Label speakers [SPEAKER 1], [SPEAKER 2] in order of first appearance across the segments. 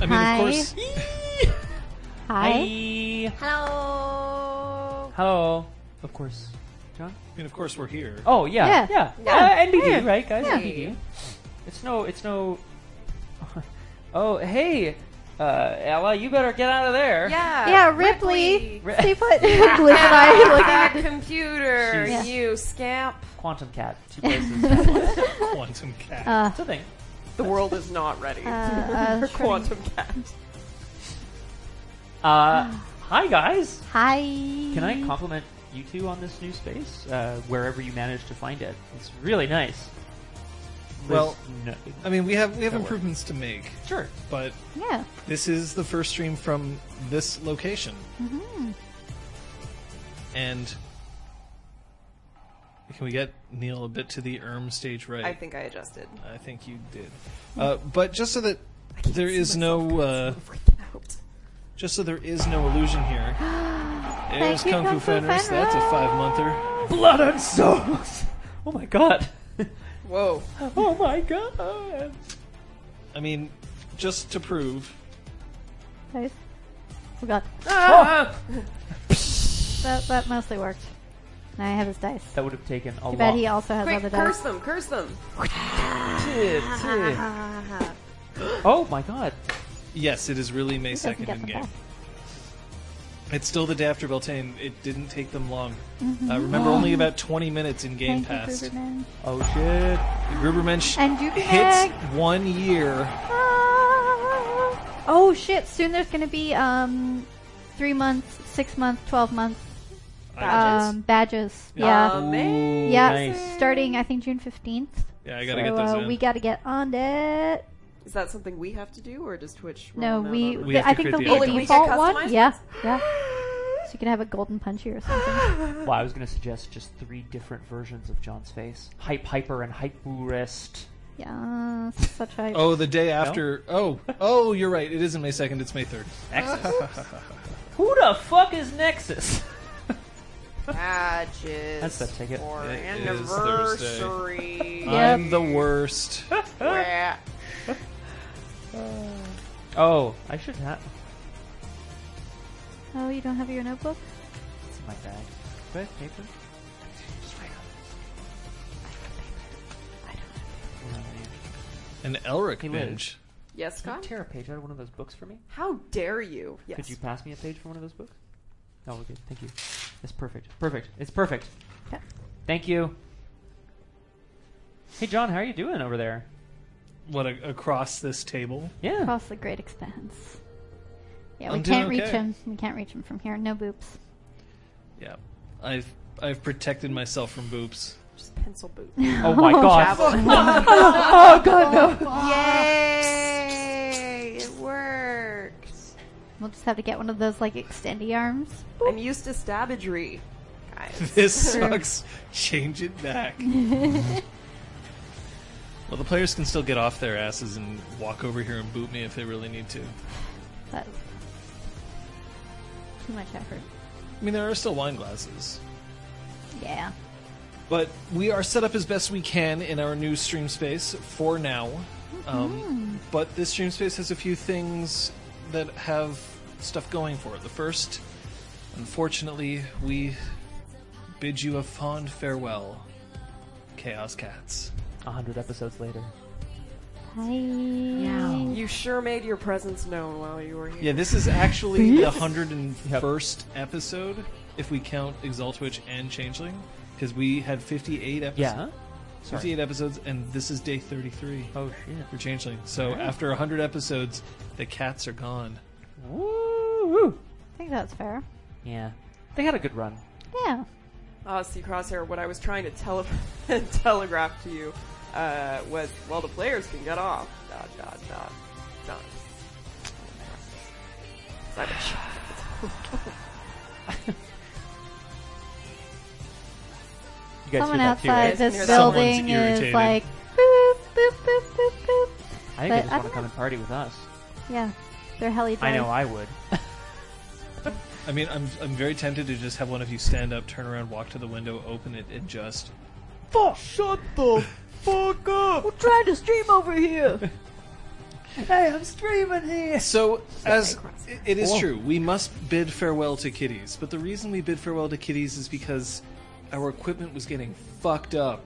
[SPEAKER 1] I mean,
[SPEAKER 2] Hi.
[SPEAKER 1] of course.
[SPEAKER 2] Hi.
[SPEAKER 3] Hello.
[SPEAKER 4] Hello. Of course. John?
[SPEAKER 1] I mean, of course, we're here.
[SPEAKER 4] Oh, yeah.
[SPEAKER 2] Yeah.
[SPEAKER 4] Yeah.
[SPEAKER 2] Yeah.
[SPEAKER 4] Uh, NBD,
[SPEAKER 2] Yeah.
[SPEAKER 4] right, guys?
[SPEAKER 2] Yeah.
[SPEAKER 4] NBD. It's no, it's no. Oh, hey, uh, Ella, you better get out of there.
[SPEAKER 3] Yeah.
[SPEAKER 2] Yeah, Ripley.
[SPEAKER 4] Ripley.
[SPEAKER 2] See what Ripley and I are looking
[SPEAKER 3] That
[SPEAKER 2] at.
[SPEAKER 3] computer,
[SPEAKER 4] She's-
[SPEAKER 3] you scamp.
[SPEAKER 4] Quantum Cat. Two places. at once.
[SPEAKER 1] Quantum cat.
[SPEAKER 2] Uh,
[SPEAKER 4] it's a thing.
[SPEAKER 5] The world is not ready
[SPEAKER 2] uh,
[SPEAKER 5] for
[SPEAKER 2] sure.
[SPEAKER 5] quantum cat.
[SPEAKER 4] Uh, hi, guys.
[SPEAKER 2] Hi.
[SPEAKER 4] Can I compliment you two on this new space? Uh, wherever you managed to find it. It's really nice. There's
[SPEAKER 1] Well-
[SPEAKER 4] no-
[SPEAKER 1] I mean, we have we have
[SPEAKER 4] That
[SPEAKER 1] improvements to make,
[SPEAKER 4] sure.
[SPEAKER 1] but
[SPEAKER 2] Yeah.
[SPEAKER 1] this is the first stream from this location, and can we get Neil a bit to the erm stage right?
[SPEAKER 5] I think I adjusted.
[SPEAKER 1] I think you did. Uh, but just so that there is no uh, just so there is no illusion here. There's
[SPEAKER 2] Thank you,
[SPEAKER 1] Kung Fu Fenris. That's a five monther.
[SPEAKER 4] Blood and souls. Oh my god.
[SPEAKER 5] Whoa.
[SPEAKER 4] oh my god.
[SPEAKER 1] I mean, just to prove.
[SPEAKER 2] Nice. Oh god.
[SPEAKER 4] Ah!
[SPEAKER 2] That, that mostly worked. Now I have his dice.
[SPEAKER 4] That would have taken a
[SPEAKER 2] Too
[SPEAKER 4] lot.
[SPEAKER 2] bad he also has
[SPEAKER 5] Quick,
[SPEAKER 2] other
[SPEAKER 5] curse
[SPEAKER 2] dice.
[SPEAKER 5] them, curse them.
[SPEAKER 4] oh my god.
[SPEAKER 1] Yes, it is really May
[SPEAKER 2] doesn't
[SPEAKER 1] second
[SPEAKER 2] get
[SPEAKER 1] in
[SPEAKER 2] the
[SPEAKER 1] game.
[SPEAKER 2] ball.
[SPEAKER 1] It's still the day after Beltane. It didn't take them long. Uh, remember, only about twenty minutes in game
[SPEAKER 2] Mm-hmm. Oh. Thank you,
[SPEAKER 1] passed.
[SPEAKER 2] Gruberman.
[SPEAKER 4] Oh shit.
[SPEAKER 1] Grubermensch
[SPEAKER 2] And Duke
[SPEAKER 1] hits
[SPEAKER 2] Egg.
[SPEAKER 1] one year.
[SPEAKER 2] Ah. Oh shit! Soon there's gonna be um, three months, six months, twelve months
[SPEAKER 1] I-
[SPEAKER 2] um, badges. Yeah,
[SPEAKER 5] Um, Amazing.
[SPEAKER 2] yeah.
[SPEAKER 4] Oh, nice.
[SPEAKER 2] Starting I think June fifteenth.
[SPEAKER 1] yeah, I gotta
[SPEAKER 2] so,
[SPEAKER 1] get those
[SPEAKER 2] uh,
[SPEAKER 1] in.
[SPEAKER 2] We gotta get on it.
[SPEAKER 5] Is that something we have to do, or does Twitch?
[SPEAKER 2] No, Oh,
[SPEAKER 5] roll them out
[SPEAKER 2] we.
[SPEAKER 5] on
[SPEAKER 1] We
[SPEAKER 2] th-
[SPEAKER 1] have
[SPEAKER 2] I
[SPEAKER 1] to
[SPEAKER 2] think
[SPEAKER 1] create
[SPEAKER 2] there'll
[SPEAKER 1] the
[SPEAKER 2] be
[SPEAKER 1] item.
[SPEAKER 2] a
[SPEAKER 5] We can
[SPEAKER 2] default one.
[SPEAKER 5] customize
[SPEAKER 2] Yeah,
[SPEAKER 5] this?
[SPEAKER 2] yeah. So you can have a golden punchy or something.
[SPEAKER 4] Well, I was gonna suggest just three different versions of John's face. Hype Hyper and Hype Wrist.
[SPEAKER 2] yeah, such a.
[SPEAKER 1] Oh, the day after. Oh, oh, you're right. It isn't May second. It's May third.
[SPEAKER 4] Nexus. Who the fuck is Nexus?
[SPEAKER 3] Badges.
[SPEAKER 4] That's the ticket.
[SPEAKER 3] Or
[SPEAKER 1] It is
[SPEAKER 3] anniversary.
[SPEAKER 2] Yep.
[SPEAKER 1] I'm the worst.
[SPEAKER 3] Wah.
[SPEAKER 4] Oh, I should have.
[SPEAKER 2] Oh, you don't have your notebook?
[SPEAKER 4] It's in my bag. Do I have paper?
[SPEAKER 1] An Elric
[SPEAKER 4] He
[SPEAKER 1] binge.
[SPEAKER 5] Yes,
[SPEAKER 4] Can you
[SPEAKER 5] Scott.
[SPEAKER 4] tear a page out of one of those books for me?
[SPEAKER 5] How dare you? Yes.
[SPEAKER 4] Could you pass me a page from one of those books? Oh, we're good. Thank you. That's perfect. Perfect. It's perfect.
[SPEAKER 2] Yeah.
[SPEAKER 4] Thank you. Hey, John, how are you doing over there?
[SPEAKER 1] What a, across this table?
[SPEAKER 4] Yeah.
[SPEAKER 2] Across the great expanse. Yeah, we
[SPEAKER 1] I'm doing
[SPEAKER 2] can't reach
[SPEAKER 1] okay.
[SPEAKER 2] him. We can't reach him from here. No boops.
[SPEAKER 1] Yeah, I've I've protected myself from boobs.
[SPEAKER 5] Just pencil boot.
[SPEAKER 4] Oh my god.
[SPEAKER 2] Oh god, no.
[SPEAKER 3] Yay! It worked.
[SPEAKER 2] We'll just have to get one of those like extendy arms.
[SPEAKER 5] I'm used to stabbagery. Guys.
[SPEAKER 1] This sucks. Change it back. well, the players can still get off their asses and walk over here and boot me if they really need to.
[SPEAKER 2] That's too much effort.
[SPEAKER 1] I mean, there are still wine glasses,
[SPEAKER 2] Yeah.
[SPEAKER 1] but we are set up as best we can in our new stream space for now. Um, but this stream space has a few things that have stuff going for it. The first, unfortunately, we bid you a fond farewell, Chaos Cats.
[SPEAKER 4] A hundred episodes later.
[SPEAKER 2] Hi.
[SPEAKER 5] You sure made your presence known while you were here.
[SPEAKER 1] Yeah, this is actually the hundred and first episode, if we count Exalt Witch and Changeling, because we had fifty-eight
[SPEAKER 4] Yeah.
[SPEAKER 1] episodes. fifty-eight episodes, and this is day thirty-three
[SPEAKER 4] Oh shit.
[SPEAKER 1] for Changeling. So after hundred episodes, the cats are gone.
[SPEAKER 4] Woo!
[SPEAKER 2] I think that's fair.
[SPEAKER 4] Yeah. They had a good run.
[SPEAKER 2] Yeah.
[SPEAKER 5] Uh, see, Crosshair, what I was trying to tele- telegraph to you uh, was, well, the players can get off. Dot, dot, dot, dot. Cyber-
[SPEAKER 4] You guys
[SPEAKER 2] Someone
[SPEAKER 4] hear that
[SPEAKER 2] outside
[SPEAKER 4] too, right?
[SPEAKER 5] Guys,
[SPEAKER 2] this
[SPEAKER 5] hear that? Someone's
[SPEAKER 2] building
[SPEAKER 1] irritated.
[SPEAKER 2] is like boop boop boop boop boop.
[SPEAKER 4] I think
[SPEAKER 2] but
[SPEAKER 4] they
[SPEAKER 2] I
[SPEAKER 4] just want to
[SPEAKER 2] don't
[SPEAKER 4] come and party with us.
[SPEAKER 2] Yeah. They're helly
[SPEAKER 4] I know
[SPEAKER 2] dice.
[SPEAKER 4] I would.
[SPEAKER 1] I mean, I'm I'm very tempted to just have one of you stand up, turn around, walk to the window, open it, and just
[SPEAKER 4] Fuck! Shut the fuck up!
[SPEAKER 2] We're trying to stream over here.
[SPEAKER 4] Hey, I'm streaming here.
[SPEAKER 1] So, as
[SPEAKER 5] across.
[SPEAKER 1] it- it is
[SPEAKER 4] Cool.
[SPEAKER 1] true, we must bid farewell to kitties. But the reason we bid farewell to kitties is because our equipment was getting fucked up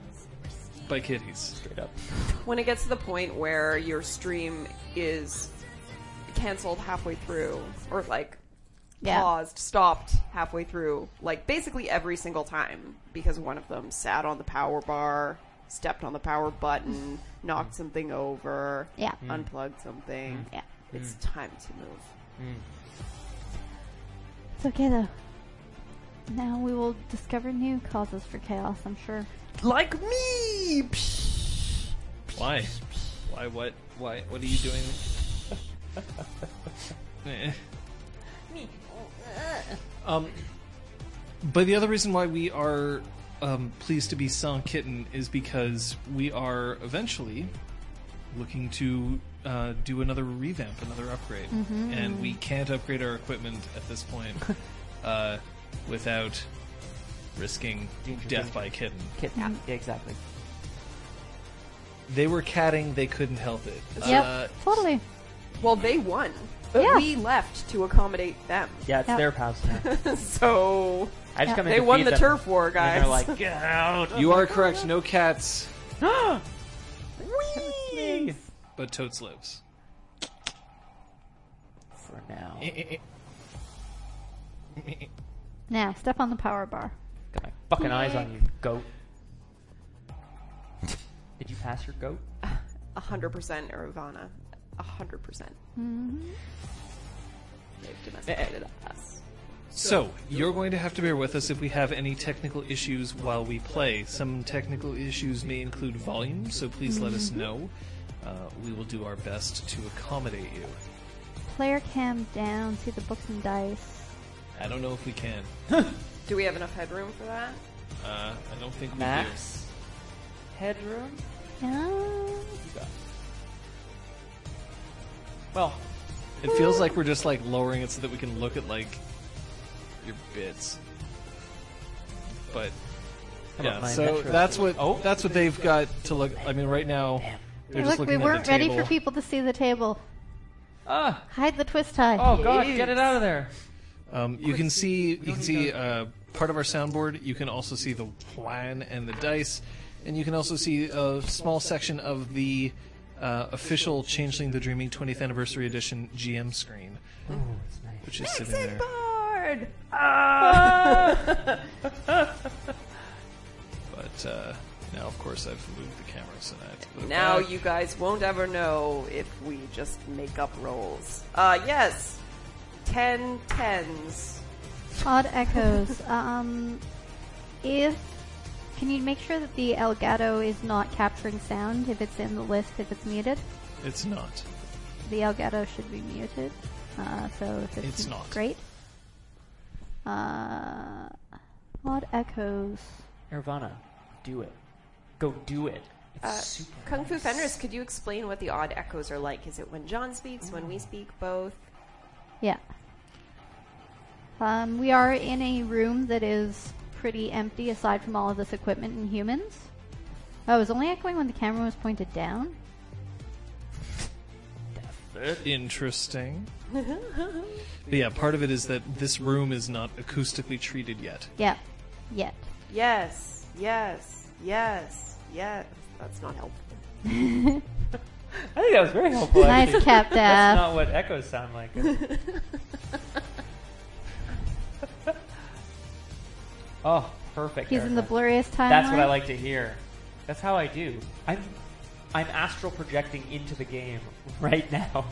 [SPEAKER 1] by kitties.
[SPEAKER 4] Straight up.
[SPEAKER 5] When it gets to the point where your stream is canceled halfway through, or like
[SPEAKER 2] Yeah.
[SPEAKER 5] paused, stopped halfway through, like basically every single time, because one of them sat on the power bar, stepped on the power button, knocked something over,
[SPEAKER 2] Yeah.
[SPEAKER 5] unplugged something.
[SPEAKER 2] Yeah.
[SPEAKER 5] It's time to move.
[SPEAKER 2] It's okay though. Now we will discover new causes for chaos, I'm sure.
[SPEAKER 4] Like me.
[SPEAKER 1] Why? Why? What? Why? What are you doing? Eh. um, but the other reason why we are um, pleased to be Sans Kitten is because we are eventually looking to uh, do another revamp, another upgrade,
[SPEAKER 4] Mm-hmm.
[SPEAKER 1] and we can't upgrade our equipment at this point uh, without risking
[SPEAKER 4] Danger,
[SPEAKER 1] death
[SPEAKER 4] danger.
[SPEAKER 1] by kitten.
[SPEAKER 4] Kidnap. Yeah, exactly.
[SPEAKER 1] They were catting; they couldn't help it.
[SPEAKER 2] yep,
[SPEAKER 1] Uh,
[SPEAKER 2] totally.
[SPEAKER 5] Well, they won, but
[SPEAKER 2] Yeah.
[SPEAKER 5] we left to accommodate them.
[SPEAKER 4] Yeah, it's
[SPEAKER 2] Yep.
[SPEAKER 4] their house now.
[SPEAKER 5] so
[SPEAKER 4] I just come in
[SPEAKER 5] they
[SPEAKER 4] to
[SPEAKER 5] won
[SPEAKER 4] feed
[SPEAKER 5] the
[SPEAKER 4] them,
[SPEAKER 5] turf war,
[SPEAKER 4] and
[SPEAKER 5] guys.
[SPEAKER 4] They're like, get out.
[SPEAKER 1] Uh, You are correct. No cats,
[SPEAKER 4] Whee!
[SPEAKER 1] but totes lives.
[SPEAKER 4] For now.
[SPEAKER 2] Now, step on the power bar.
[SPEAKER 4] Got my fucking eyes on you, goat. Did you pass your goat?
[SPEAKER 5] A hundred percent Irvana. A hundred percent. They've domesticated us.
[SPEAKER 1] So you're going to have to bear with us if we have any technical issues while we play. Some technical issues may include volume, so please let us know. Uh, we will do our best to accommodate you.
[SPEAKER 2] Player cam down, see the books and dice.
[SPEAKER 1] I don't know if we can.
[SPEAKER 5] Do we have enough headroom for that?
[SPEAKER 1] Uh, I don't think we
[SPEAKER 4] Max. Headroom.
[SPEAKER 2] Yeah.
[SPEAKER 4] You got. Well,
[SPEAKER 1] do. It feels like we're just like lowering it so that we can look at like your bits. But
[SPEAKER 4] How about
[SPEAKER 1] yeah,
[SPEAKER 4] mine?
[SPEAKER 1] so
[SPEAKER 4] That's right.
[SPEAKER 1] that's what
[SPEAKER 4] Oh.
[SPEAKER 1] that's what they've got to look. I mean, right now they're just
[SPEAKER 2] Look, we
[SPEAKER 1] looking at
[SPEAKER 2] weren't
[SPEAKER 1] the
[SPEAKER 2] ready
[SPEAKER 1] table.
[SPEAKER 2] for people to see the table.
[SPEAKER 4] ah,
[SPEAKER 2] Hide the twist tie.
[SPEAKER 4] oh god, get it out of there.
[SPEAKER 1] Um, you can see you can see uh, part of our soundboard. You can also see the plan and the dice, and you can also see a small section of the uh, official Changeling the Dreaming 20th Anniversary Edition GM screen,
[SPEAKER 4] Oh, it's nice.
[SPEAKER 1] which is sitting there.
[SPEAKER 5] Bard!
[SPEAKER 1] Ah!
[SPEAKER 4] Ah!
[SPEAKER 1] But uh, now, of course, I've moved the camera, so now I have to put it
[SPEAKER 5] Now
[SPEAKER 1] back.
[SPEAKER 5] you guys won't ever know if we just make up rolls. Uh, yes! Ten tens.
[SPEAKER 2] Odd echoes. um, if can you make sure that the Elgato is not capturing sound? If it's in the list, if it's muted,
[SPEAKER 1] It's not.
[SPEAKER 2] the Elgato should be muted. Uh, so if it's,
[SPEAKER 1] It's not.
[SPEAKER 2] great. Uh, odd echoes.
[SPEAKER 4] Nirvana, do it. Go do it. It's
[SPEAKER 1] Ah.
[SPEAKER 5] Uh,
[SPEAKER 4] super.
[SPEAKER 5] Kung Fu Fenris, could you explain what the odd echoes are like? Is it when John speaks, when we speak, both?
[SPEAKER 2] Yeah. Um, we are in a room that is pretty empty aside from all of this equipment and humans. Oh, it was only echoing when the camera was pointed down.
[SPEAKER 1] Interesting. but yeah, part of it is that this room is not acoustically treated yet.
[SPEAKER 2] Yeah. Yet.
[SPEAKER 5] Yes, yes, yes, yes. That's not helpful.
[SPEAKER 4] I think that was very helpful.
[SPEAKER 2] Nice
[SPEAKER 4] actually.
[SPEAKER 2] cap,
[SPEAKER 4] That's
[SPEAKER 2] Daph.
[SPEAKER 4] not what echoes sound like. oh, perfect.
[SPEAKER 2] He's in the
[SPEAKER 4] Erica.
[SPEAKER 2] blurriest timeline.
[SPEAKER 4] That's what I like to hear. That's how I do. I'm I'm astral projecting into the game right now. Uh,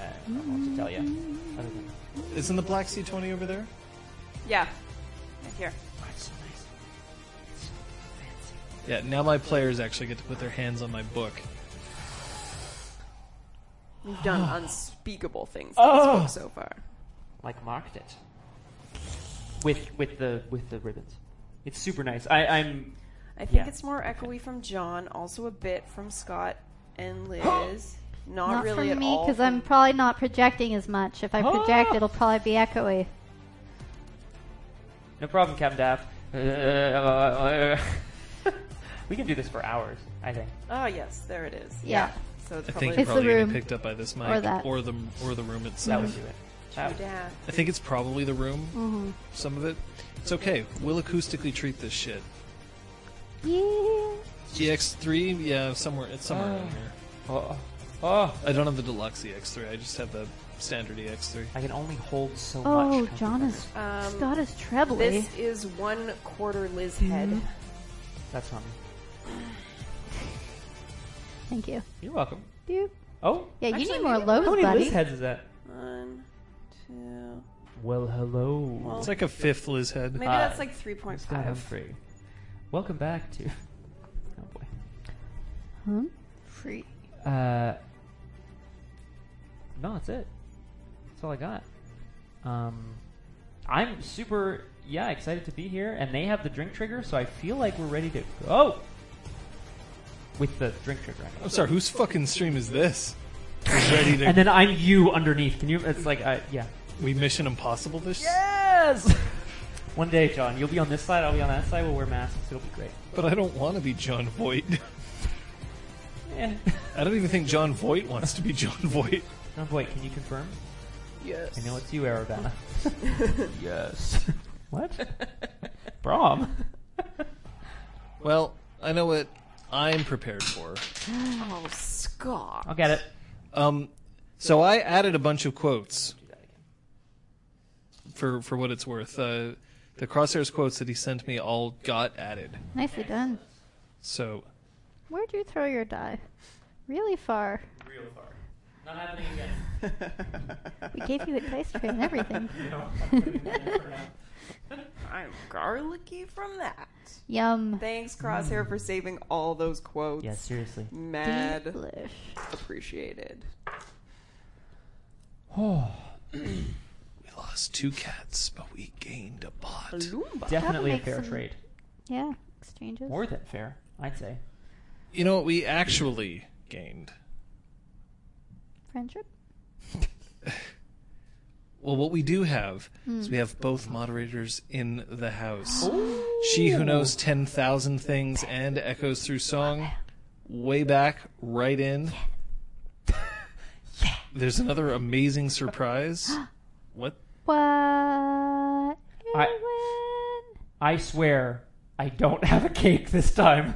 [SPEAKER 4] I don't know what to tell you. Other than,
[SPEAKER 1] Isn't the Black Sea 20 over there?
[SPEAKER 5] Yeah. Right here.
[SPEAKER 4] oh, it's so nice. It's so fancy.
[SPEAKER 1] Yeah, now my players actually get to put their hands on my book.
[SPEAKER 5] We've done unspeakable things to this
[SPEAKER 4] Oh.
[SPEAKER 5] book so far.
[SPEAKER 4] Like marked it with with the with the ribbons. It's super nice. I, I'm
[SPEAKER 5] I think
[SPEAKER 4] Yeah.
[SPEAKER 5] it's more echoey from John, also a bit from Scott and Liz. Not,
[SPEAKER 2] Not
[SPEAKER 5] really
[SPEAKER 2] from
[SPEAKER 5] at
[SPEAKER 2] me
[SPEAKER 5] all.
[SPEAKER 2] because I'm probably not projecting as much. If I project,
[SPEAKER 4] Oh.
[SPEAKER 2] it'll probably be echoey.
[SPEAKER 4] no problem, Captain Daff. we can do this for hours. I think.
[SPEAKER 5] Oh yes, there it is.
[SPEAKER 2] Yeah.
[SPEAKER 5] So it's
[SPEAKER 1] I
[SPEAKER 5] probably
[SPEAKER 1] think you're
[SPEAKER 2] It's the
[SPEAKER 1] probably getting
[SPEAKER 2] room.
[SPEAKER 1] picked up by this mic
[SPEAKER 2] Or that.
[SPEAKER 1] or the or the room
[SPEAKER 4] That
[SPEAKER 1] itself.
[SPEAKER 4] would do it. That-
[SPEAKER 5] true down.
[SPEAKER 1] I think it's probably the room.
[SPEAKER 2] Mm-hmm.
[SPEAKER 1] Some of it. It's okay. We'll acoustically treat this shit.
[SPEAKER 2] Yeah.
[SPEAKER 1] EX3, yeah, somewhere it's somewhere in here. Ah.
[SPEAKER 4] oh, oh,
[SPEAKER 1] I don't have the deluxe EX3. I just have the standard E EX3.
[SPEAKER 4] I can only hold so
[SPEAKER 2] Oh,
[SPEAKER 4] much.
[SPEAKER 2] John has
[SPEAKER 5] Um,
[SPEAKER 2] got his trebly.
[SPEAKER 5] This is one quarter Liz
[SPEAKER 4] Hmm.
[SPEAKER 5] head.
[SPEAKER 4] That's not me.
[SPEAKER 2] Thank you.
[SPEAKER 4] You're welcome.
[SPEAKER 2] Dude.
[SPEAKER 4] Oh,
[SPEAKER 2] Yeah, you
[SPEAKER 5] Actually,
[SPEAKER 2] need more
[SPEAKER 5] maybe-
[SPEAKER 2] lows,
[SPEAKER 4] how many
[SPEAKER 2] buddy.
[SPEAKER 4] Liz heads is that?
[SPEAKER 5] One, two.
[SPEAKER 4] Well, hello.
[SPEAKER 5] Well,
[SPEAKER 1] It's like a fifth Liz head.
[SPEAKER 5] Maybe
[SPEAKER 4] Uh,
[SPEAKER 5] that's like
[SPEAKER 4] It's Scott
[SPEAKER 5] 3.5.
[SPEAKER 4] Humphrey. Welcome back to. Oh boy.
[SPEAKER 2] Huh?
[SPEAKER 5] Free.
[SPEAKER 4] Uh, no, that's it. That's all I got. Um, I'm super yeah excited to be here, and they have the drink trigger, so I feel like we're ready to go Oh! with the drink trigger. I mean.
[SPEAKER 1] I'm sorry, whose fucking stream is this? Who's ready to
[SPEAKER 4] And then I'm you underneath. Can you? It's like uh, yeah.
[SPEAKER 1] we Mission Impossible this?
[SPEAKER 4] Yes. One day, John, you'll be on this side. I'll be on that side. We'll wear masks. It'll be great.
[SPEAKER 1] But I don't want to be John Voight.
[SPEAKER 4] Eh.
[SPEAKER 1] I don't even think John Voight wants to be John Voight.
[SPEAKER 4] John Voight, Oh, can you confirm?
[SPEAKER 5] Yes.
[SPEAKER 4] I know it's you, Arabella. yes. What? Brom.
[SPEAKER 1] Well, I know what I'm prepared for.
[SPEAKER 5] Oh, Scott.
[SPEAKER 4] I'll get it.
[SPEAKER 1] Um, so I added a bunch of quotes for for what it's worth. Uh, the crosshairs quotes that he sent me all got added.
[SPEAKER 2] Nicely done.
[SPEAKER 1] So
[SPEAKER 2] Where'd you throw your die? Really far.
[SPEAKER 4] Real far. Not happening again.
[SPEAKER 2] We gave you a dice tray and everything.
[SPEAKER 5] I'm garlicky from that.
[SPEAKER 2] Yum.
[SPEAKER 5] Thanks, Crosshair,
[SPEAKER 4] Hmm.
[SPEAKER 5] for saving all those quotes.
[SPEAKER 4] yeah, seriously.
[SPEAKER 5] Mad
[SPEAKER 2] Delish.
[SPEAKER 5] appreciated.
[SPEAKER 4] Oh.
[SPEAKER 1] we lost two cats, but we gained a bot.
[SPEAKER 4] Definitely a
[SPEAKER 2] make
[SPEAKER 4] fair
[SPEAKER 2] some-
[SPEAKER 4] trade.
[SPEAKER 2] Yeah. Exchanges.
[SPEAKER 4] More than fair, I'd say.
[SPEAKER 1] You know what we actually gained?
[SPEAKER 2] Friendship.
[SPEAKER 1] Well, what we do have is we have both moderators in the house. She who knows 10,000 things and echoes through song, way back, right in. There's another amazing surprise. What?
[SPEAKER 2] What?
[SPEAKER 4] I- I swear, I don't have a cake this time.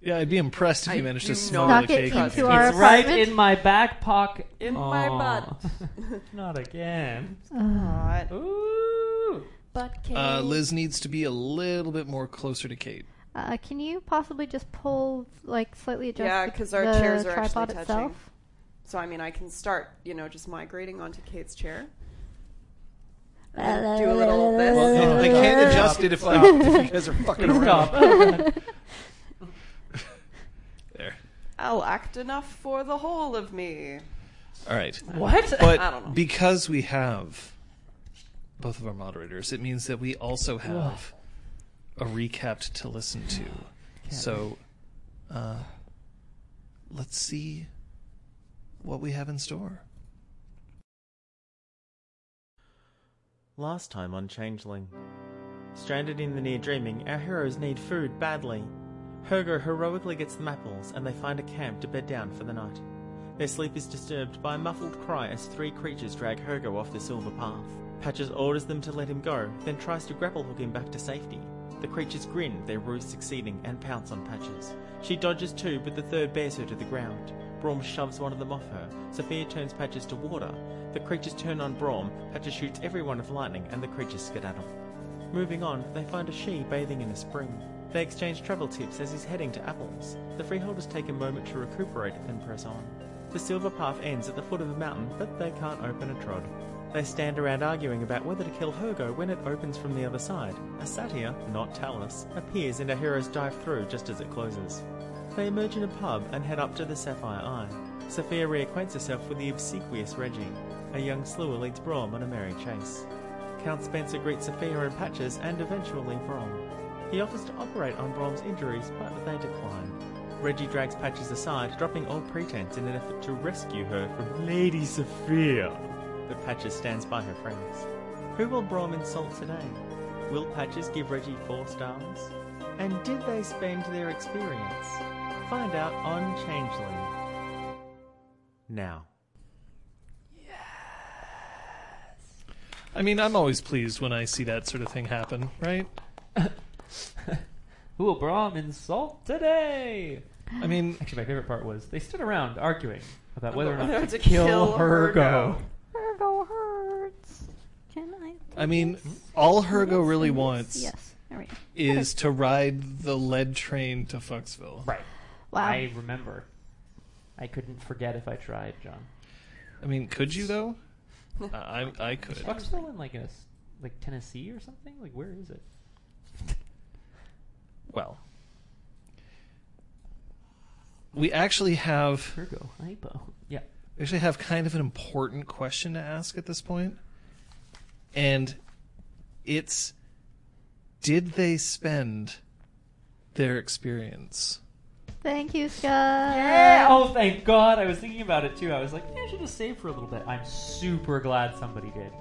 [SPEAKER 1] Yeah, I'd be impressed if you managed
[SPEAKER 5] do
[SPEAKER 1] to
[SPEAKER 5] not
[SPEAKER 1] smuggle a
[SPEAKER 2] Knock it
[SPEAKER 1] cake.
[SPEAKER 2] into
[SPEAKER 1] out
[SPEAKER 2] our
[SPEAKER 4] it's right
[SPEAKER 2] apartment?
[SPEAKER 4] in my back pocket.
[SPEAKER 5] In my butt.
[SPEAKER 4] Not again.
[SPEAKER 5] Hot.
[SPEAKER 4] Ooh.
[SPEAKER 5] Butt cake.
[SPEAKER 1] Uh, Liz needs to be a little bit more closer to Kate.
[SPEAKER 2] Uh, can you possibly just pull, like, slightly adjust
[SPEAKER 5] Yeah,
[SPEAKER 2] the-
[SPEAKER 5] 'cause our
[SPEAKER 2] the
[SPEAKER 5] chairs are actually
[SPEAKER 2] tripod
[SPEAKER 5] touching.
[SPEAKER 2] itself?
[SPEAKER 5] So, I mean, I can start, you know, just migrating onto Kate's chair. Do
[SPEAKER 2] Uh,
[SPEAKER 5] a little of this.
[SPEAKER 1] I can't adjust it if, I, if you guys are fucking
[SPEAKER 4] Please
[SPEAKER 1] around.
[SPEAKER 4] stop. Oh,
[SPEAKER 1] There.
[SPEAKER 5] I'll act enough for the whole of me.
[SPEAKER 1] All right.
[SPEAKER 4] God. what?
[SPEAKER 1] But
[SPEAKER 5] I don't know.
[SPEAKER 1] because we have both of our moderators, it means that we also have a recapped to listen to. So uh, let's see what we have in store.
[SPEAKER 6] Last time on Changeling. Stranded in the near dreaming, our heroes need food badly. Hergo heroically gets them apples and they find a camp to bed down for the night. Their sleep is disturbed by a muffled cry as three creatures drag Hergo off the silver path. Patches orders them to let him go, then tries to grapple hook him back to safety. The creatures grin, their ruse succeeding, and pounce on Patches. She dodges two, but the third bears her to the ground. Braum shoves one of them off her. Sophia turns Patches to water. The creatures turn on Braum. Patches shoots everyone with lightning, and the creatures skedaddle. Moving on, they find a she bathing in a spring. They exchange travel tips as he's heading to Apples. The freeholders take a moment to recuperate, then press on. The silver path ends at the foot of a mountain, but they can't open a trod. They stand around arguing about whether to kill Hergo when it opens from the other side. A satyr, not Talus, appears and our heroes dive through just as it closes. They emerge in a pub and head up to the Sapphire Eye. Sophia reacquaints herself with the obsequious Reggie. A young slewer leads Brom on a merry chase. Count Spencer greets Sophia and Patches and eventually Brom. He offers to operate on Brom's injuries, but they decline. Reggie drags Patches aside, dropping all pretense in an effort to rescue her from Lady Sophia. But Patches stands by her friends. Who will Brom insult today? Will Patches give Reggie four stars? And did they spend their experience? Find out on Changeling. now.
[SPEAKER 1] I mean, I'm always pleased when I see that sort of thing happen, right?
[SPEAKER 4] Who will Brahm insult today?
[SPEAKER 1] I mean,
[SPEAKER 4] Actually, my favorite part was they stood around arguing about whether or
[SPEAKER 5] Whether
[SPEAKER 4] not to
[SPEAKER 5] to
[SPEAKER 4] kill,
[SPEAKER 5] kill
[SPEAKER 4] her.
[SPEAKER 5] Hergo.
[SPEAKER 4] Go.
[SPEAKER 2] Virgo hurts. Can I?
[SPEAKER 1] I mean, all Hergo really wants
[SPEAKER 2] Yes. All right.
[SPEAKER 1] is to ride the lead train to Fucksville.
[SPEAKER 4] Right.
[SPEAKER 2] Wow.
[SPEAKER 4] I remember. I couldn't forget if I tried, John.
[SPEAKER 1] I mean, could you though? I I, I could.
[SPEAKER 4] Fucksville in like a s- like Tennessee or something. Like where is it?
[SPEAKER 1] Well, we actually have
[SPEAKER 4] Hergo, hypo. Yeah.
[SPEAKER 1] we actually have kind of an important question to ask at this point, and it's: Did they spend their experience?
[SPEAKER 2] Thank you, Scott.
[SPEAKER 4] Yeah. Oh, thank God! I was thinking about it too. I was like, yeah, I should just save for a little bit. I'm super glad somebody did.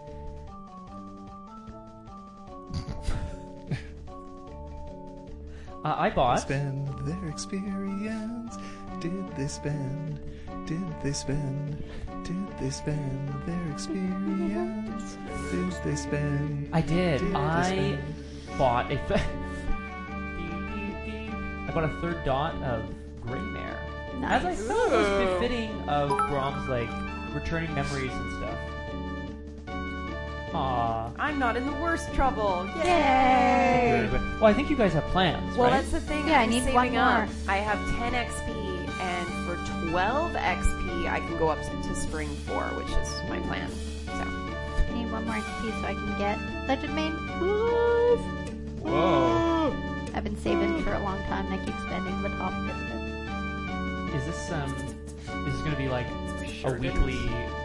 [SPEAKER 4] uh, I bought.
[SPEAKER 1] Spend their experience. Did they spend? Did they spend? Did they spend their experience? Did they spend?
[SPEAKER 4] I did.
[SPEAKER 1] Did they
[SPEAKER 4] I
[SPEAKER 1] spend?
[SPEAKER 4] bought a. Th- I bought a third dot of Grey Mare. As I
[SPEAKER 2] Nice.
[SPEAKER 4] thought was befitting of Brahms, like returning memories and stuff. Aww.
[SPEAKER 5] I'm not in the worst trouble. Yay!
[SPEAKER 2] Yay!
[SPEAKER 4] Well, I think you guys have plans,
[SPEAKER 5] Well,
[SPEAKER 4] right?
[SPEAKER 5] that's the thing.
[SPEAKER 2] Yeah, I
[SPEAKER 5] I'm
[SPEAKER 2] need
[SPEAKER 5] saving
[SPEAKER 2] one more.
[SPEAKER 5] up. I have 10 XP, and for 12 XP, I can go up to Spring 4, which is my plan. So,
[SPEAKER 2] I need one more XP so I can get Legend Main. Woo!
[SPEAKER 4] Whoa.
[SPEAKER 2] I've been saving for a long time and I keep spending the top bit of it.
[SPEAKER 4] Is this um? Is this gonna be like
[SPEAKER 5] Sure
[SPEAKER 4] a
[SPEAKER 5] it
[SPEAKER 4] weekly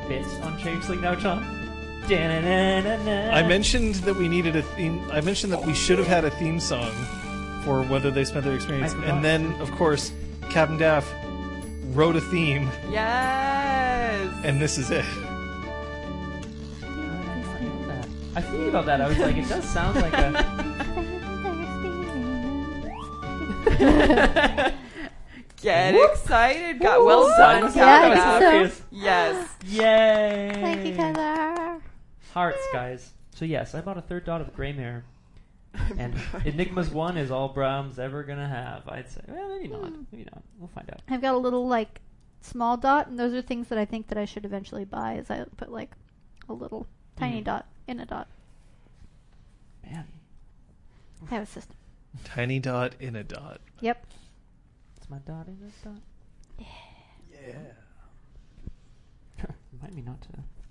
[SPEAKER 4] bit on Champs League now, John? Da-na-na-na-na.
[SPEAKER 1] I mentioned that we needed a theme. I mentioned that we should have had a theme song for whether they spent their experience,
[SPEAKER 4] I forgot.
[SPEAKER 1] and then of course, Captain Daff wrote a theme,
[SPEAKER 5] yes!
[SPEAKER 1] and this is it.
[SPEAKER 4] I was thinking about that. I was like, it does sound like a.
[SPEAKER 5] Get excited. Got well done,
[SPEAKER 2] Yeah, I think
[SPEAKER 5] Kappa.
[SPEAKER 2] so.
[SPEAKER 5] Yes.
[SPEAKER 4] Yay!
[SPEAKER 2] Thank you, Kyler.
[SPEAKER 4] Hearts, guys. So yes, I bought a third dot of gray mare, and Enigma's one is all Brahms ever gonna have. I'd say. Well, maybe not.
[SPEAKER 2] Hmm.
[SPEAKER 4] Maybe not. We'll find out.
[SPEAKER 2] I've got a little like small dot, and those are things that I think that I should eventually buy. Is I put like a little tiny dot in a dot.
[SPEAKER 4] Man,
[SPEAKER 2] I have a system.
[SPEAKER 1] Tiny dot in a dot.
[SPEAKER 2] Yep.
[SPEAKER 4] it's my dot in this dot.
[SPEAKER 1] Yeah.
[SPEAKER 4] Remind me not to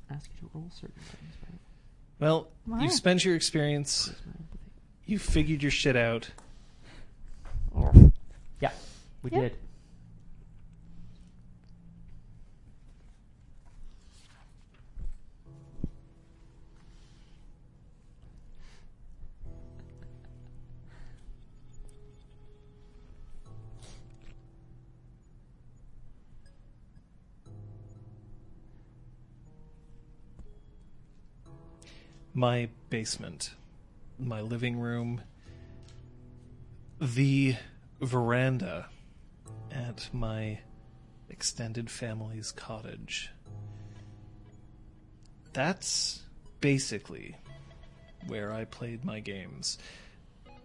[SPEAKER 4] ask you to roll certain things. But
[SPEAKER 1] Well,
[SPEAKER 2] Why?
[SPEAKER 1] you spent your experience.
[SPEAKER 4] that's my empathy.
[SPEAKER 1] You figured your shit out.
[SPEAKER 4] Yeah, we
[SPEAKER 2] Yeah.
[SPEAKER 4] did.
[SPEAKER 1] my basement, my living room, the veranda at my extended family's cottage. That's basically where I played my games.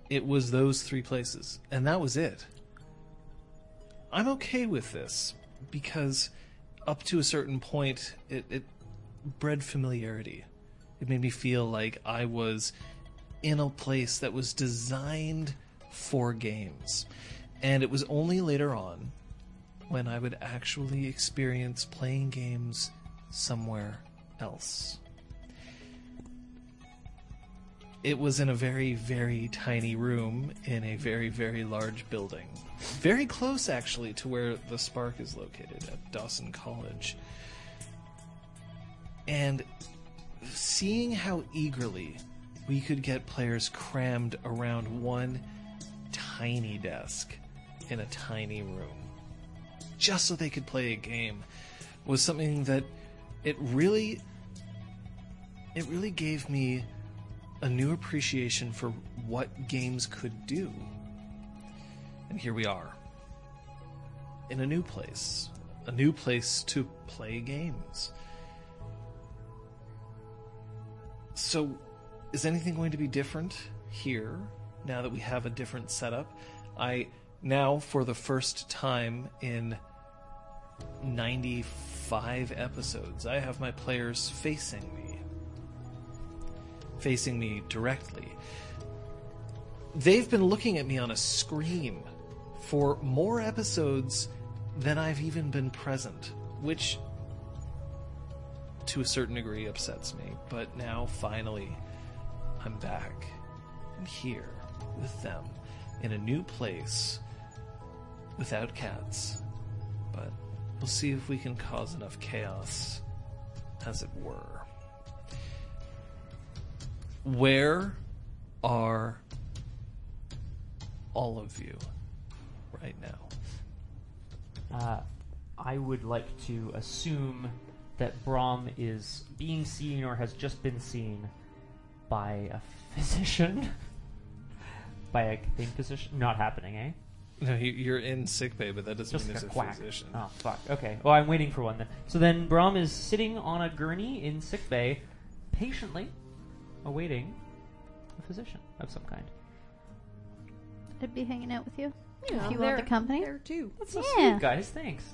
[SPEAKER 1] It was those three places, and that was it. I'm okay with this because up to a certain point it, it bred familiarity. It made me feel like I was in a place that was designed for games. And it was only later on when I would actually experience playing games somewhere else. It was in a very, very tiny room in a very, very large building. Very close, actually, to where the Spark is located at Dawson College. And seeing how eagerly we could get players crammed around one tiny desk in a tiny room just so they could play a game was something that it really it really gave me a new appreciation for what games could do and here we are in a new place a new place to play games. So, is anything going to be different here now that we have a different setup? I now, for the first time in 95 episodes, I have my players facing me. Facing me directly. They've been looking at me on a screen for more episodes than I've even been present, which to a certain degree upsets me. But now, finally, I'm back. I'm here with them in a new place without cats. But we'll see if we can cause enough chaos, as it were. Where are all of you right now?
[SPEAKER 4] Uh, I would like to assume that Brom is being seen or has just been seen by a physician, by a thing physician. Not happening, eh?
[SPEAKER 1] No, you- you're in sick bay, but that doesn't
[SPEAKER 4] Just
[SPEAKER 1] mean
[SPEAKER 4] like
[SPEAKER 1] there's
[SPEAKER 4] a
[SPEAKER 1] a,
[SPEAKER 4] quack.
[SPEAKER 1] physician.
[SPEAKER 4] Oh fuck. Okay. Well, I'm waiting for one then. So then Brom is sitting on a gurney in sickbay, patiently awaiting a physician of some kind.
[SPEAKER 2] I'd be hanging out with you.
[SPEAKER 5] Yeah,
[SPEAKER 2] if you want the
[SPEAKER 5] they're-
[SPEAKER 2] company.
[SPEAKER 5] There too.
[SPEAKER 4] That's so
[SPEAKER 2] Yeah.
[SPEAKER 4] sweet, guys. Thanks.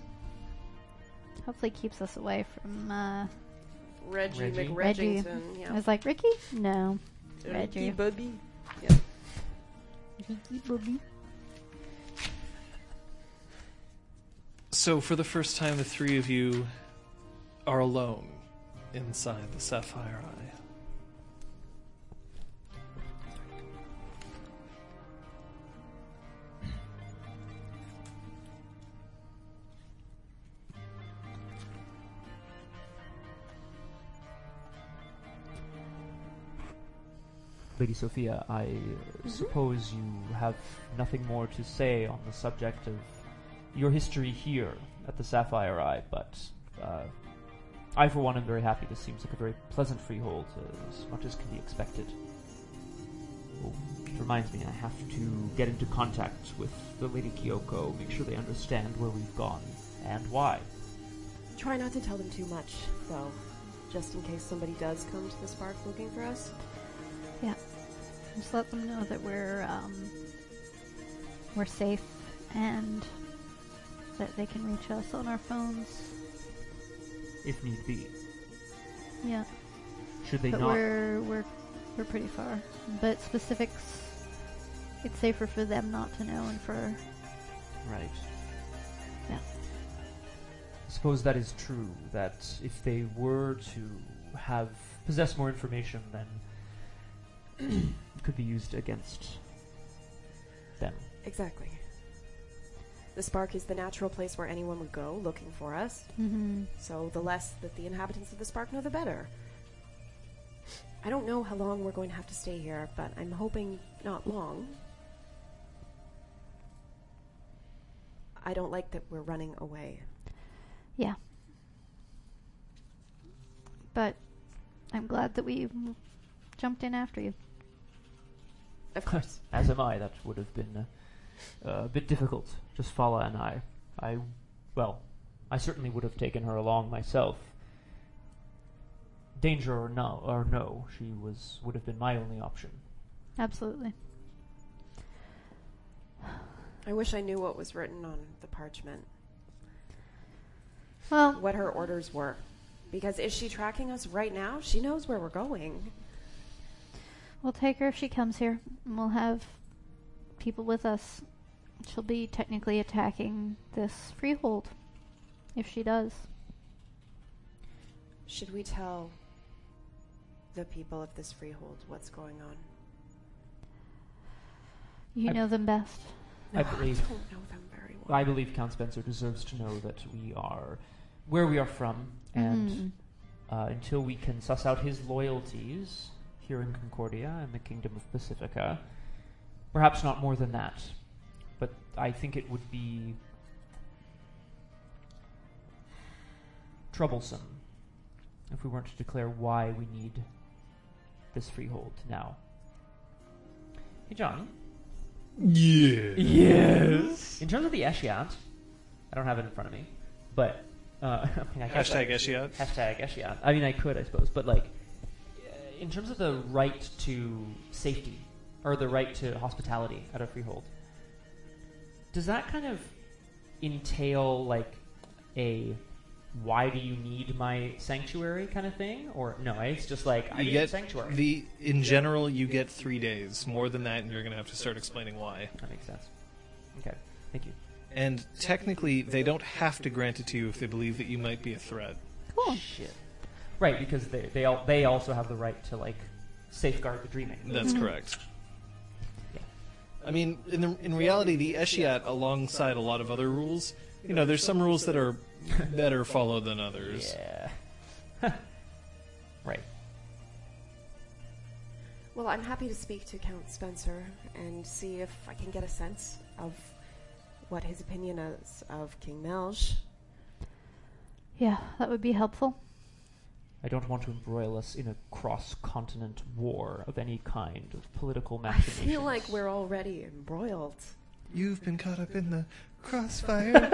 [SPEAKER 2] Hopefully keeps us away from, uh,
[SPEAKER 5] Reggie,
[SPEAKER 4] Reggie.
[SPEAKER 2] Reggie.
[SPEAKER 5] McRegington.
[SPEAKER 2] I
[SPEAKER 5] Yeah.
[SPEAKER 2] was like, Ricky? No.
[SPEAKER 5] Ricky
[SPEAKER 2] Reggie.
[SPEAKER 5] Bobby.
[SPEAKER 1] So, for the first time, the three of you are alone inside the Sapphire Eye.
[SPEAKER 4] Lady Sophia, I uh,
[SPEAKER 2] Mm-hmm.
[SPEAKER 4] suppose you have nothing more to say on the subject of your history here at the Sapphire Eye, but uh, I, for one, am very happy. This seems like a very pleasant freehold, uh, as much as can be expected. Oh, it reminds me, I have to get into contact with the Lady Kyoko, make sure they understand where we've gone and why.
[SPEAKER 5] Try not to tell them too much, though, just in case somebody does come to this park looking for us.
[SPEAKER 2] Yeah. Just let them know that we're um, we're safe and that they can reach us on our phones.
[SPEAKER 4] If need be.
[SPEAKER 2] Yeah.
[SPEAKER 4] Should they
[SPEAKER 2] but
[SPEAKER 4] not?
[SPEAKER 2] we're we're we're pretty far. But specifics it's safer for them not to know and for
[SPEAKER 4] Right.
[SPEAKER 2] Yeah.
[SPEAKER 4] Suppose that is true, that if they were to have possess more information then it could be used against them.
[SPEAKER 5] Exactly. This park is the natural place where anyone would go looking for us,
[SPEAKER 2] mm-hmm.
[SPEAKER 5] so the less that the inhabitants of this park know, the better. I don't know how long we're going to have to stay here, but I'm hoping not long. I don't like that we're running away.
[SPEAKER 2] Yeah. But I'm glad that we jumped in after you.
[SPEAKER 5] Of course.
[SPEAKER 4] As am I, that would have been uh, a bit difficult, just Fala and I. I, well, I certainly would have taken her along myself. Danger or no, or no, she was would have been my only option.
[SPEAKER 2] Absolutely.
[SPEAKER 5] I wish I knew what was written on the parchment.
[SPEAKER 2] Well,
[SPEAKER 5] what her orders were. Because is she tracking us right now? She knows where we're going.
[SPEAKER 2] we'll take her if she comes here. And we'll have people with us. She'll be technically attacking this freehold if she does.
[SPEAKER 5] Should we tell the people of this freehold what's going on?
[SPEAKER 2] You
[SPEAKER 4] I-
[SPEAKER 2] know them best.
[SPEAKER 4] I believe
[SPEAKER 5] I don't know them very well.
[SPEAKER 4] I believe Count Spencer deserves to know that we are where we are from,
[SPEAKER 2] Mhm.
[SPEAKER 4] and uh, until we can suss out his loyalties here in Concordia and the Kingdom of Pacifica, perhaps not more than that. But I think it would be troublesome if we weren't to declare why we need this freehold now. Hey, John.
[SPEAKER 1] Yeah.
[SPEAKER 4] Yes. In terms of the Eshiant, I don't have it in front of me. But uh, I mean, I guess I-
[SPEAKER 1] Hashtag E Eshiat.
[SPEAKER 4] Hashtag Eshiat. I mean, I could, I suppose, but like, uh, in terms of the right to safety or the right to hospitality at a freehold, does that kind of entail like a why do you need my sanctuary kind of thing, or no? It's just like I
[SPEAKER 1] You
[SPEAKER 4] need
[SPEAKER 1] get
[SPEAKER 4] sanctuary.
[SPEAKER 1] the in general you get three days. More than that, you're going to have to start explaining why.
[SPEAKER 4] that makes sense. Okay, thank you.
[SPEAKER 1] And technically, they don't have to grant it to you if they believe that you might be a threat.
[SPEAKER 2] Cool.
[SPEAKER 4] Oh, Shit. Right, because they they all they also have the right to like safeguard the dreaming.
[SPEAKER 1] That's correct. I mean, in, the, in reality, the Eshiat, alongside a lot of other rules, you know, there's some rules that are better followed than others.
[SPEAKER 4] Yeah. right.
[SPEAKER 5] Well, I'm happy to speak to Count Spencer and see if I can get a sense of what his opinion is of King Melge.
[SPEAKER 2] Yeah, that would be helpful.
[SPEAKER 4] I don't want to embroil us in a cross-continent war of any kind of political machinations.
[SPEAKER 5] I feel like we're already embroiled.
[SPEAKER 1] You've been caught up in the crossfire.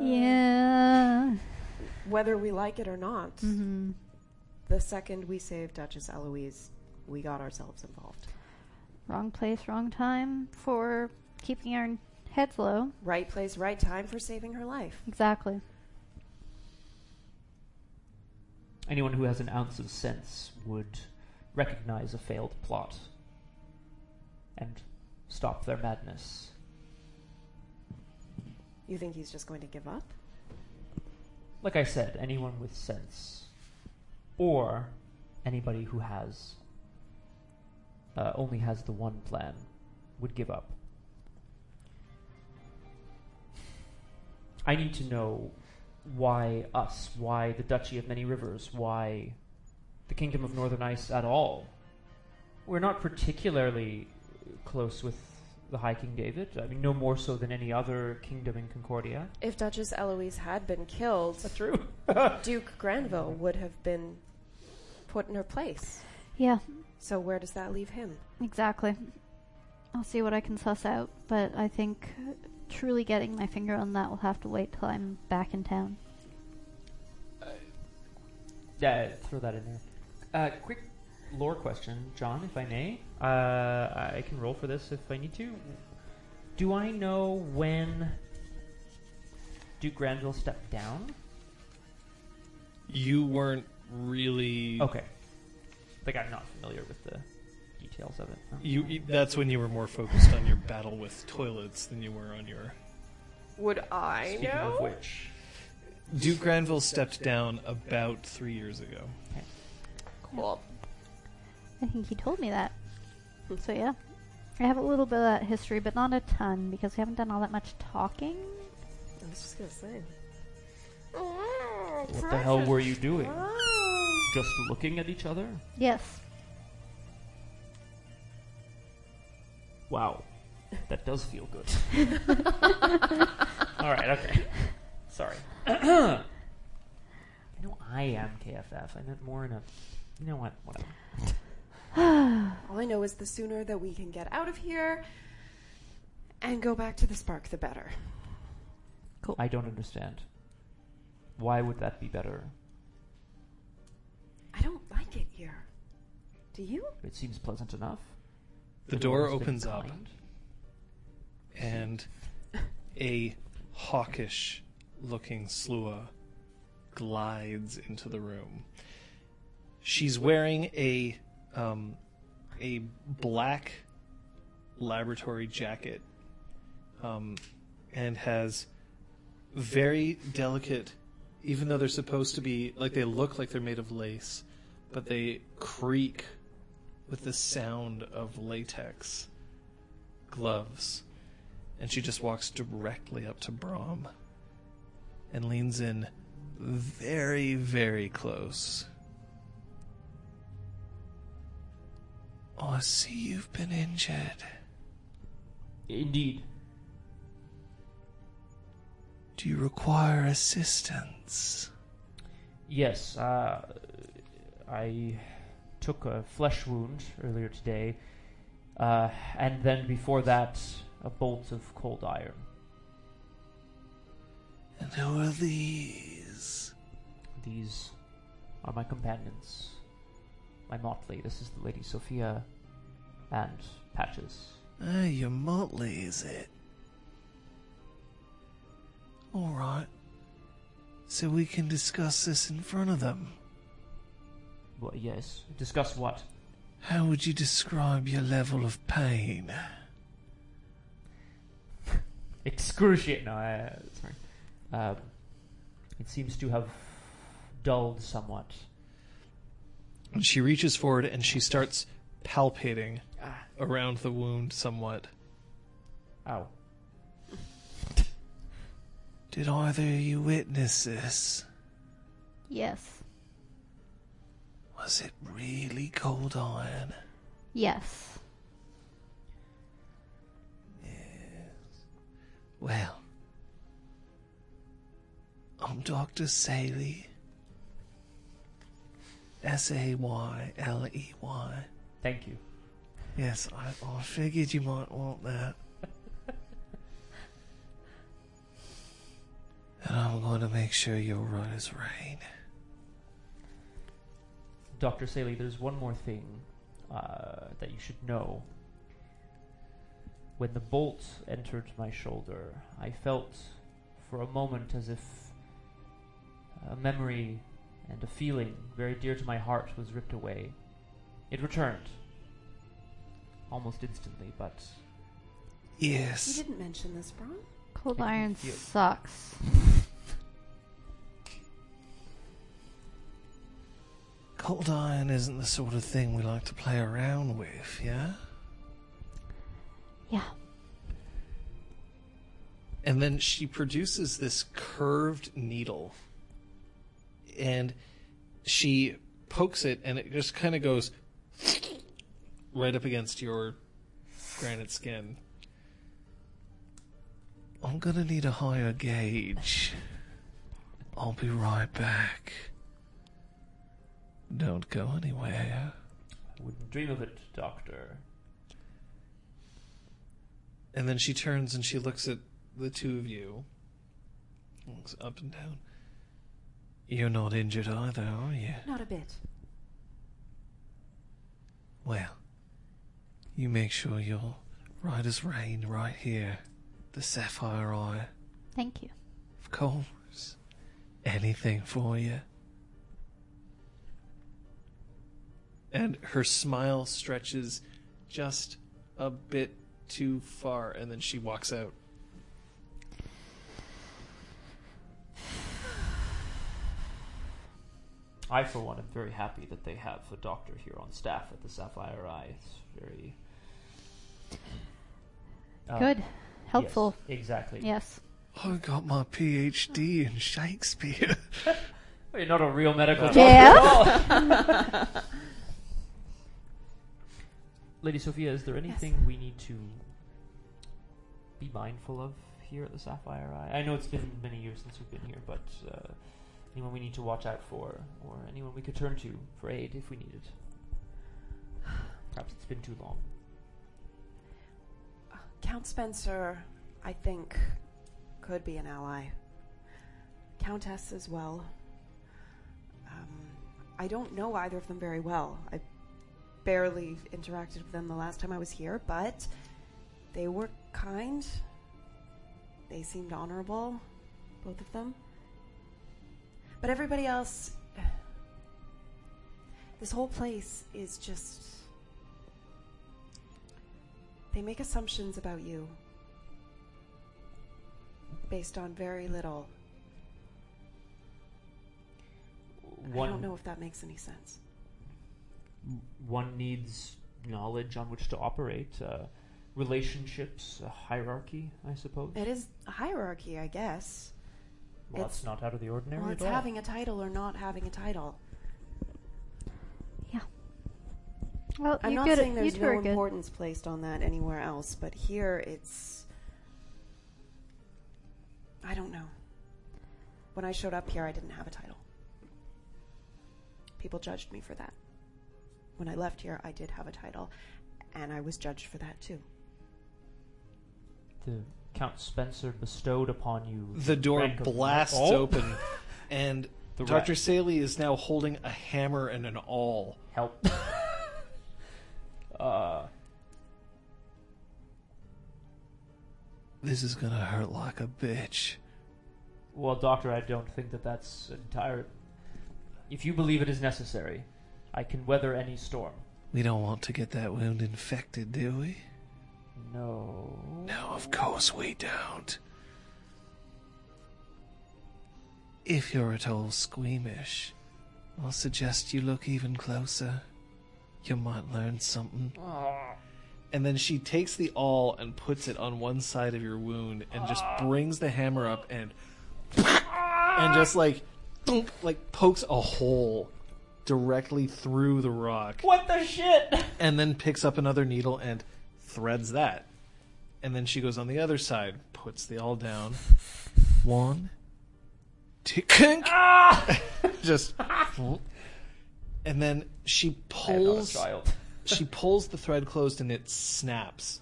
[SPEAKER 2] yeah.
[SPEAKER 5] Whether we like it or not,
[SPEAKER 3] Mm-hmm.
[SPEAKER 2] hmm
[SPEAKER 5] the second we saved Duchess Eloise, we got ourselves involved.
[SPEAKER 2] Wrong place, wrong time for keeping our heads low.
[SPEAKER 5] Right place, right time for saving her life.
[SPEAKER 2] Exactly.
[SPEAKER 4] anyone who has an ounce of sense would recognize a failed plot and stop their madness.
[SPEAKER 5] You think he's just going to give up?
[SPEAKER 4] Like I said, anyone with sense, or anybody who has uh, only has the one plan, would give up. I need to know why us, why the Duchy of Many Rivers, why the Kingdom of Northern Ice at all. We're not particularly close with the High King David. I mean, no more so than any other kingdom in Concordia.
[SPEAKER 5] If Duchess Eloise had been killed,
[SPEAKER 4] True.
[SPEAKER 5] Duke Granville would have been put in her place.
[SPEAKER 2] Yeah,
[SPEAKER 5] So where does that leave him?
[SPEAKER 2] exactly. I'll see what I can suss out, but I think truly getting my finger on that will have to wait till I'm back in town.
[SPEAKER 4] Yeah, throw that in there. Uh, quick lore question, John, if I may. Uh, I can roll for this if I need to. Do I know when Duke Granville stepped down?
[SPEAKER 1] you weren't really.
[SPEAKER 4] Okay. Like, I'm not familiar with the details of it. no.
[SPEAKER 1] You, you- that's when you were more focused on your battle with toilets than you were on your.
[SPEAKER 3] Would I
[SPEAKER 4] Speaking
[SPEAKER 3] know?
[SPEAKER 4] of which,
[SPEAKER 1] Duke Granville stepped down about three years ago.
[SPEAKER 3] Cool.
[SPEAKER 2] I think he told me that. So yeah, I have a little bit of that history, but not a ton because we haven't done all that much talking.
[SPEAKER 5] I was just gonna say.
[SPEAKER 4] what the hell were you doing? Just looking at each other?
[SPEAKER 2] Yes,
[SPEAKER 4] Wow. That does feel good. All right, okay. Sorry. I know I am KFF. I meant more in a. You know what? Whatever.
[SPEAKER 5] All I know is the sooner that we can get out of here and go back to the spark, the better.
[SPEAKER 4] I don't understand. Why would that be better?
[SPEAKER 5] I don't like it here. Do you?
[SPEAKER 4] It seems pleasant enough.
[SPEAKER 1] The door
[SPEAKER 4] has been
[SPEAKER 1] opens up.
[SPEAKER 4] kind.
[SPEAKER 1] and a hawkish looking slua glides into the room. She's wearing a um, a black laboratory jacket um, and has very delicate even though they're supposed to be like they look like they're made of lace but they creak with the sound of latex gloves and she just walks directly up to Brom and leans in very, very close. Oh, I see you've been injured.
[SPEAKER 4] Indeed.
[SPEAKER 1] Do you require assistance?
[SPEAKER 4] Yes, uh, I took a flesh wound earlier today, uh, and then before that, a bolt of cold iron.
[SPEAKER 1] And who are these?
[SPEAKER 4] These are my companions. My motley. This is the Lady Sophia and Patches.
[SPEAKER 1] Ah, your motley, is it? Alright. So we can discuss this in front of them.
[SPEAKER 4] Well, yes. Discuss what?
[SPEAKER 1] How would you describe your level of pain?
[SPEAKER 4] Excruciating. No, uh, sorry. Um, it seems to have dulled somewhat.
[SPEAKER 1] And she reaches forward and she starts palpating
[SPEAKER 4] Ah,
[SPEAKER 1] around the wound somewhat.
[SPEAKER 4] Ow.
[SPEAKER 1] Did either of you witness this?
[SPEAKER 2] Yes.
[SPEAKER 1] Was it really cold iron?
[SPEAKER 2] Yes.
[SPEAKER 1] Well, I'm Dr. Saley. S A Y L E Y.
[SPEAKER 4] Thank you.
[SPEAKER 1] Yes, I, I figured you might want that. and I'm going to make sure you're right as rain.
[SPEAKER 4] Dr. Saley, there's one more thing uh, that you should know. When the bolt entered my shoulder, I felt for a moment as if a memory and a feeling very dear to my heart was ripped away. It returned. Almost instantly, but
[SPEAKER 5] You
[SPEAKER 1] Yes.
[SPEAKER 5] didn't mention this, Bron.
[SPEAKER 2] Cold
[SPEAKER 4] I can
[SPEAKER 2] iron
[SPEAKER 4] feel-
[SPEAKER 2] sucks.
[SPEAKER 1] Cold iron isn't the sort of thing we like to play around with, yeah?
[SPEAKER 2] Yeah.
[SPEAKER 1] And then she produces this curved needle. And she pokes it, and it just kind of goes right up against your granite skin. I'm going to need a higher gauge. I'll be right back. Don't go anywhere.
[SPEAKER 4] I wouldn't dream of it, Doctor.
[SPEAKER 1] And then she turns and she looks at the two of you. Looks up and down. You're not injured either, are you?
[SPEAKER 5] Not a bit.
[SPEAKER 1] Well, you make sure you're right as rain right here. The sapphire eye,
[SPEAKER 2] Thank you.
[SPEAKER 1] of course. Anything for you. And her smile stretches just a bit too far, and then she walks out.
[SPEAKER 4] I, for one, am very happy that they have a doctor here on staff at the Sapphire Eye. It's very uh,
[SPEAKER 2] Good.
[SPEAKER 4] yes,
[SPEAKER 2] Helpful.
[SPEAKER 4] exactly.
[SPEAKER 2] Yes.
[SPEAKER 1] I got my PhD in Shakespeare.
[SPEAKER 4] Well, you're not a real medical doctor. Oh.
[SPEAKER 2] Yeah.
[SPEAKER 4] Lady Sophia, is there anything we need to be mindful of here at the Sapphire Eye? I know it's been many years since we've been here, but uh, anyone we need to watch out for, or anyone we could turn to for aid if we need it? Perhaps it's been too long.
[SPEAKER 5] Count Spencer, I think, could be an ally. Countess as well. Um, I don't know either of them very well. I barely interacted with them the last time I was here, but they were kind. They seemed honorable, both of them. But everybody else. This whole place is just. They make assumptions about you based on very little. I don't know if that makes any sense.
[SPEAKER 4] one needs knowledge on which to operate, uh, relationships, a hierarchy, I suppose.
[SPEAKER 5] It is a hierarchy, I guess.
[SPEAKER 4] well,
[SPEAKER 5] it's-
[SPEAKER 4] that's not out of the ordinary
[SPEAKER 5] Well,
[SPEAKER 4] at
[SPEAKER 5] it's
[SPEAKER 4] all.
[SPEAKER 5] having a title or not having a title.
[SPEAKER 2] Yeah. Well,
[SPEAKER 5] I'm
[SPEAKER 2] you
[SPEAKER 5] not
[SPEAKER 2] good.
[SPEAKER 5] saying
[SPEAKER 2] you
[SPEAKER 5] there's
[SPEAKER 2] two
[SPEAKER 5] no
[SPEAKER 2] are good.
[SPEAKER 5] importance placed on that anywhere else, but here it's. I don't know. When I showed up here, I didn't have a title. People judged me for that. When I left here, I did have a title, and I was judged for that too.
[SPEAKER 4] the Count Spencer bestowed upon you.
[SPEAKER 1] The door
[SPEAKER 4] rank of-
[SPEAKER 1] blasts
[SPEAKER 4] Oh.
[SPEAKER 1] open, and
[SPEAKER 4] The rat.
[SPEAKER 1] Dr. Saley is now holding a hammer and an awl.
[SPEAKER 4] Help. uh,
[SPEAKER 1] This is gonna hurt like a bitch.
[SPEAKER 4] well, Doctor, I don't think that that's entire. If you believe it is necessary, I can weather any storm.
[SPEAKER 1] We don't want to get that wound infected, do we?
[SPEAKER 4] No.
[SPEAKER 1] No, of course we don't. If you're at all squeamish, I'll suggest you look even closer. You might learn something.
[SPEAKER 4] Ah.
[SPEAKER 1] And then she takes the awl and puts it on one side of your wound and just brings the hammer up and and just like thump, like pokes a hole directly through the rock
[SPEAKER 4] What the shit?
[SPEAKER 1] and then picks up another needle and threads that. And then she goes on the other side, puts the all down. One, two, kink! just, and then she
[SPEAKER 4] I am not a
[SPEAKER 1] pulls.
[SPEAKER 4] child.
[SPEAKER 1] she pulls the thread closed, and it snaps.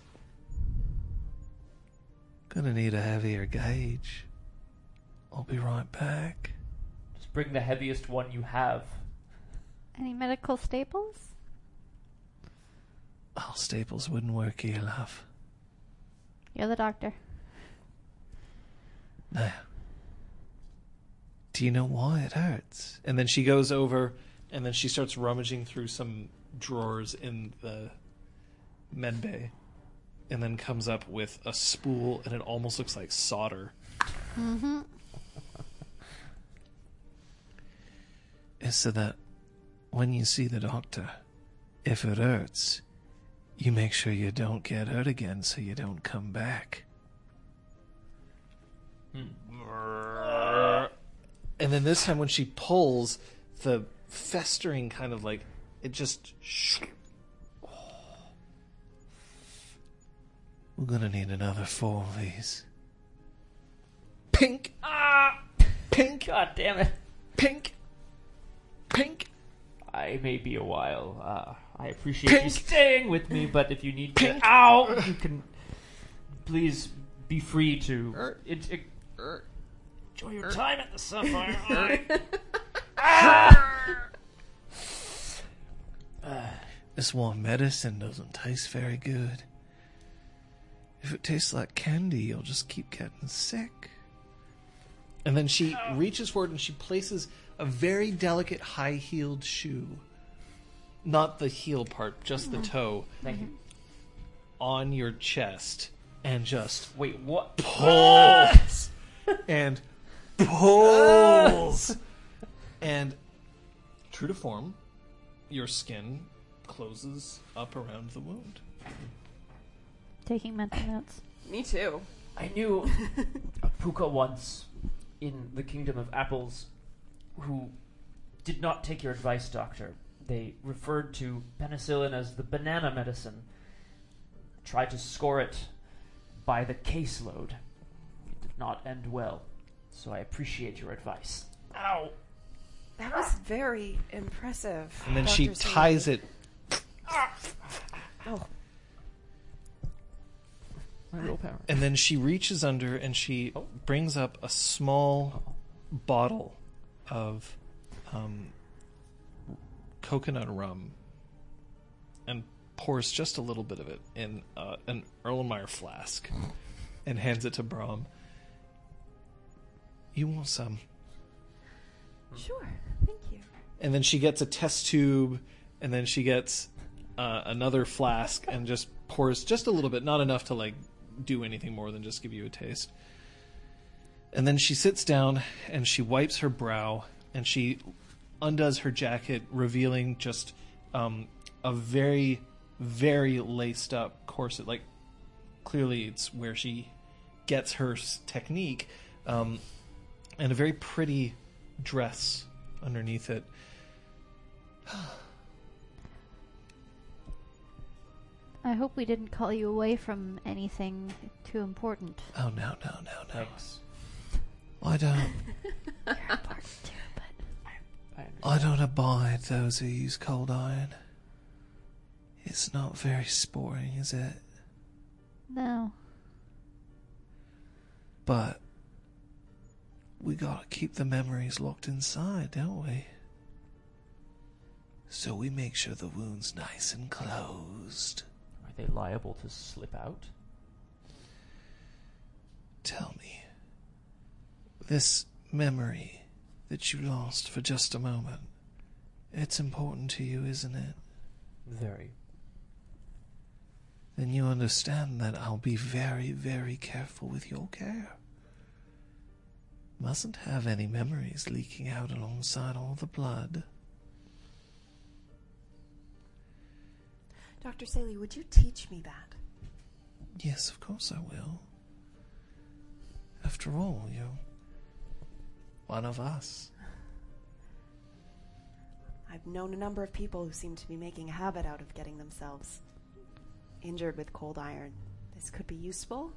[SPEAKER 1] Gonna need a heavier gauge. I'll be right back.
[SPEAKER 4] Just bring the heaviest one you have.
[SPEAKER 2] Any medical staples?
[SPEAKER 1] Oh, staples wouldn't work here, love.
[SPEAKER 2] You're the doctor.
[SPEAKER 1] Now, do you know why it hurts? And then she goes over and then she starts rummaging through some drawers in the med bay and then comes up with a spool and it almost looks like solder.
[SPEAKER 2] Mm-hmm.
[SPEAKER 1] It's so that when you see the doctor, if it hurts, you make sure you don't get hurt again so you don't come back. And then this time when she pulls, the festering kind of like it just. Sh- We're gonna need another four of these. Pink!
[SPEAKER 4] Ah!
[SPEAKER 1] Pink!
[SPEAKER 4] God damn it.
[SPEAKER 1] Pink! Pink!
[SPEAKER 4] I may be a while. Uh, I appreciate you
[SPEAKER 1] Pink.
[SPEAKER 4] staying with me, but if you need to
[SPEAKER 1] Pink.
[SPEAKER 4] out, you can please be free to
[SPEAKER 1] Er.
[SPEAKER 4] it, it- enjoy your time at the Sapphire. Ah.
[SPEAKER 1] This warm medicine doesn't taste very good. If it tastes like candy, you'll just keep getting sick. And then she
[SPEAKER 4] Oh.
[SPEAKER 1] reaches forward and she places a very delicate high heeled shoe. Not the heel part, just
[SPEAKER 4] Mm-hmm.
[SPEAKER 1] the toe,
[SPEAKER 4] Thank you.
[SPEAKER 1] on your chest and just
[SPEAKER 4] Wait, what?
[SPEAKER 1] pulls and pulls and true to form your skin closes up around the wound
[SPEAKER 2] Taking mental notes.
[SPEAKER 3] Me too.
[SPEAKER 4] I knew a puka once in the kingdom of apples who did not take your advice, doctor. They referred to penicillin as the banana medicine, tried to score it by the caseload. It did not end well, so I appreciate your advice. Ow!
[SPEAKER 5] That was very impressive.
[SPEAKER 1] and then she
[SPEAKER 5] Dr. Singh.
[SPEAKER 1] ties it
[SPEAKER 5] Oh,
[SPEAKER 4] My willpower.
[SPEAKER 1] and then she reaches under and she
[SPEAKER 4] Oh.
[SPEAKER 1] brings up a small bottle of um, coconut rum and pours just a little bit of it in uh, an Erlenmeyer flask and hands it to Brom. You want some?
[SPEAKER 5] sure. Thank you.
[SPEAKER 1] And then she gets a test tube and then she gets uh, another flask and just pours just a little bit, not enough to like do anything more than just give you a taste. And then she sits down and she wipes her brow and she undoes her jacket, revealing just um, a very, very laced up corset. Like, clearly, it's where she gets her s- technique, um, and a very pretty dress underneath it.
[SPEAKER 2] I hope we didn't call you away from anything too important.
[SPEAKER 1] Oh, no, no, no, no.
[SPEAKER 4] Thanks.
[SPEAKER 1] I don't.
[SPEAKER 2] You're important too, but
[SPEAKER 4] I understand.
[SPEAKER 1] I don't abide those who use cold iron. It's not very sporting, is it?
[SPEAKER 2] no.
[SPEAKER 1] But we gotta keep the memories locked inside, don't we? So we make sure the wound's nice and closed.
[SPEAKER 4] Are they liable to slip out?
[SPEAKER 1] Tell me, this memory that you lost for just a moment, it's important to you, isn't it?
[SPEAKER 4] Very.
[SPEAKER 1] Then you understand that I'll be very, very careful with your care. Mustn't have any memories leaking out alongside all the blood.
[SPEAKER 5] Dr. Saley, would you teach me that?
[SPEAKER 1] Yes, of course I will. After all, you're one of us.
[SPEAKER 5] I've known a number of people who seem to be making a habit out of getting themselves injured with cold iron. This could be useful.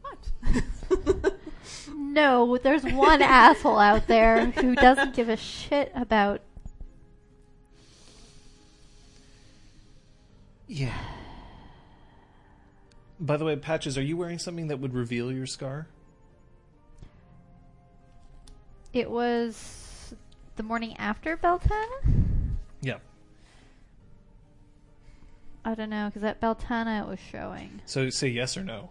[SPEAKER 5] What?
[SPEAKER 2] No, there's one asshole out there who doesn't give a shit about.
[SPEAKER 1] Yeah. By the way, Patches, are you wearing something that would reveal your scar?
[SPEAKER 2] It was the morning after Beltana?
[SPEAKER 1] Yeah.
[SPEAKER 2] I don't know, because at Beltana it was showing.
[SPEAKER 1] So say yes or no.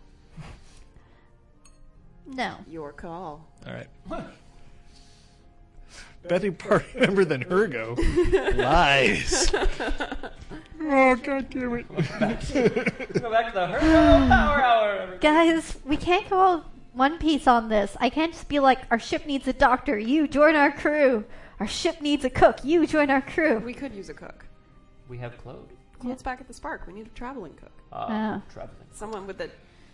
[SPEAKER 2] No.
[SPEAKER 5] Your call.
[SPEAKER 1] All right. Betty party member than Hergo. Lies. oh god damn it.
[SPEAKER 4] Go back to the Herbo Power Hour. everybody.
[SPEAKER 2] Guys, we can't go all one piece on this. I can't just be like, our ship needs a doctor, you join our crew. Our ship needs a cook, you join our crew.
[SPEAKER 5] We could use a cook.
[SPEAKER 4] We have Claude.
[SPEAKER 5] Clothes back at the Spark. We need a traveling cook.
[SPEAKER 4] Uh,
[SPEAKER 2] Ah.
[SPEAKER 4] Traveling.
[SPEAKER 5] Someone with a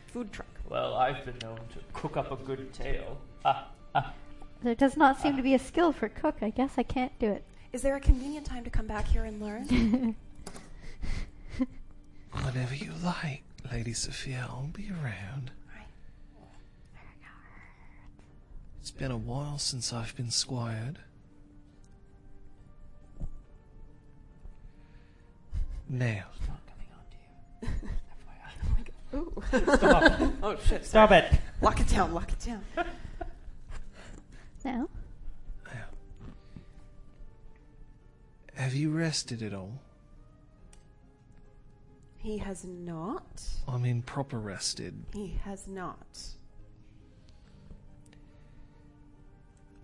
[SPEAKER 5] food truck.
[SPEAKER 4] Well, I've been known to cook up a good tale. Ah, ah.
[SPEAKER 2] There does not seem to be a skill for cook. I guess I can't do it.
[SPEAKER 5] Is there a convenient time to come back here and learn?
[SPEAKER 1] Whenever you like, Lady Sophia, I'll be around. It's been a while since I've been squired. Now,
[SPEAKER 4] It's not coming on to you. FYI.
[SPEAKER 5] Ooh.
[SPEAKER 4] Stop.
[SPEAKER 5] oh shit.
[SPEAKER 4] Stop it.
[SPEAKER 5] Lock it down. Lock it down.
[SPEAKER 2] No?
[SPEAKER 1] have you rested at all?
[SPEAKER 5] He has not.
[SPEAKER 1] I mean, proper rested.
[SPEAKER 5] He has not.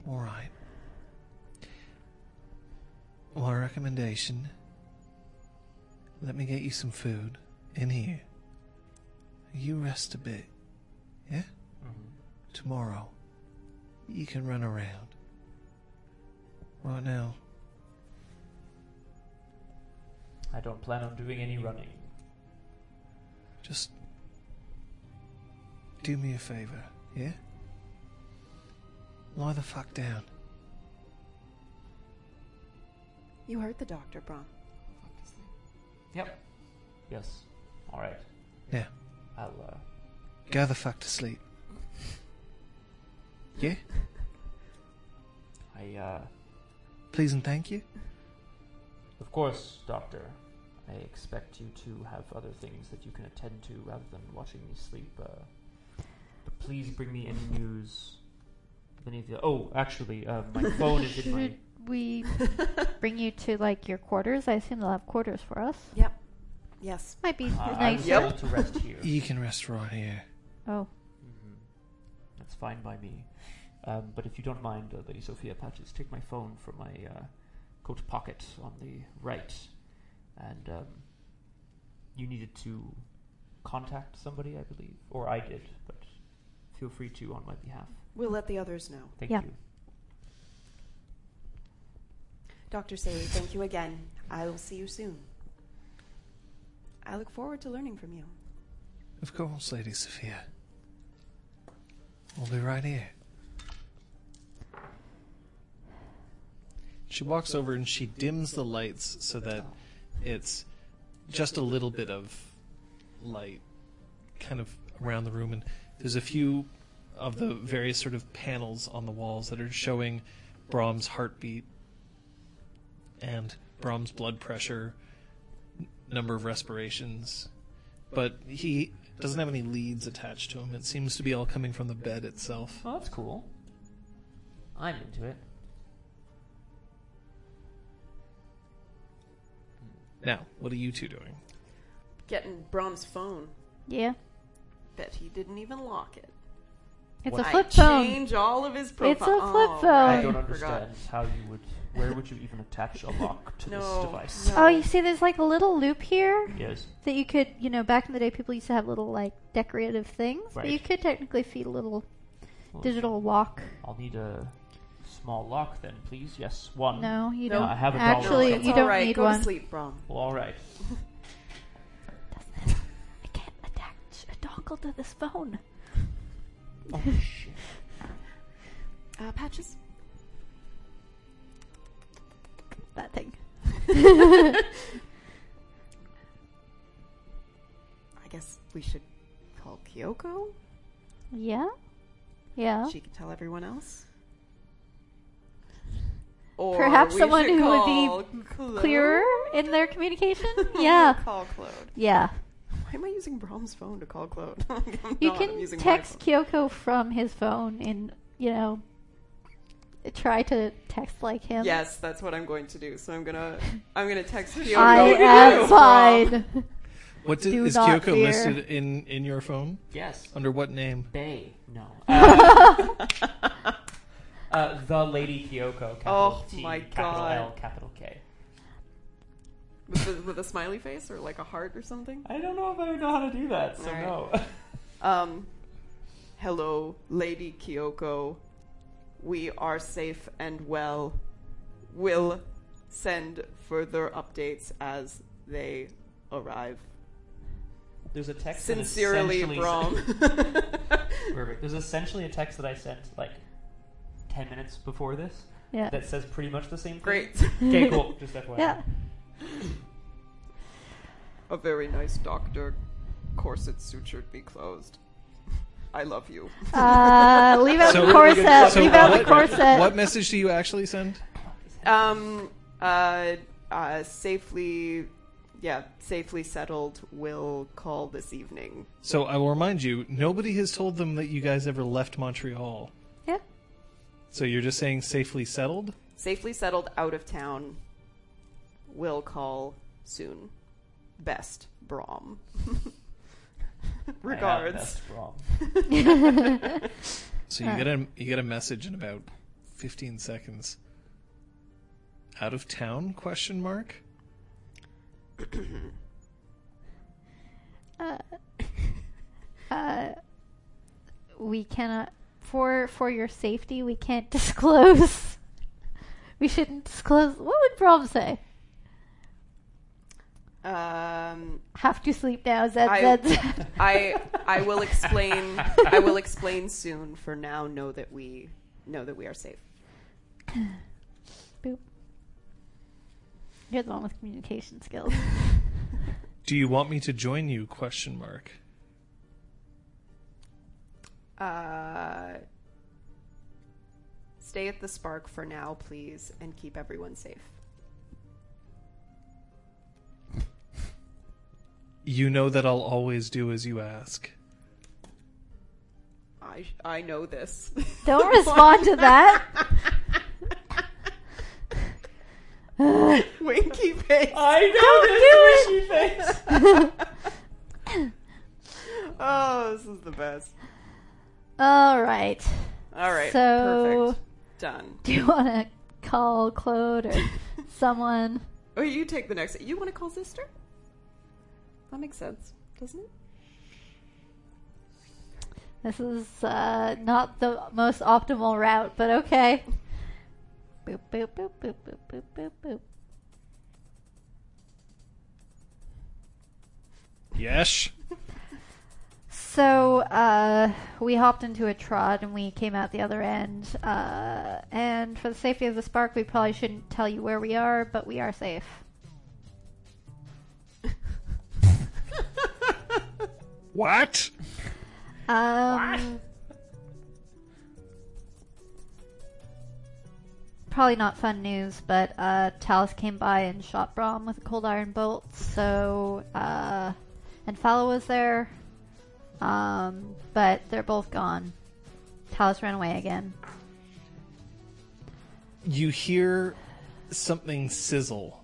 [SPEAKER 1] All right. My recommendation let me get you some food in here. You rest a bit, yeah? Tomorrow, you can run around. Right now,
[SPEAKER 4] I don't plan on doing any running.
[SPEAKER 1] just do me a favor, yeah? Lie the fuck down.
[SPEAKER 5] You heard the doctor, Bron.
[SPEAKER 4] Yep. Yes. All right.
[SPEAKER 1] Now,
[SPEAKER 4] I'll. Uh,
[SPEAKER 1] go the fuck to sleep. Yeah?
[SPEAKER 4] I. Uh,
[SPEAKER 1] Please and thank you.
[SPEAKER 4] of course, Doctor. I expect you to have other things that you can attend to rather than watching me sleep. Uh, but please bring me any news. of Any of the. Oh, actually, uh, my phone is in my.
[SPEAKER 2] Should we bring you to like your quarters? I assume they'll have quarters for us.
[SPEAKER 5] Yep. Yes.
[SPEAKER 2] Might be
[SPEAKER 4] Uh, I was
[SPEAKER 2] nicer.
[SPEAKER 3] Yep.
[SPEAKER 4] told to rest here.
[SPEAKER 1] You can rest right here.
[SPEAKER 2] Oh,
[SPEAKER 4] Mhm. That's fine by me. Um, but if you don't mind, uh, Lady Sophia Patches, take my phone from my uh, coat pocket on the right. And um, you needed to contact somebody, I believe. Or I did, but feel free to on my behalf.
[SPEAKER 5] We'll let the others know.
[SPEAKER 4] Thank
[SPEAKER 2] Yeah.
[SPEAKER 4] you.
[SPEAKER 5] Dr. Saley, thank you again. I will see you soon. I look forward to learning from you.
[SPEAKER 1] Of course, Lady Sophia. We'll be right here. She walks over and she dims the lights so that it's just a little bit of light kind of around the room. And there's a few of the various sort of panels on the walls that are showing Brahm's heartbeat and Brahm's blood pressure, n- number of respirations, but he Doesn't have any leads attached to him. It seems to be all coming from the bed itself.
[SPEAKER 4] Oh, that's cool. I'm into it.
[SPEAKER 1] Now, what are you two doing?
[SPEAKER 5] Getting Brom's phone.
[SPEAKER 2] Yeah.
[SPEAKER 5] Bet he didn't even lock it.
[SPEAKER 2] It's
[SPEAKER 4] What?
[SPEAKER 2] a
[SPEAKER 5] I
[SPEAKER 2] flip phone.
[SPEAKER 5] Change all of his
[SPEAKER 2] It's a
[SPEAKER 5] profile.
[SPEAKER 2] flip
[SPEAKER 5] Oh,
[SPEAKER 2] phone.
[SPEAKER 4] I
[SPEAKER 2] I
[SPEAKER 4] don't
[SPEAKER 5] forgot.
[SPEAKER 4] understand how you would. Where would you even attach a lock to this
[SPEAKER 5] No,
[SPEAKER 4] device?
[SPEAKER 5] no.
[SPEAKER 2] Oh, you see, there's like a little loop here
[SPEAKER 4] Yes.
[SPEAKER 2] that you could, you know, back in the day, people used to have little like decorative things, but you
[SPEAKER 4] Right.
[SPEAKER 2] could technically feed a little
[SPEAKER 4] Well,
[SPEAKER 2] digital lock.
[SPEAKER 4] I'll need a small lock then, please. Yes, one.
[SPEAKER 2] No, you
[SPEAKER 5] No,
[SPEAKER 2] don't.
[SPEAKER 4] I have a dollar
[SPEAKER 2] actually,
[SPEAKER 4] somewhere.
[SPEAKER 2] you
[SPEAKER 5] It's
[SPEAKER 2] don't
[SPEAKER 5] all right.
[SPEAKER 2] need
[SPEAKER 5] Go
[SPEAKER 2] one.
[SPEAKER 5] to sleep, Brom.
[SPEAKER 4] Well, all right.
[SPEAKER 2] I can't attach a dongle to this phone.
[SPEAKER 4] Oh, shit.
[SPEAKER 5] Uh, Patches.
[SPEAKER 2] That thing.
[SPEAKER 5] I guess we should call Kyoko.
[SPEAKER 2] Yeah. Yeah.
[SPEAKER 5] She can tell everyone else. Or
[SPEAKER 2] Perhaps
[SPEAKER 5] we
[SPEAKER 2] someone
[SPEAKER 5] should
[SPEAKER 2] who would be
[SPEAKER 5] call Claude.
[SPEAKER 2] Clearer in their communication.
[SPEAKER 5] I'm gonna
[SPEAKER 2] yeah.
[SPEAKER 5] Call Claude.
[SPEAKER 2] Yeah.
[SPEAKER 5] Why am I using Brom's phone to call Claude? I'm
[SPEAKER 2] You
[SPEAKER 5] not, I'm
[SPEAKER 2] can
[SPEAKER 5] using my
[SPEAKER 2] text
[SPEAKER 5] phone.
[SPEAKER 2] Kyoko from his phone and, you know, try to text like him.
[SPEAKER 5] Yes, that's what I'm going to do. So I'm gonna I'm gonna text Kyoko.
[SPEAKER 2] I
[SPEAKER 5] and you,
[SPEAKER 2] am
[SPEAKER 5] Brom.
[SPEAKER 2] fine.
[SPEAKER 1] What
[SPEAKER 2] Do
[SPEAKER 1] is
[SPEAKER 2] not
[SPEAKER 1] Kyoko
[SPEAKER 2] fear.
[SPEAKER 1] listed in in your phone?
[SPEAKER 4] Yes.
[SPEAKER 1] Under what name?
[SPEAKER 4] Bay. No. Uh, uh, the Lady Kyoko. Capital
[SPEAKER 5] Oh,
[SPEAKER 4] T,
[SPEAKER 5] my
[SPEAKER 4] capital
[SPEAKER 5] God.
[SPEAKER 4] L, capital K.
[SPEAKER 5] With, a- with a smiley face or like a heart or something.
[SPEAKER 4] I don't know if I would know how to do that, so
[SPEAKER 5] All right.
[SPEAKER 4] no.
[SPEAKER 5] Um, hello, Lady Kyoko. We are safe and well. We'll send further updates as they arrive.
[SPEAKER 4] There's a text. that
[SPEAKER 5] Sincerely,
[SPEAKER 4] essentially-
[SPEAKER 5] Brom.
[SPEAKER 4] Perfect. There's essentially a text that I sent like ten minutes before this
[SPEAKER 2] Yeah.
[SPEAKER 4] that says pretty much the same thing.
[SPEAKER 5] Great.
[SPEAKER 4] Okay, cool. Just FYI.
[SPEAKER 2] Yeah.
[SPEAKER 5] A very nice doctor. Corset sutured be closed. I love you.
[SPEAKER 2] Uh, leave out
[SPEAKER 1] So-
[SPEAKER 2] the corset.
[SPEAKER 1] so
[SPEAKER 2] leave out the
[SPEAKER 1] what-
[SPEAKER 2] corset.
[SPEAKER 1] What message do you actually send?
[SPEAKER 5] Um, uh, uh, safely, yeah, safely settled. We'll call this evening.
[SPEAKER 1] So I will remind you, nobody has told them that you guys ever left Montreal.
[SPEAKER 2] Yeah.
[SPEAKER 1] So you're just saying safely settled?
[SPEAKER 5] Safely settled out of town. We'll call soon. Best Brom.
[SPEAKER 4] I have
[SPEAKER 5] Regards.
[SPEAKER 4] messed wrong.
[SPEAKER 1] So you get a you get a message in about 15 seconds. Out of town? Question mark.
[SPEAKER 2] Uh, we cannot for for your safety. We can't disclose. we shouldn't disclose. What would Brom say?
[SPEAKER 5] Um,
[SPEAKER 2] Have to sleep now. Zed,
[SPEAKER 5] I-
[SPEAKER 2] zed, zed.
[SPEAKER 5] I I will explain. I will explain soon. For now, know that we know that we are safe.
[SPEAKER 2] Boop. You're the one with communication skills.
[SPEAKER 1] Do you want me to join you? Question mark.
[SPEAKER 5] Uh, stay at the Spark for now, please, and keep everyone safe.
[SPEAKER 1] You know that I'll always do as you ask.
[SPEAKER 5] I I know this.
[SPEAKER 2] Don't respond to that.
[SPEAKER 5] Winky face.
[SPEAKER 4] I know Don't this do it.
[SPEAKER 5] Oh, this is the best.
[SPEAKER 2] All right.
[SPEAKER 5] All right.
[SPEAKER 2] So-
[SPEAKER 5] Perfect. Done.
[SPEAKER 2] Do you want to call Claude or someone?
[SPEAKER 5] Oh, you take the next. You want to call sister? That makes sense, doesn't it?
[SPEAKER 2] This is uh, not the most optimal route, but okay. Boop, boop, boop, boop, boop, boop, boop, boop.
[SPEAKER 1] Yes.
[SPEAKER 2] So uh, we hopped into a trot and we came out the other end. Uh, and for the safety of the spark, we probably shouldn't tell you where we are, but we are safe.
[SPEAKER 1] What?
[SPEAKER 2] Um, probably not fun news, but uh, Talus came by and shot Brom with a cold iron bolt. So uh, and Fala was there. Um, but they're both gone. Talos ran away again.
[SPEAKER 1] You hear something sizzle,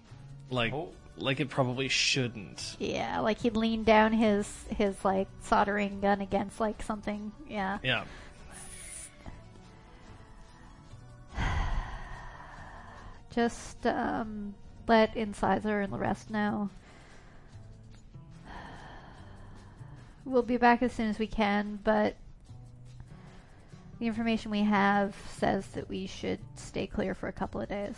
[SPEAKER 1] like
[SPEAKER 4] Oh.
[SPEAKER 1] like it probably shouldn't.
[SPEAKER 2] Yeah, like he leaned down his his like soldering gun against like something. Yeah.
[SPEAKER 1] Yeah.
[SPEAKER 2] Just um, let Incisor and the rest know. We'll be back as soon as we can, but the information we have says that we should stay clear for a couple of days.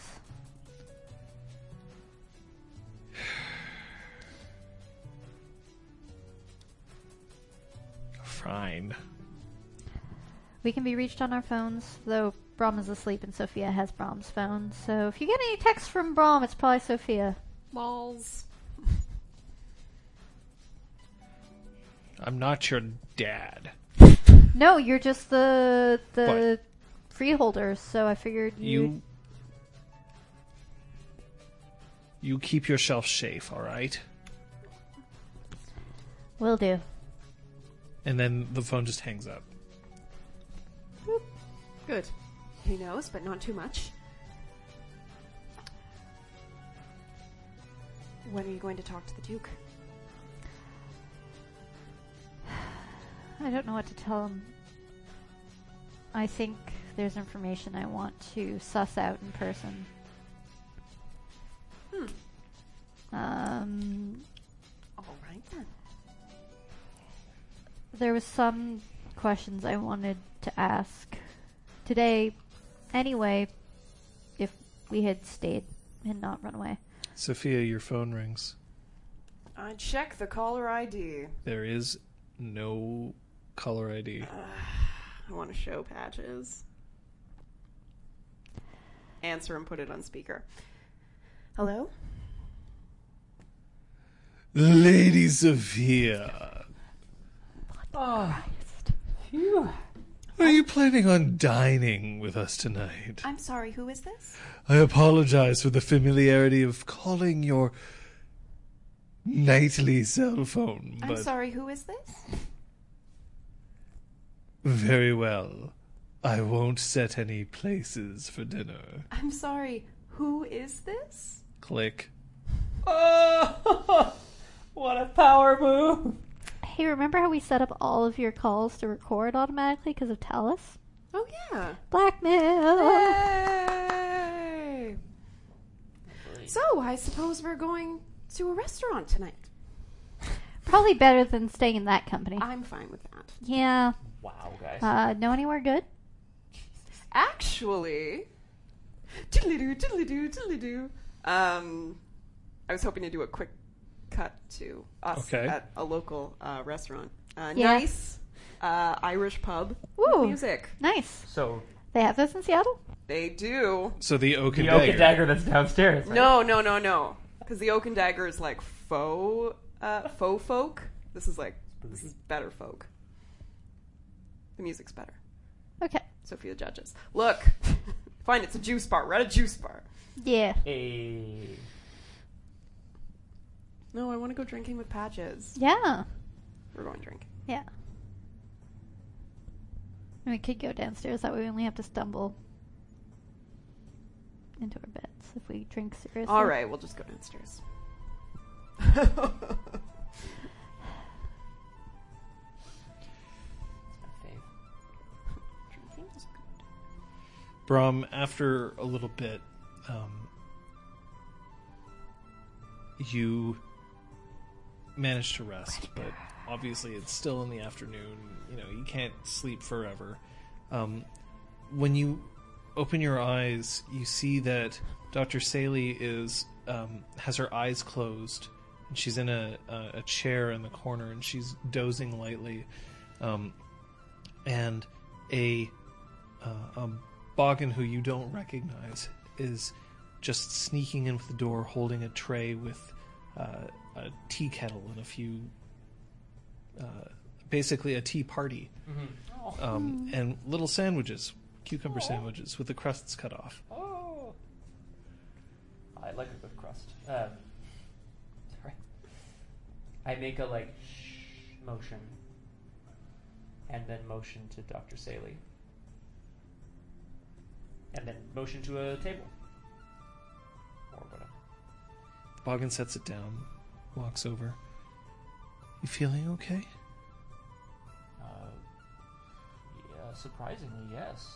[SPEAKER 1] Fine.
[SPEAKER 2] We can be reached on our phones, though Brom is asleep and Sophia has Brom's phone. So if you get any texts from Brom, it's probably Sophia.
[SPEAKER 3] Balls.
[SPEAKER 1] I'm not your dad.
[SPEAKER 2] No, you're just the the freeholder, so I figured you.
[SPEAKER 1] You You keep yourself safe, all right?
[SPEAKER 2] will do.
[SPEAKER 1] And then the phone just hangs up.
[SPEAKER 5] Good. He knows, but not too much. When are you going to talk to the Duke?
[SPEAKER 2] I don't know what to tell him. I think there's information I want to suss out in person.
[SPEAKER 5] Hmm,
[SPEAKER 2] Um,
[SPEAKER 5] All right then.
[SPEAKER 2] there was some questions I wanted to ask today. Anyway, if we had stayed and not run away,
[SPEAKER 1] Sophia, your phone rings.
[SPEAKER 5] I check the caller ID.
[SPEAKER 1] There is no caller ID.
[SPEAKER 5] I want to show patches. Answer and put it on speaker. Hello?
[SPEAKER 1] Lady Sophia,
[SPEAKER 4] Oh, phew.
[SPEAKER 1] are you planning on dining with us tonight?
[SPEAKER 5] I'm sorry, who is this?
[SPEAKER 1] I apologize for the familiarity of calling your nightly cell phone,
[SPEAKER 5] I'm
[SPEAKER 1] but
[SPEAKER 5] sorry, who is this?
[SPEAKER 1] very well. I won't set any places for dinner.
[SPEAKER 5] I'm sorry, who is this?
[SPEAKER 1] Click.
[SPEAKER 4] Oh, what a power move!
[SPEAKER 2] hey, remember how we set up all of your calls to record automatically because of Talus?
[SPEAKER 5] Oh, yeah.
[SPEAKER 2] Blackmail.
[SPEAKER 5] Yay! So, I suppose we're going to a restaurant tonight.
[SPEAKER 2] Probably better than staying in that company.
[SPEAKER 3] Ah.
[SPEAKER 5] I'm fine with that.
[SPEAKER 2] yeah.
[SPEAKER 4] Wow, guys.
[SPEAKER 2] Uh, know anywhere good?
[SPEAKER 5] Actually, diddly-doo, diddly-doo, diddly-doo. Um, I was hoping to do a quick cut to us
[SPEAKER 1] Okay.
[SPEAKER 5] at a local uh, restaurant. Uh,
[SPEAKER 2] Yeah.
[SPEAKER 5] Nice uh, Irish pub. with
[SPEAKER 2] Ooh.
[SPEAKER 5] music.
[SPEAKER 2] Nice.
[SPEAKER 4] so
[SPEAKER 2] They have those in Seattle?
[SPEAKER 5] They do.
[SPEAKER 1] So the oak
[SPEAKER 4] the
[SPEAKER 1] and
[SPEAKER 4] oak
[SPEAKER 1] dagger.
[SPEAKER 4] and dagger that's downstairs. right?
[SPEAKER 5] No, no, no, no. Because the Oak and Dagger is like faux, uh, faux folk. This is like this is better folk. The music's better.
[SPEAKER 2] Okay.
[SPEAKER 5] Sophia judges. Look, fine. It's a juice bar. We're at a juice bar.
[SPEAKER 2] Yeah.
[SPEAKER 4] Hey.
[SPEAKER 5] No, I want to go drinking with Patches.
[SPEAKER 2] Yeah.
[SPEAKER 5] We're going drinking.
[SPEAKER 2] Yeah. And we could go downstairs. That way we only have to stumble into our beds if we drink seriously.
[SPEAKER 5] All right, we'll just go downstairs.
[SPEAKER 1] Brom, after a little bit, um, you manage to rest, but obviously it's still in the afternoon. You know, you can't sleep forever. Um, when you open your eyes, you see that Dr. Saley is um, has her eyes closed, and she's in a, a, a chair in the corner, and she's dozing lightly. Um, and a uh, a Boggin who you don't recognize is just sneaking in with the door, holding a tray with uh, a tea kettle and a few, uh, basically a tea party, um, and little sandwiches, cucumber sandwiches with the crusts cut off.
[SPEAKER 4] Oh. I like a good crust. Um, sorry. I make a like shh motion and then motion to Dr. Saley. And then motion to a table. Or whatever.
[SPEAKER 1] Boggin sets it down, walks over. You feeling okay?
[SPEAKER 4] Uh, yeah, surprisingly, yes.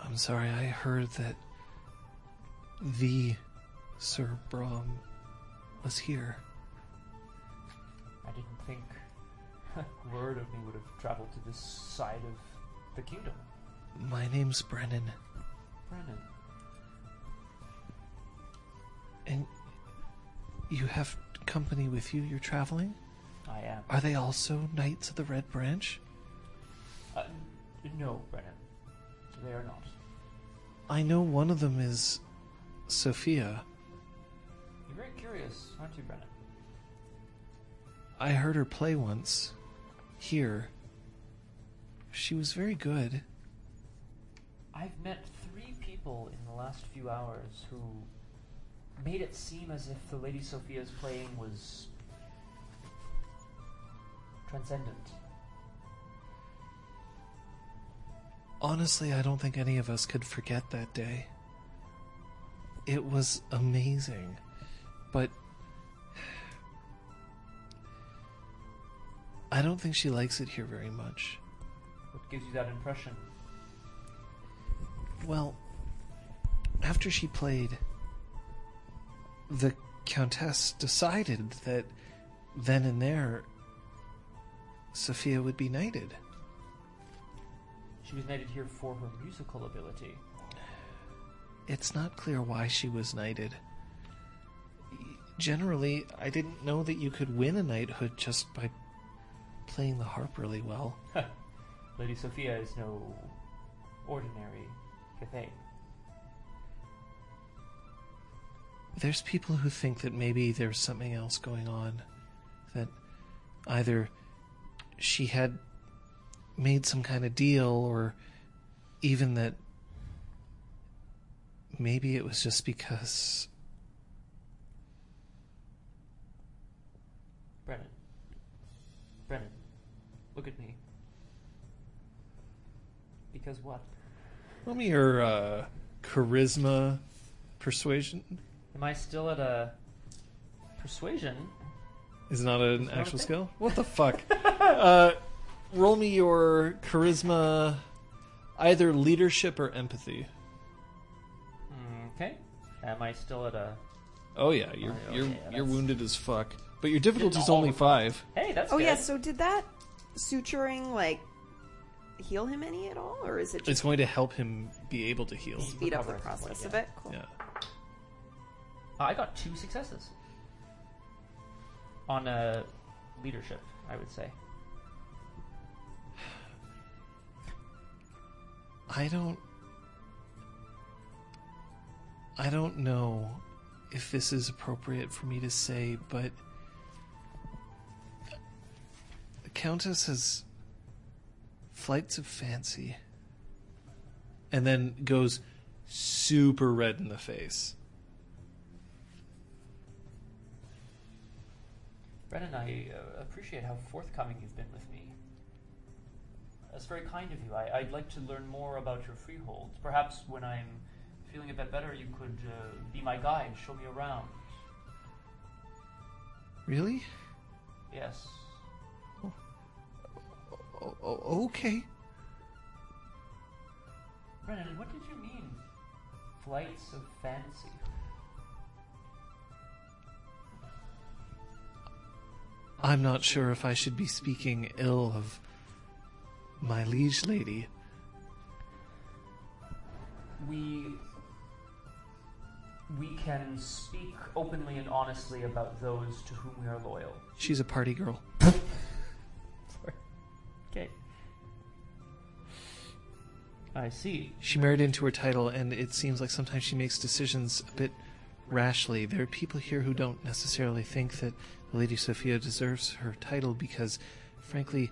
[SPEAKER 1] I'm sorry, I heard that the Sir Brahm was here.
[SPEAKER 4] I didn't think word of me would have traveled to this side of the kingdom.
[SPEAKER 1] My name's Brennan,
[SPEAKER 4] Brennan.
[SPEAKER 1] and you have company with you. You're traveling?
[SPEAKER 4] I am.
[SPEAKER 1] Are they also Knights of the Red Branch?
[SPEAKER 4] Uh, n- no, Brennan. They are not.
[SPEAKER 1] I know one of them is Sophia.
[SPEAKER 4] You're very curious, aren't you, Brennan?
[SPEAKER 1] I heard her play once here. She was very good.
[SPEAKER 4] I've met three people in the last few hours who made it seem as if the Lady Sophia's playing was transcendent.
[SPEAKER 1] Honestly, I don't think any of us could forget that day. It was amazing. But I don't think she likes it here very much.
[SPEAKER 4] What gives you that impression?
[SPEAKER 1] Well, after she played, the Countess decided that then and there, Sophia would be knighted.
[SPEAKER 4] She was knighted here for her musical ability.
[SPEAKER 1] It's not clear why she was knighted. Generally, I didn't know that you could win a knighthood just by playing the harp really well.
[SPEAKER 4] Lady Sophia is no ordinary Cathay.
[SPEAKER 1] There's people who think that maybe there's something else going on. That either she had made some kind of deal, or even that maybe it was just because
[SPEAKER 4] Brennan. Brennan, look at me. Because what?
[SPEAKER 1] Roll me your uh, charisma persuasion.
[SPEAKER 4] Am I still at a persuasion?
[SPEAKER 1] Is it not an
[SPEAKER 4] not a
[SPEAKER 1] actual
[SPEAKER 4] thing.
[SPEAKER 1] skill? What the fuck? uh, roll me your charisma, either leadership or empathy.
[SPEAKER 4] Mm, Okay. Am I still at a?
[SPEAKER 1] Oh yeah, you're
[SPEAKER 4] Oh, yeah,
[SPEAKER 1] you're
[SPEAKER 4] okay,
[SPEAKER 1] you're
[SPEAKER 4] that's-
[SPEAKER 1] wounded as fuck. But your difficulty's
[SPEAKER 4] all
[SPEAKER 1] only
[SPEAKER 4] of
[SPEAKER 1] five.
[SPEAKER 4] Hey, that's
[SPEAKER 5] Oh
[SPEAKER 4] good.
[SPEAKER 5] yeah. So did that suturing like heal him any at all, or is it
[SPEAKER 1] It's
[SPEAKER 5] just
[SPEAKER 1] going to help him be able to heal.
[SPEAKER 5] speed up the
[SPEAKER 4] Recover at some point,
[SPEAKER 5] process a
[SPEAKER 4] yeah.
[SPEAKER 5] bit? Cool.
[SPEAKER 1] Yeah.
[SPEAKER 4] I got two successes on uh, leadership. I would say.
[SPEAKER 1] I don't. I don't know if this is appropriate for me to say, but the Countess has flights of fancy, and then goes super red in the face.
[SPEAKER 4] Brennan, I uh, appreciate how forthcoming you've been with me. That's very kind of you. I, I'd like to learn more about your freehold. Perhaps when I'm feeling a bit better, you could uh, be my guide, show me around.
[SPEAKER 1] Really?
[SPEAKER 4] Yes.
[SPEAKER 1] O- o- okay.
[SPEAKER 4] Brennan, what did you mean? Flights of fancy.
[SPEAKER 1] I'm not sure if I should be speaking ill of my liege lady.
[SPEAKER 4] We. We can speak openly and honestly about those to whom we are loyal.
[SPEAKER 1] She's a party girl.
[SPEAKER 4] Okay. I see.
[SPEAKER 1] She married into her title, and it seems like sometimes she makes decisions a bit rashly. There are people here who don't necessarily think that Lady Sophia deserves her title because, frankly,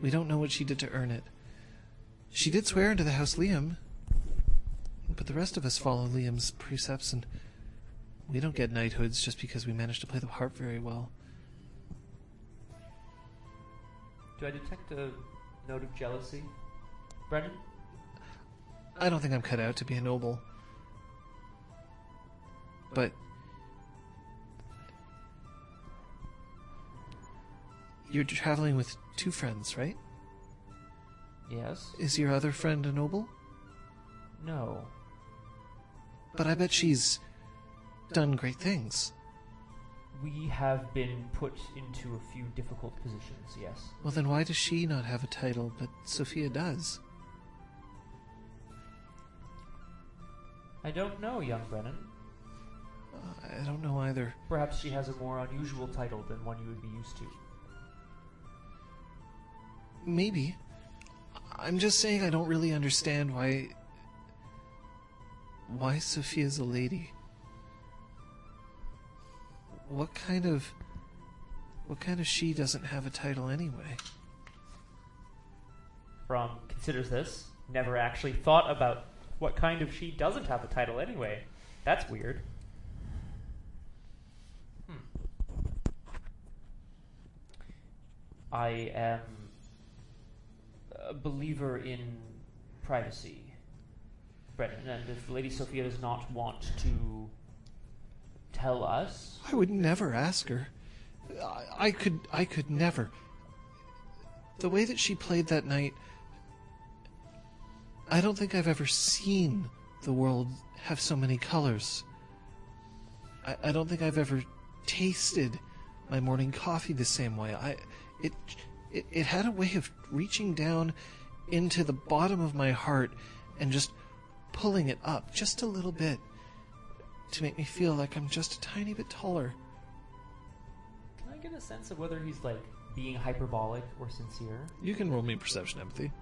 [SPEAKER 1] we don't know what she did to earn it. She did swear into the House Liam, but the rest of us follow Liam's precepts, and we don't get knighthoods just because we managed to play the harp very well.
[SPEAKER 4] Do I detect a note of jealousy, Brennan?
[SPEAKER 1] I don't think I'm cut out to be a noble. But. You're traveling with two friends, right?
[SPEAKER 4] Yes.
[SPEAKER 1] Is your other friend a noble?
[SPEAKER 4] No.
[SPEAKER 1] But I bet she's done great things.
[SPEAKER 4] We have been put into a few difficult positions. Yes.
[SPEAKER 1] Well, then why does she not have a title, but Sophia does?
[SPEAKER 4] I don't know, young Brennan.
[SPEAKER 1] Uh, I don't know either.
[SPEAKER 4] Perhaps she has a more unusual title than one you would be used to.
[SPEAKER 1] Maybe. I'm just saying I don't really understand why. Why Sophia's a lady. What kind of. What kind of she doesn't have a title anyway?
[SPEAKER 4] From considers this never actually thought about what kind of she doesn't have a title anyway. That's weird. Hmm. I am a believer in privacy, Brennan, and if Lady Sophia does not want to tell us,
[SPEAKER 1] I would never ask her. I, I could I could never. The way that she played that night, I don't think I've ever seen the world have so many colors. I, I don't think I've ever tasted my morning coffee the same way. I it, it it had a way of reaching down into the bottom of my heart and just pulling it up just a little bit to make me feel like I'm just a tiny bit taller.
[SPEAKER 4] can I get a sense of whether he's like being hyperbolic or sincere?
[SPEAKER 1] You can roll me perception empathy.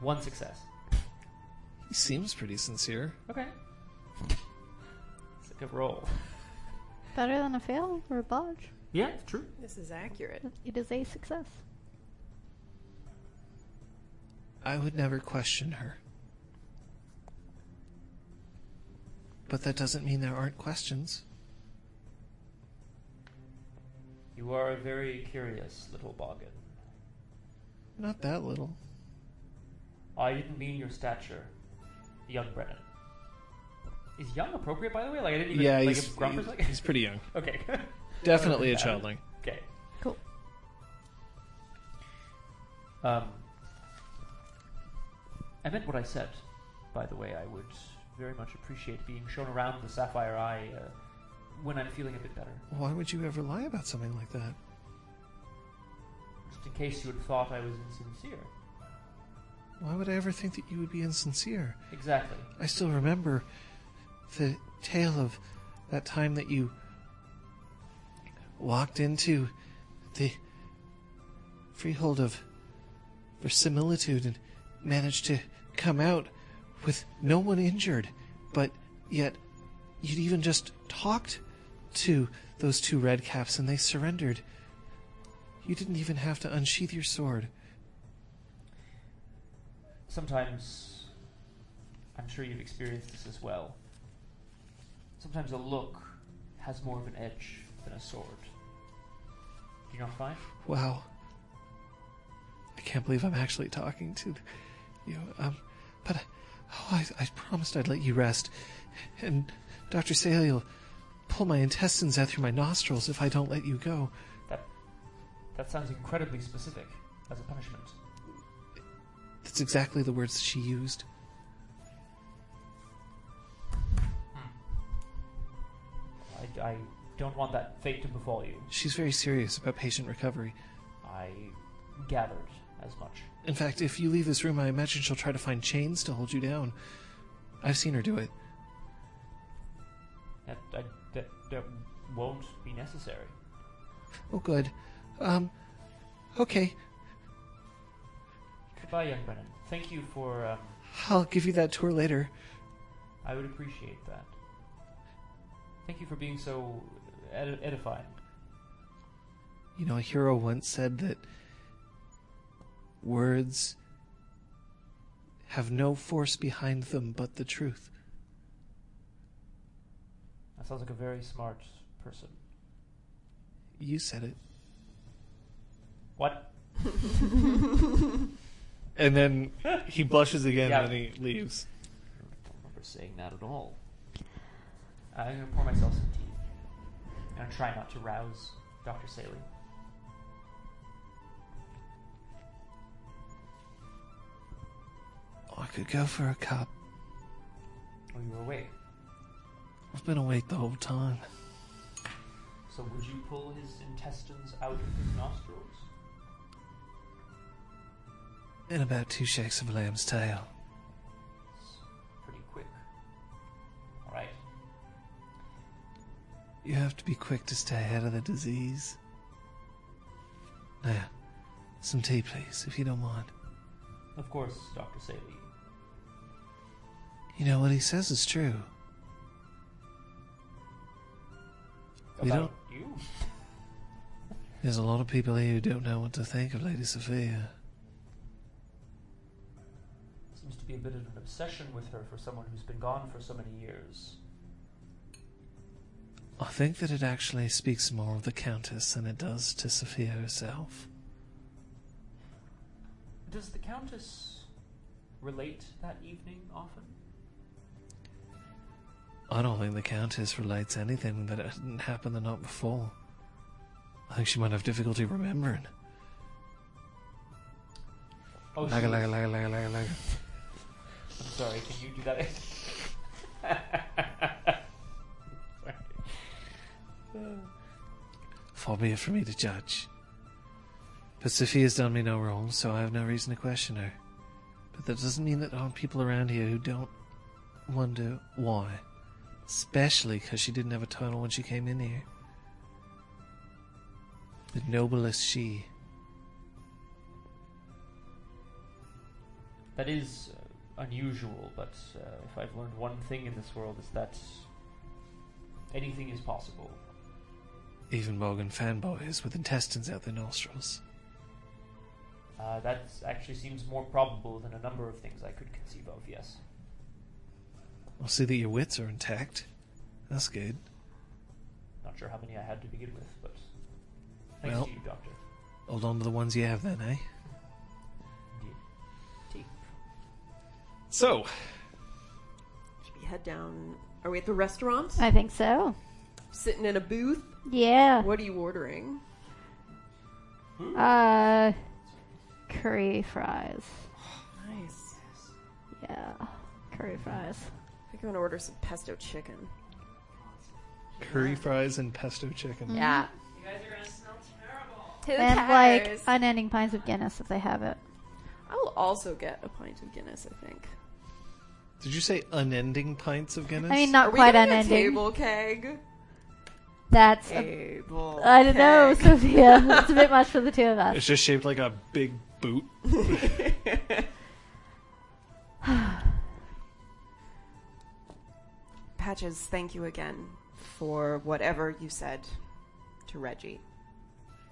[SPEAKER 4] One success.
[SPEAKER 1] He seems pretty sincere.
[SPEAKER 4] Okay. It's a good roll.
[SPEAKER 2] Better than a fail or a bodge.
[SPEAKER 4] Yeah, it's true.
[SPEAKER 3] This is accurate.
[SPEAKER 2] It is a success.
[SPEAKER 1] I would never question her. But that doesn't mean there aren't questions.
[SPEAKER 4] You are a very curious little boggin.
[SPEAKER 1] Not that little.
[SPEAKER 4] I didn't mean your stature, young Brennan. Is young appropriate, by the way? Like I didn't even like if grump or something?
[SPEAKER 1] pretty young.
[SPEAKER 4] okay.
[SPEAKER 1] Definitely
[SPEAKER 4] a childling. okay.
[SPEAKER 2] Cool.
[SPEAKER 4] Um, I meant what I said. By the way, I would very much appreciate being shown around the Sapphire Eye uh, when I'm feeling a bit better.
[SPEAKER 1] Why would you ever lie about something like that?
[SPEAKER 4] Just in case you had thought I was insincere.
[SPEAKER 1] Why would I ever think that you would be insincere?
[SPEAKER 4] Exactly.
[SPEAKER 1] I still remember the tale of that time that you walked into the freehold of verisimilitude and managed to come out with no one injured, but yet you'd even just talked to those two red caps and they surrendered. You didn't even have to unsheath your sword.
[SPEAKER 4] sometimes I'm sure you've experienced this as well. Sometimes a look has more of an edge than a sword. Do you not find?
[SPEAKER 1] Wow. I can't believe I'm actually talking to you. Um, but I, oh, I, I promised I'd let you rest. And Dr. Saley will pull my intestines out through my nostrils if I don't let you go.
[SPEAKER 4] That that sounds incredibly specific as a punishment.
[SPEAKER 1] That's exactly the words she used.
[SPEAKER 4] I, I don't want that fate to befall you.
[SPEAKER 1] She's very serious about patient recovery.
[SPEAKER 4] I gathered as much.
[SPEAKER 1] In fact, if you leave this room, I imagine she'll try to find chains to hold you down. I've seen her do it.
[SPEAKER 4] That that, that, that won't be necessary.
[SPEAKER 1] Oh, good. Um, okay.
[SPEAKER 4] Goodbye, young Brennan. Thank you for. Um,
[SPEAKER 1] I'll give you that tour later.
[SPEAKER 4] I would appreciate that. Thank you for being so ed- edifying.
[SPEAKER 1] You know, a hero once said that words have no force behind them but the truth.
[SPEAKER 4] That sounds like a very smart person.
[SPEAKER 1] You said it.
[SPEAKER 4] What?
[SPEAKER 1] And then he blushes again
[SPEAKER 4] Yeah.
[SPEAKER 1] and then he leaves.
[SPEAKER 4] I don't remember saying that at all. I'm gonna pour myself some tea. I'm gonna try not to rouse Dr. Saley.
[SPEAKER 1] Oh, I could go for a cup.
[SPEAKER 4] Oh, you were awake.
[SPEAKER 1] I've been awake the whole time.
[SPEAKER 4] So would you pull his intestines out of his nostrils?
[SPEAKER 1] In about two shakes of a lamb's tail.
[SPEAKER 4] It's pretty quick. Alright.
[SPEAKER 1] You have to be quick to stay ahead of the disease. Now, some tea, please, if you don't mind.
[SPEAKER 4] Of course, Dr. Saley.
[SPEAKER 1] You know, what he says is true. We
[SPEAKER 4] About you?
[SPEAKER 1] There's a lot of people here who don't know what to think of Lady Sophia.
[SPEAKER 4] Seems to be a bit of an obsession with her for someone who's been gone for so many years.
[SPEAKER 1] I think that it actually speaks more of the Countess than it does to Sophia herself.
[SPEAKER 4] Does the Countess relate that evening often?
[SPEAKER 1] I don't think the Countess relates anything that hadn't happened the night before. I think she might have difficulty remembering.
[SPEAKER 4] Oh, she
[SPEAKER 1] Lagga,
[SPEAKER 4] was-
[SPEAKER 1] lagga, lagga, lagga, lagga, lagga.
[SPEAKER 4] I'm sorry, can you do that? Sorry.
[SPEAKER 1] Far be it for me to judge. But Sophia's done me no wrong, so I have no reason to question her. But that doesn't mean that there aren't people around here who don't wonder why. Especially because she didn't have a title when she came in here. The noblest she.
[SPEAKER 4] That is uh, unusual, but uh, if I've learned one thing in this world, it's that anything is possible.
[SPEAKER 1] Even Morgan fanboys with intestines out their nostrils.
[SPEAKER 4] Uh, that actually seems more probable than a number of things I could conceive of, yes.
[SPEAKER 1] I'll see that your wits are intact. That's good.
[SPEAKER 4] Not sure how many I had to begin with, but thanks
[SPEAKER 1] Well-
[SPEAKER 4] to you, Doctor.
[SPEAKER 1] Hold on to the ones you have then, eh?
[SPEAKER 4] Indeed. Tea.
[SPEAKER 1] So,
[SPEAKER 3] Should we head down? Are we at the restaurant?
[SPEAKER 2] I think so.
[SPEAKER 3] Sitting in a booth?
[SPEAKER 2] Yeah.
[SPEAKER 3] What are you ordering?
[SPEAKER 2] Uh, curry fries.
[SPEAKER 3] Nice.
[SPEAKER 2] Yeah, curry fries.
[SPEAKER 3] I think I'm gonna order some pesto chicken.
[SPEAKER 2] Mm-hmm.
[SPEAKER 1] curry fries and pesto chicken.
[SPEAKER 3] Yeah. You guys are gonna smell terrible. Who
[SPEAKER 2] and
[SPEAKER 3] cares?
[SPEAKER 2] like unending pints of Guinness if they have it.
[SPEAKER 3] I will also get a pint of Guinness. I think.
[SPEAKER 1] Did you say unending pints of Guinness?
[SPEAKER 2] I mean,
[SPEAKER 3] Are
[SPEAKER 2] not
[SPEAKER 3] we
[SPEAKER 2] quite
[SPEAKER 3] getting a
[SPEAKER 2] unending.
[SPEAKER 3] table keg?
[SPEAKER 2] That's a,
[SPEAKER 3] Table.
[SPEAKER 2] I don't know,
[SPEAKER 3] keg.
[SPEAKER 2] Sophia. That's a bit much for the two of us.
[SPEAKER 1] It's just shaped like a big boot.
[SPEAKER 5] Patches, thank you again for whatever you said to Reggie.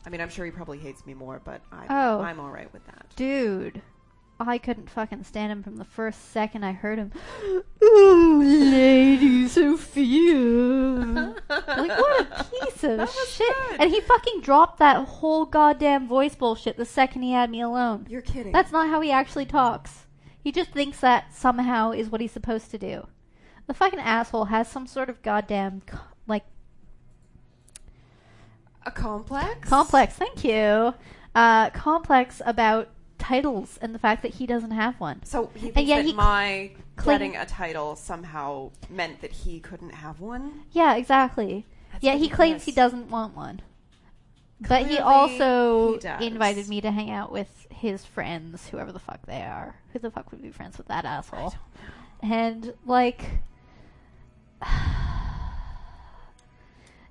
[SPEAKER 5] I mean, I'm sure he probably hates me more, but I'm,
[SPEAKER 2] Oh.
[SPEAKER 5] I'm all right with that.
[SPEAKER 2] Dude, I couldn't fucking stand him from the first second I heard him. Ooh, Lady Sophia. like, what a piece of shit. And he fucking dropped that whole goddamn voice bullshit the second he had me alone.
[SPEAKER 5] You're kidding.
[SPEAKER 2] That's not how he actually talks. He just thinks that somehow is what he's supposed to do. The fucking asshole has some sort of goddamn co- like
[SPEAKER 5] a complex?
[SPEAKER 2] complex. Thank you. Uh, complex about titles and the fact that he doesn't have one.
[SPEAKER 5] So he
[SPEAKER 2] And
[SPEAKER 5] thinks
[SPEAKER 2] yet
[SPEAKER 5] that
[SPEAKER 2] he
[SPEAKER 5] my
[SPEAKER 2] cling-
[SPEAKER 5] getting a title somehow meant that he couldn't have one.
[SPEAKER 2] Yeah, exactly.
[SPEAKER 5] That's
[SPEAKER 2] Yet he claims
[SPEAKER 5] ridiculous.
[SPEAKER 2] he doesn't want one. But he
[SPEAKER 5] Clearly,
[SPEAKER 2] also
[SPEAKER 5] he does.
[SPEAKER 2] invited me to hang out with his friends, whoever the fuck they are. Who the fuck would be friends with that asshole? And like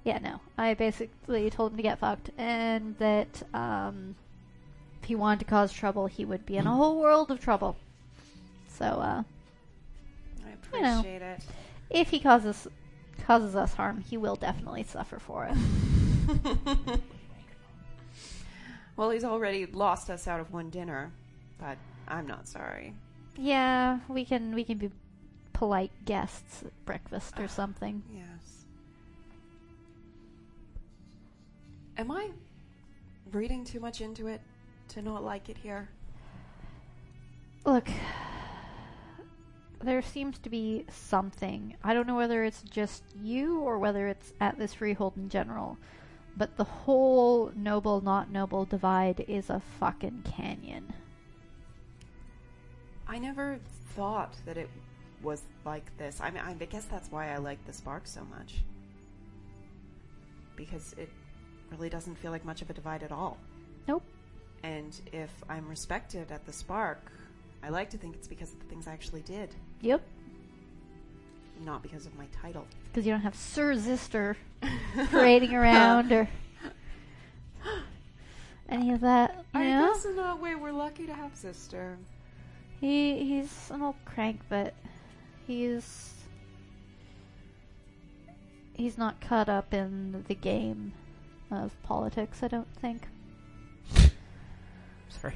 [SPEAKER 2] Yeah, no. I basically told him to get fucked and that um if he wanted to cause trouble, he would be in a
[SPEAKER 5] Mm.
[SPEAKER 2] whole world of trouble. So uh
[SPEAKER 5] I
[SPEAKER 2] I know.
[SPEAKER 5] appreciate it.
[SPEAKER 2] if he causes causes us harm, he will definitely suffer for it.
[SPEAKER 5] Well, he's already lost us out of one dinner, but I'm not sorry.
[SPEAKER 2] Yeah, we can we can be polite guests at
[SPEAKER 5] Ah.
[SPEAKER 2] breakfast or something.
[SPEAKER 5] Yes. Am I reading too much into it to not like it here?
[SPEAKER 2] Look, there seems to be something. I don't know whether it's just you or whether it's at this freehold in general, but the whole noble not noble divide is a fucking canyon.
[SPEAKER 5] I never thought that it was like this. I mean, I guess that's why I like the spark so much. Because it really doesn't feel like much of a divide at all.
[SPEAKER 2] Nope.
[SPEAKER 5] And if I'm respected at the spark, I like to think it's because of the things I actually did,
[SPEAKER 2] Yep.
[SPEAKER 5] not because of my title.
[SPEAKER 2] Because you don't have Sir Zister parading around or any of that. You
[SPEAKER 5] I
[SPEAKER 2] know?
[SPEAKER 5] guess in that way we're lucky to have sister.
[SPEAKER 2] He he's an old crank, but he's he's not caught up in the game of politics. I don't think.
[SPEAKER 6] Sorry.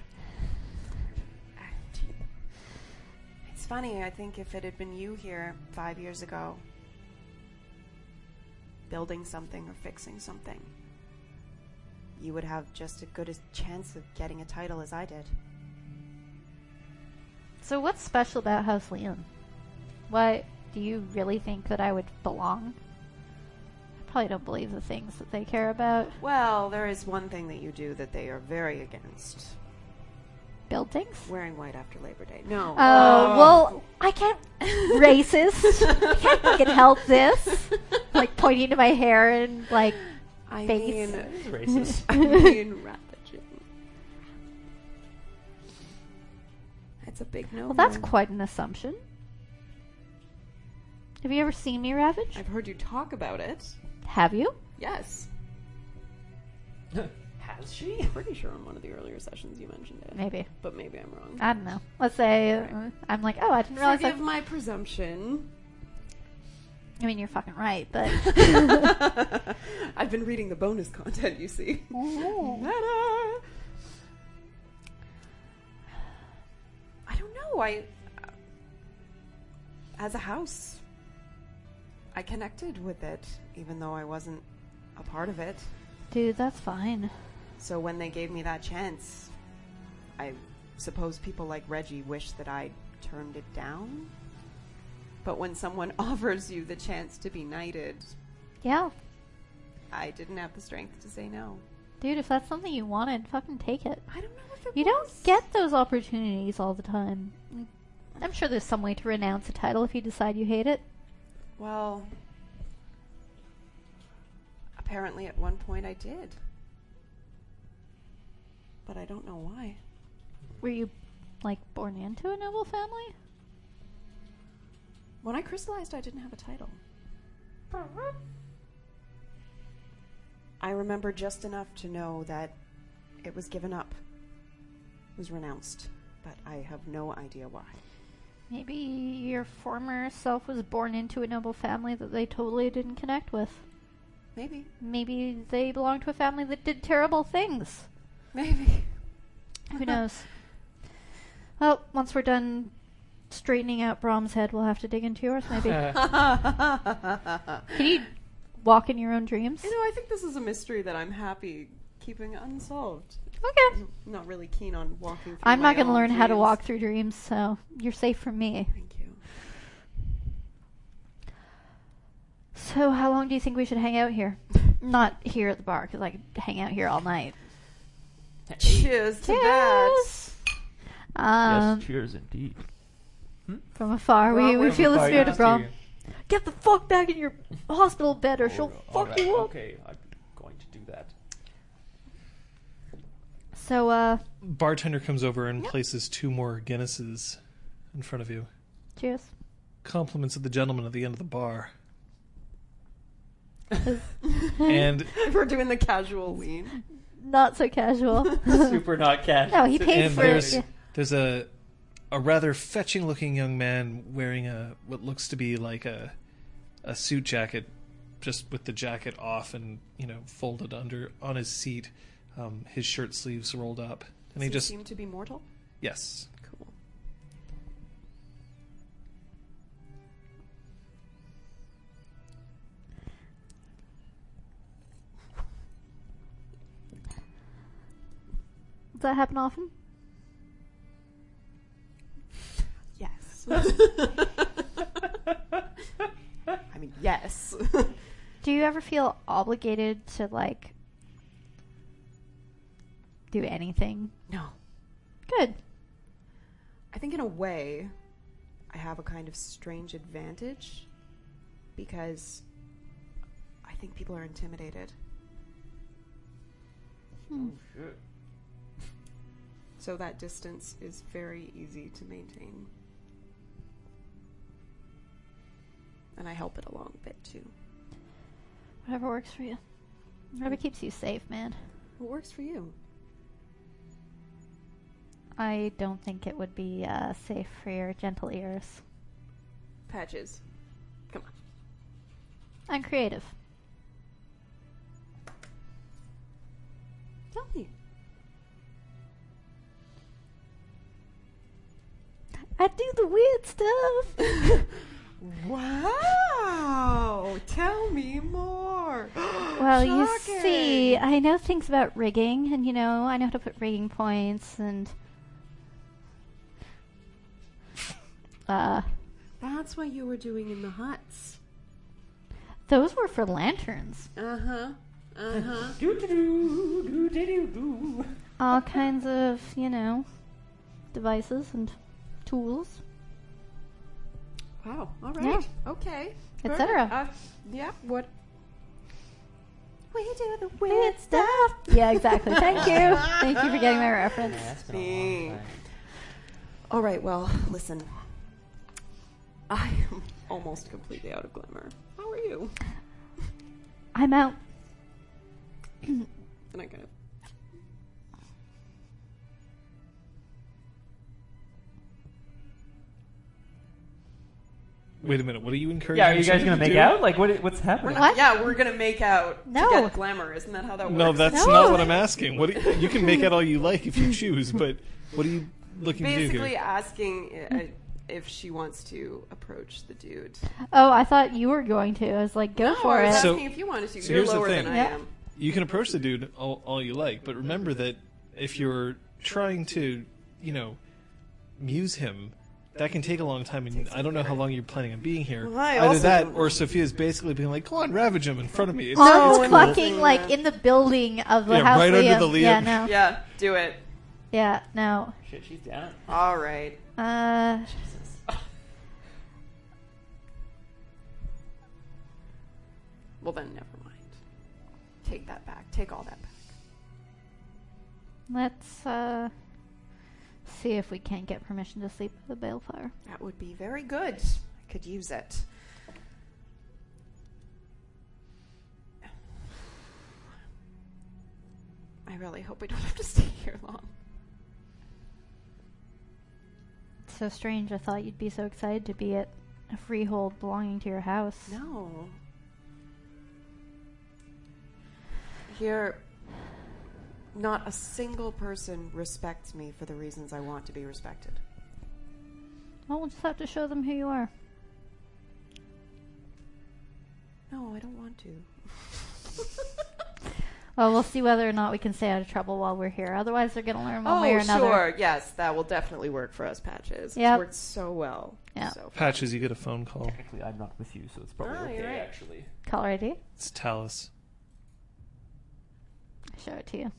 [SPEAKER 5] It's funny, I think if it had been you here five years ago, building something or fixing something, you would have just as good a chance of getting a title as I did.
[SPEAKER 2] So what's special about House Leon? Why do you really think that I would belong? I probably don't believe the things that they care about.
[SPEAKER 5] Well, there is one thing that you do that they are very against
[SPEAKER 2] Buildings.
[SPEAKER 5] wearing white after Labor Day. No.
[SPEAKER 2] Oh well, I can't racist. I can't fucking help this. Like pointing to my hair and like
[SPEAKER 5] I
[SPEAKER 2] face.
[SPEAKER 5] mean,
[SPEAKER 6] It's racist.
[SPEAKER 5] I mean, ravaging. That's a big no.
[SPEAKER 2] Well, that's quite an assumption. Have you ever seen me ravage?
[SPEAKER 5] I've heard you talk about it.
[SPEAKER 2] Have you?
[SPEAKER 5] Yes.
[SPEAKER 6] Has she?
[SPEAKER 5] Pretty sure on one of the earlier sessions you mentioned it.
[SPEAKER 2] Maybe.
[SPEAKER 5] But maybe I'm wrong.
[SPEAKER 2] I don't know. Let's say uh, I'm like, oh, I didn't realize.
[SPEAKER 5] Forgive
[SPEAKER 2] I,
[SPEAKER 5] my presumption.
[SPEAKER 2] I mean, you're fucking right, but
[SPEAKER 5] I've been reading the bonus content, you see. Ta-da! I don't know. I. As a house, I connected with it, even though I wasn't a part of it.
[SPEAKER 2] dude, that's fine.
[SPEAKER 5] So when they gave me that chance, I suppose people like Reggie wish that I turned it down. But when someone offers you the chance to be knighted,
[SPEAKER 2] Yeah,
[SPEAKER 5] I didn't have the strength to say no.
[SPEAKER 2] dude, if that's something you wanted, fucking take it.
[SPEAKER 5] I don't know if it
[SPEAKER 2] You don't
[SPEAKER 5] was.
[SPEAKER 2] get those opportunities all the time. I'm sure there's some way to renounce a title if you decide you hate it.
[SPEAKER 5] Well, apparently at one point I did. But I don't know why.
[SPEAKER 2] Were you like born into a noble family?
[SPEAKER 5] When I crystallized, I didn't have a title. I remember just enough to know that it was given up, it was renounced, but I have no idea why.
[SPEAKER 2] Maybe your former self was born into a noble family that they totally didn't connect with.
[SPEAKER 5] Maybe,
[SPEAKER 2] Maybe they belonged to a family that did terrible things.
[SPEAKER 5] maybe.
[SPEAKER 2] Who knows? Well, once we're done straightening out Brom's head, we'll have to dig into yours, maybe. Can you walk in your own dreams?
[SPEAKER 5] You know, I think this is a mystery that I'm happy keeping unsolved.
[SPEAKER 2] Okay.
[SPEAKER 5] I'm not really keen on walking. Through
[SPEAKER 2] I'm not
[SPEAKER 5] going to
[SPEAKER 2] learn how to walk through dreams, so you're safe from me.
[SPEAKER 5] Thank you.
[SPEAKER 2] So, how long do you think we should hang out here? Not here at the bar, because I could hang out here all night.
[SPEAKER 5] Cheers to that.
[SPEAKER 2] Cheers! Um,
[SPEAKER 4] yes, cheers indeed.
[SPEAKER 2] From afar, we,
[SPEAKER 5] Well,
[SPEAKER 2] we
[SPEAKER 5] we're
[SPEAKER 2] feel the
[SPEAKER 4] Right
[SPEAKER 2] spirit
[SPEAKER 4] next
[SPEAKER 2] of
[SPEAKER 4] to
[SPEAKER 2] Brom.
[SPEAKER 4] you.
[SPEAKER 2] Get the fuck back in your hospital bed, or she'll
[SPEAKER 1] Oh,
[SPEAKER 2] fuck
[SPEAKER 4] Alright, alright,
[SPEAKER 2] you up.
[SPEAKER 4] Okay, I'm going to do that.
[SPEAKER 2] So, uh,
[SPEAKER 1] Bartender comes over and places two more Guinnesses in front of you.
[SPEAKER 2] cheers.
[SPEAKER 1] Compliments of the gentleman at the end of the bar. and
[SPEAKER 5] We're doing the casual lean.
[SPEAKER 2] Not so casual.
[SPEAKER 4] Super not cash.
[SPEAKER 2] no, he paid
[SPEAKER 1] and
[SPEAKER 2] for it.
[SPEAKER 1] there's
[SPEAKER 2] Yeah.
[SPEAKER 1] there's a a rather fetching looking young man wearing a what looks to be like a a suit jacket, just with the jacket off and you know folded under on his seat, um, his shirt sleeves rolled up, and he
[SPEAKER 5] Does
[SPEAKER 1] just
[SPEAKER 5] seem to be mortal.
[SPEAKER 1] yes.
[SPEAKER 5] Cool.
[SPEAKER 2] Does that happen often?
[SPEAKER 5] Yes.
[SPEAKER 4] I
[SPEAKER 5] I mean, yes.
[SPEAKER 2] Do you ever feel obligated to like do anything?
[SPEAKER 5] no.
[SPEAKER 2] Good.
[SPEAKER 5] I think in a way, I have a kind of strange advantage because I think people are intimidated.
[SPEAKER 4] Oh, shit.
[SPEAKER 5] So that distance is very easy to maintain. And I help it along a bit too.
[SPEAKER 2] Whatever works for you. Mm. Whatever keeps you safe, man.
[SPEAKER 5] What works for you?
[SPEAKER 2] I don't think it would be uh, safe for your gentle ears.
[SPEAKER 5] Patches. Come on.
[SPEAKER 2] I'm creative.
[SPEAKER 5] Tell me.
[SPEAKER 2] I do the weird stuff.
[SPEAKER 5] Wow! Tell me more!
[SPEAKER 2] well, you see, I know things about rigging, and you know, I know how to put rigging points, and uh,
[SPEAKER 5] That's what you were doing in the huts.
[SPEAKER 2] those were for lanterns.
[SPEAKER 5] Uh huh. Uh huh.
[SPEAKER 4] Doo-doo-doo, doo-doo-doo.
[SPEAKER 2] all kinds of, you know, devices and tools.
[SPEAKER 5] Wow. All
[SPEAKER 2] Yeah.
[SPEAKER 5] right. Okay.
[SPEAKER 2] Et
[SPEAKER 5] Perfect.
[SPEAKER 2] cetera.
[SPEAKER 5] Uh, yeah. What? We do the
[SPEAKER 2] Weird stuff. Yeah, exactly. Thank you. Thank you for getting my reference.
[SPEAKER 4] Yeah, that's been a long time.
[SPEAKER 5] Oh, All right. Well, listen. I am almost completely out of glamour. How are you?
[SPEAKER 2] I'm out.
[SPEAKER 5] And I kind of.
[SPEAKER 1] Wait a minute. What are you encouraging?
[SPEAKER 4] Yeah, are you guys
[SPEAKER 1] me
[SPEAKER 4] gonna
[SPEAKER 1] to
[SPEAKER 4] make
[SPEAKER 1] do?
[SPEAKER 4] out? Like, what? What's happening?
[SPEAKER 2] What?
[SPEAKER 5] Yeah, we're gonna make out
[SPEAKER 2] No.
[SPEAKER 5] to get glamour. Isn't that how that works?
[SPEAKER 1] No, that's
[SPEAKER 2] No.
[SPEAKER 1] not what I'm asking. What do you, you can make out all you like if you choose, but what are you looking to do
[SPEAKER 5] basically
[SPEAKER 1] here?
[SPEAKER 5] asking uh, if she wants to approach the dude.
[SPEAKER 2] Oh, I thought you were going to. I was like, go
[SPEAKER 5] No,
[SPEAKER 2] for it.
[SPEAKER 5] I was
[SPEAKER 1] So-
[SPEAKER 5] asking if you wanted to.
[SPEAKER 1] so
[SPEAKER 5] You're
[SPEAKER 1] here's the
[SPEAKER 5] lower than
[SPEAKER 1] thing.
[SPEAKER 5] I
[SPEAKER 2] Yeah.
[SPEAKER 5] am.
[SPEAKER 1] You can approach the dude all, all you like, but remember that if you're trying to, you know, muse him, that can take a long time, and I don't know how long you're planning on being here.
[SPEAKER 3] Well, I
[SPEAKER 1] Either
[SPEAKER 3] also
[SPEAKER 1] that,
[SPEAKER 3] don't-
[SPEAKER 1] or Sophia's basically being like, "Go on, ravage him in front of me." It's-
[SPEAKER 2] On
[SPEAKER 3] No,
[SPEAKER 2] fucking
[SPEAKER 3] no.
[SPEAKER 2] like in the building of the
[SPEAKER 1] Yeah,
[SPEAKER 2] house.
[SPEAKER 1] right under
[SPEAKER 2] Liam.
[SPEAKER 1] the Liam.
[SPEAKER 2] Yeah, no. Yeah,
[SPEAKER 5] Yeah, do it.
[SPEAKER 2] no.
[SPEAKER 4] Shit, she's down.
[SPEAKER 5] All right.
[SPEAKER 2] Uh,
[SPEAKER 5] Well, then, never mind. Take that back. Take all that back.
[SPEAKER 2] let's uh see if we can't get permission to sleep with the balefire.
[SPEAKER 5] That would be very good. I could use it. I really hope I don't have to stay here long.
[SPEAKER 2] It's so strange. I thought you'd be so excited to be at a freehold belonging to your house.
[SPEAKER 5] No. Here, not a single person respects me for the reasons I want to be respected.
[SPEAKER 2] Well, we'll just have to show them who you are.
[SPEAKER 5] No, I don't want to.
[SPEAKER 2] Well, we'll see whether or not we can stay out of trouble while we're here. Otherwise, they're going to learn one
[SPEAKER 5] oh,
[SPEAKER 2] way or another.
[SPEAKER 5] sure. Yes, that will definitely work for us, Patches.
[SPEAKER 2] Yep.
[SPEAKER 5] It's worked so well.
[SPEAKER 2] Yeah.
[SPEAKER 5] So far.
[SPEAKER 1] Patches, you get a phone call.
[SPEAKER 4] Technically, I'm not with you, so it's probably
[SPEAKER 5] Ah,
[SPEAKER 4] okay.
[SPEAKER 5] you're right.
[SPEAKER 4] Actually,
[SPEAKER 2] Caller ID.
[SPEAKER 1] It's Talus.
[SPEAKER 2] Show it to you.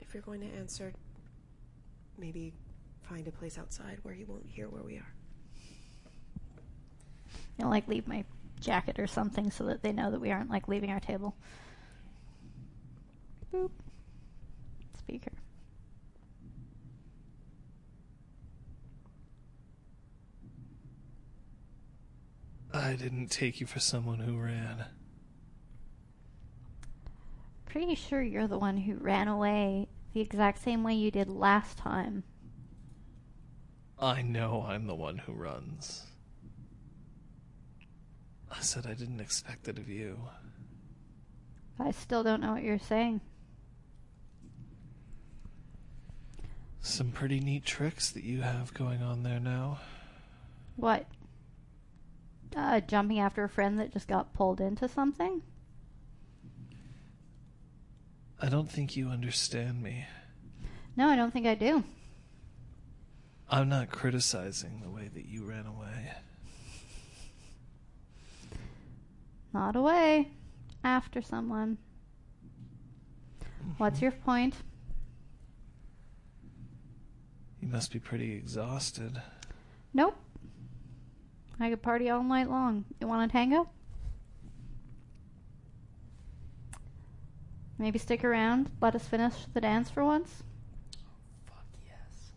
[SPEAKER 3] If you're going to answer, maybe find a place outside where he won't hear where we are.
[SPEAKER 2] You'll like leave my jacket or something so that they know that we aren't like leaving our table. Boop. Speaker.
[SPEAKER 1] I didn't take you for someone who ran.
[SPEAKER 2] Pretty sure you're the one who ran away the exact same way you did last time.
[SPEAKER 1] I know I'm the one who runs. I said I didn't expect that of you.
[SPEAKER 2] I still don't know what you're saying.
[SPEAKER 1] Some pretty neat tricks that you have going on there now.
[SPEAKER 2] What? Uh, jumping after a friend that just got pulled into something?
[SPEAKER 1] I don't think you understand me.
[SPEAKER 2] No, I don't think I do.
[SPEAKER 1] I'm not criticizing the way that you ran away.
[SPEAKER 2] Not away. After someone. What's your point?
[SPEAKER 1] You must be pretty exhausted.
[SPEAKER 2] Nope. I could party all night long. You want a tango? Maybe stick around. Let us finish the dance for once.
[SPEAKER 4] Fuck yes.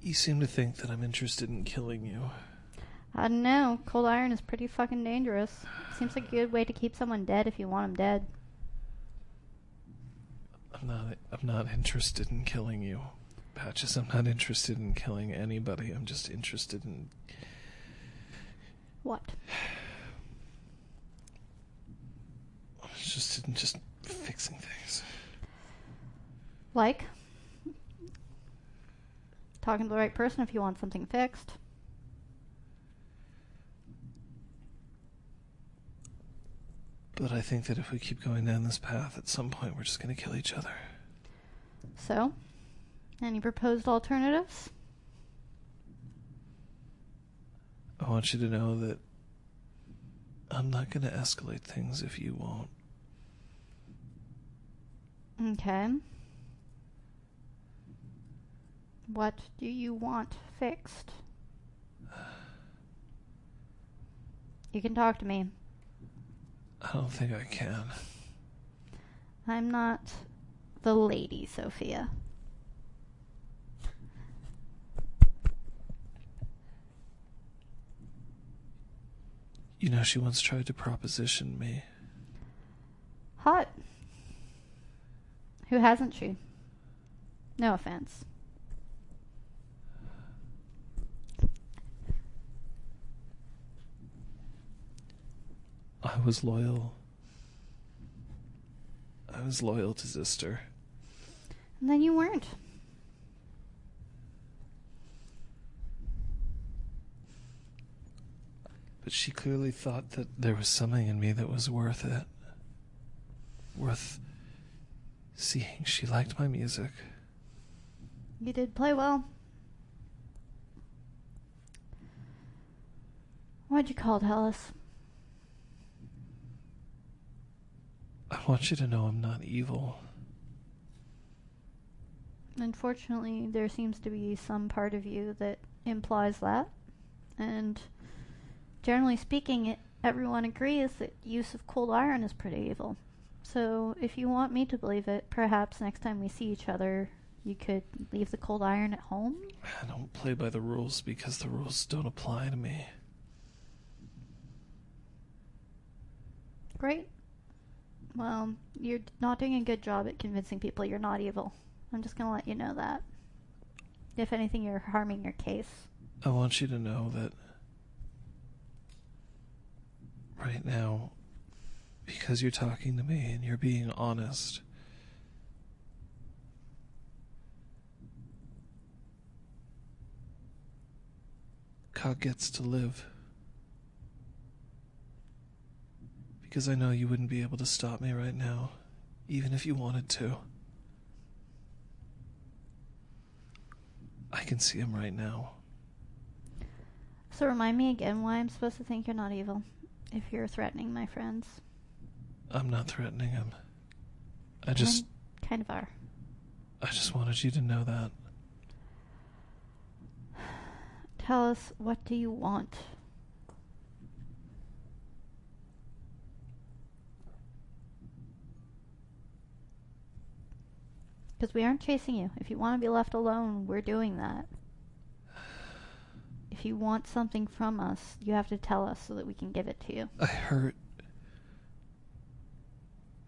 [SPEAKER 1] You seem to think that I'm interested in killing you.
[SPEAKER 2] I don't know. Cold iron is pretty fucking dangerous. Seems like a good way to keep someone dead if you want them dead.
[SPEAKER 1] I'm not I'm not interested in killing you. Patches, I'm not interested in killing anybody. I'm just interested in
[SPEAKER 2] What?
[SPEAKER 1] I'm just in just fixing things.
[SPEAKER 2] Like? Talking to the right person if you want something fixed.
[SPEAKER 1] But I think that if we keep going down this path, at some point we're just going to kill each other.
[SPEAKER 2] So? Any proposed alternatives?
[SPEAKER 1] I want you to know that I'm not going to escalate things if you won't.
[SPEAKER 2] Okay. What do you want fixed? You can talk to me.
[SPEAKER 1] I don't think I can.
[SPEAKER 2] I'm not the lady, Sophia.
[SPEAKER 1] You know, she once tried to proposition me.
[SPEAKER 2] Hot. Who hasn't she? No offense.
[SPEAKER 1] I was loyal. I was loyal to Zister.
[SPEAKER 2] And then you weren't.
[SPEAKER 1] But she clearly thought that there was something in me that was worth it. Worth seeing. She liked my music.
[SPEAKER 2] You did play well. Why'd you call Hellas?
[SPEAKER 1] I want you to know I'm not evil.
[SPEAKER 2] Unfortunately, there seems to be some part of you that implies that. And generally speaking, it, everyone agrees that use of cold iron is pretty evil. So if you want me to believe it, perhaps next time we see each other, you could leave the cold iron at home?
[SPEAKER 1] I don't play by the rules because the rules don't apply to me.
[SPEAKER 2] Great. Well, you're d- not doing a good job at convincing people you're not evil. I'm just going to let you know that. If anything, you're harming your case.
[SPEAKER 1] I want you to know that right now, because you're talking to me and you're being honest, Cog gets to live. Because I know you wouldn't be able to stop me right now, even if you wanted to. I can see him right now.
[SPEAKER 2] So remind me again why I'm supposed to think you're not evil if you're threatening my friends.
[SPEAKER 1] I'm not threatening him. I
[SPEAKER 2] And
[SPEAKER 1] just
[SPEAKER 2] kind of are.
[SPEAKER 1] I just wanted you to know that.
[SPEAKER 2] Tell us what do you want? Because we aren't chasing you. If you want to be left alone, we're doing that. If you want something from us, you have to tell us so that we can give it to you.
[SPEAKER 1] I hurt.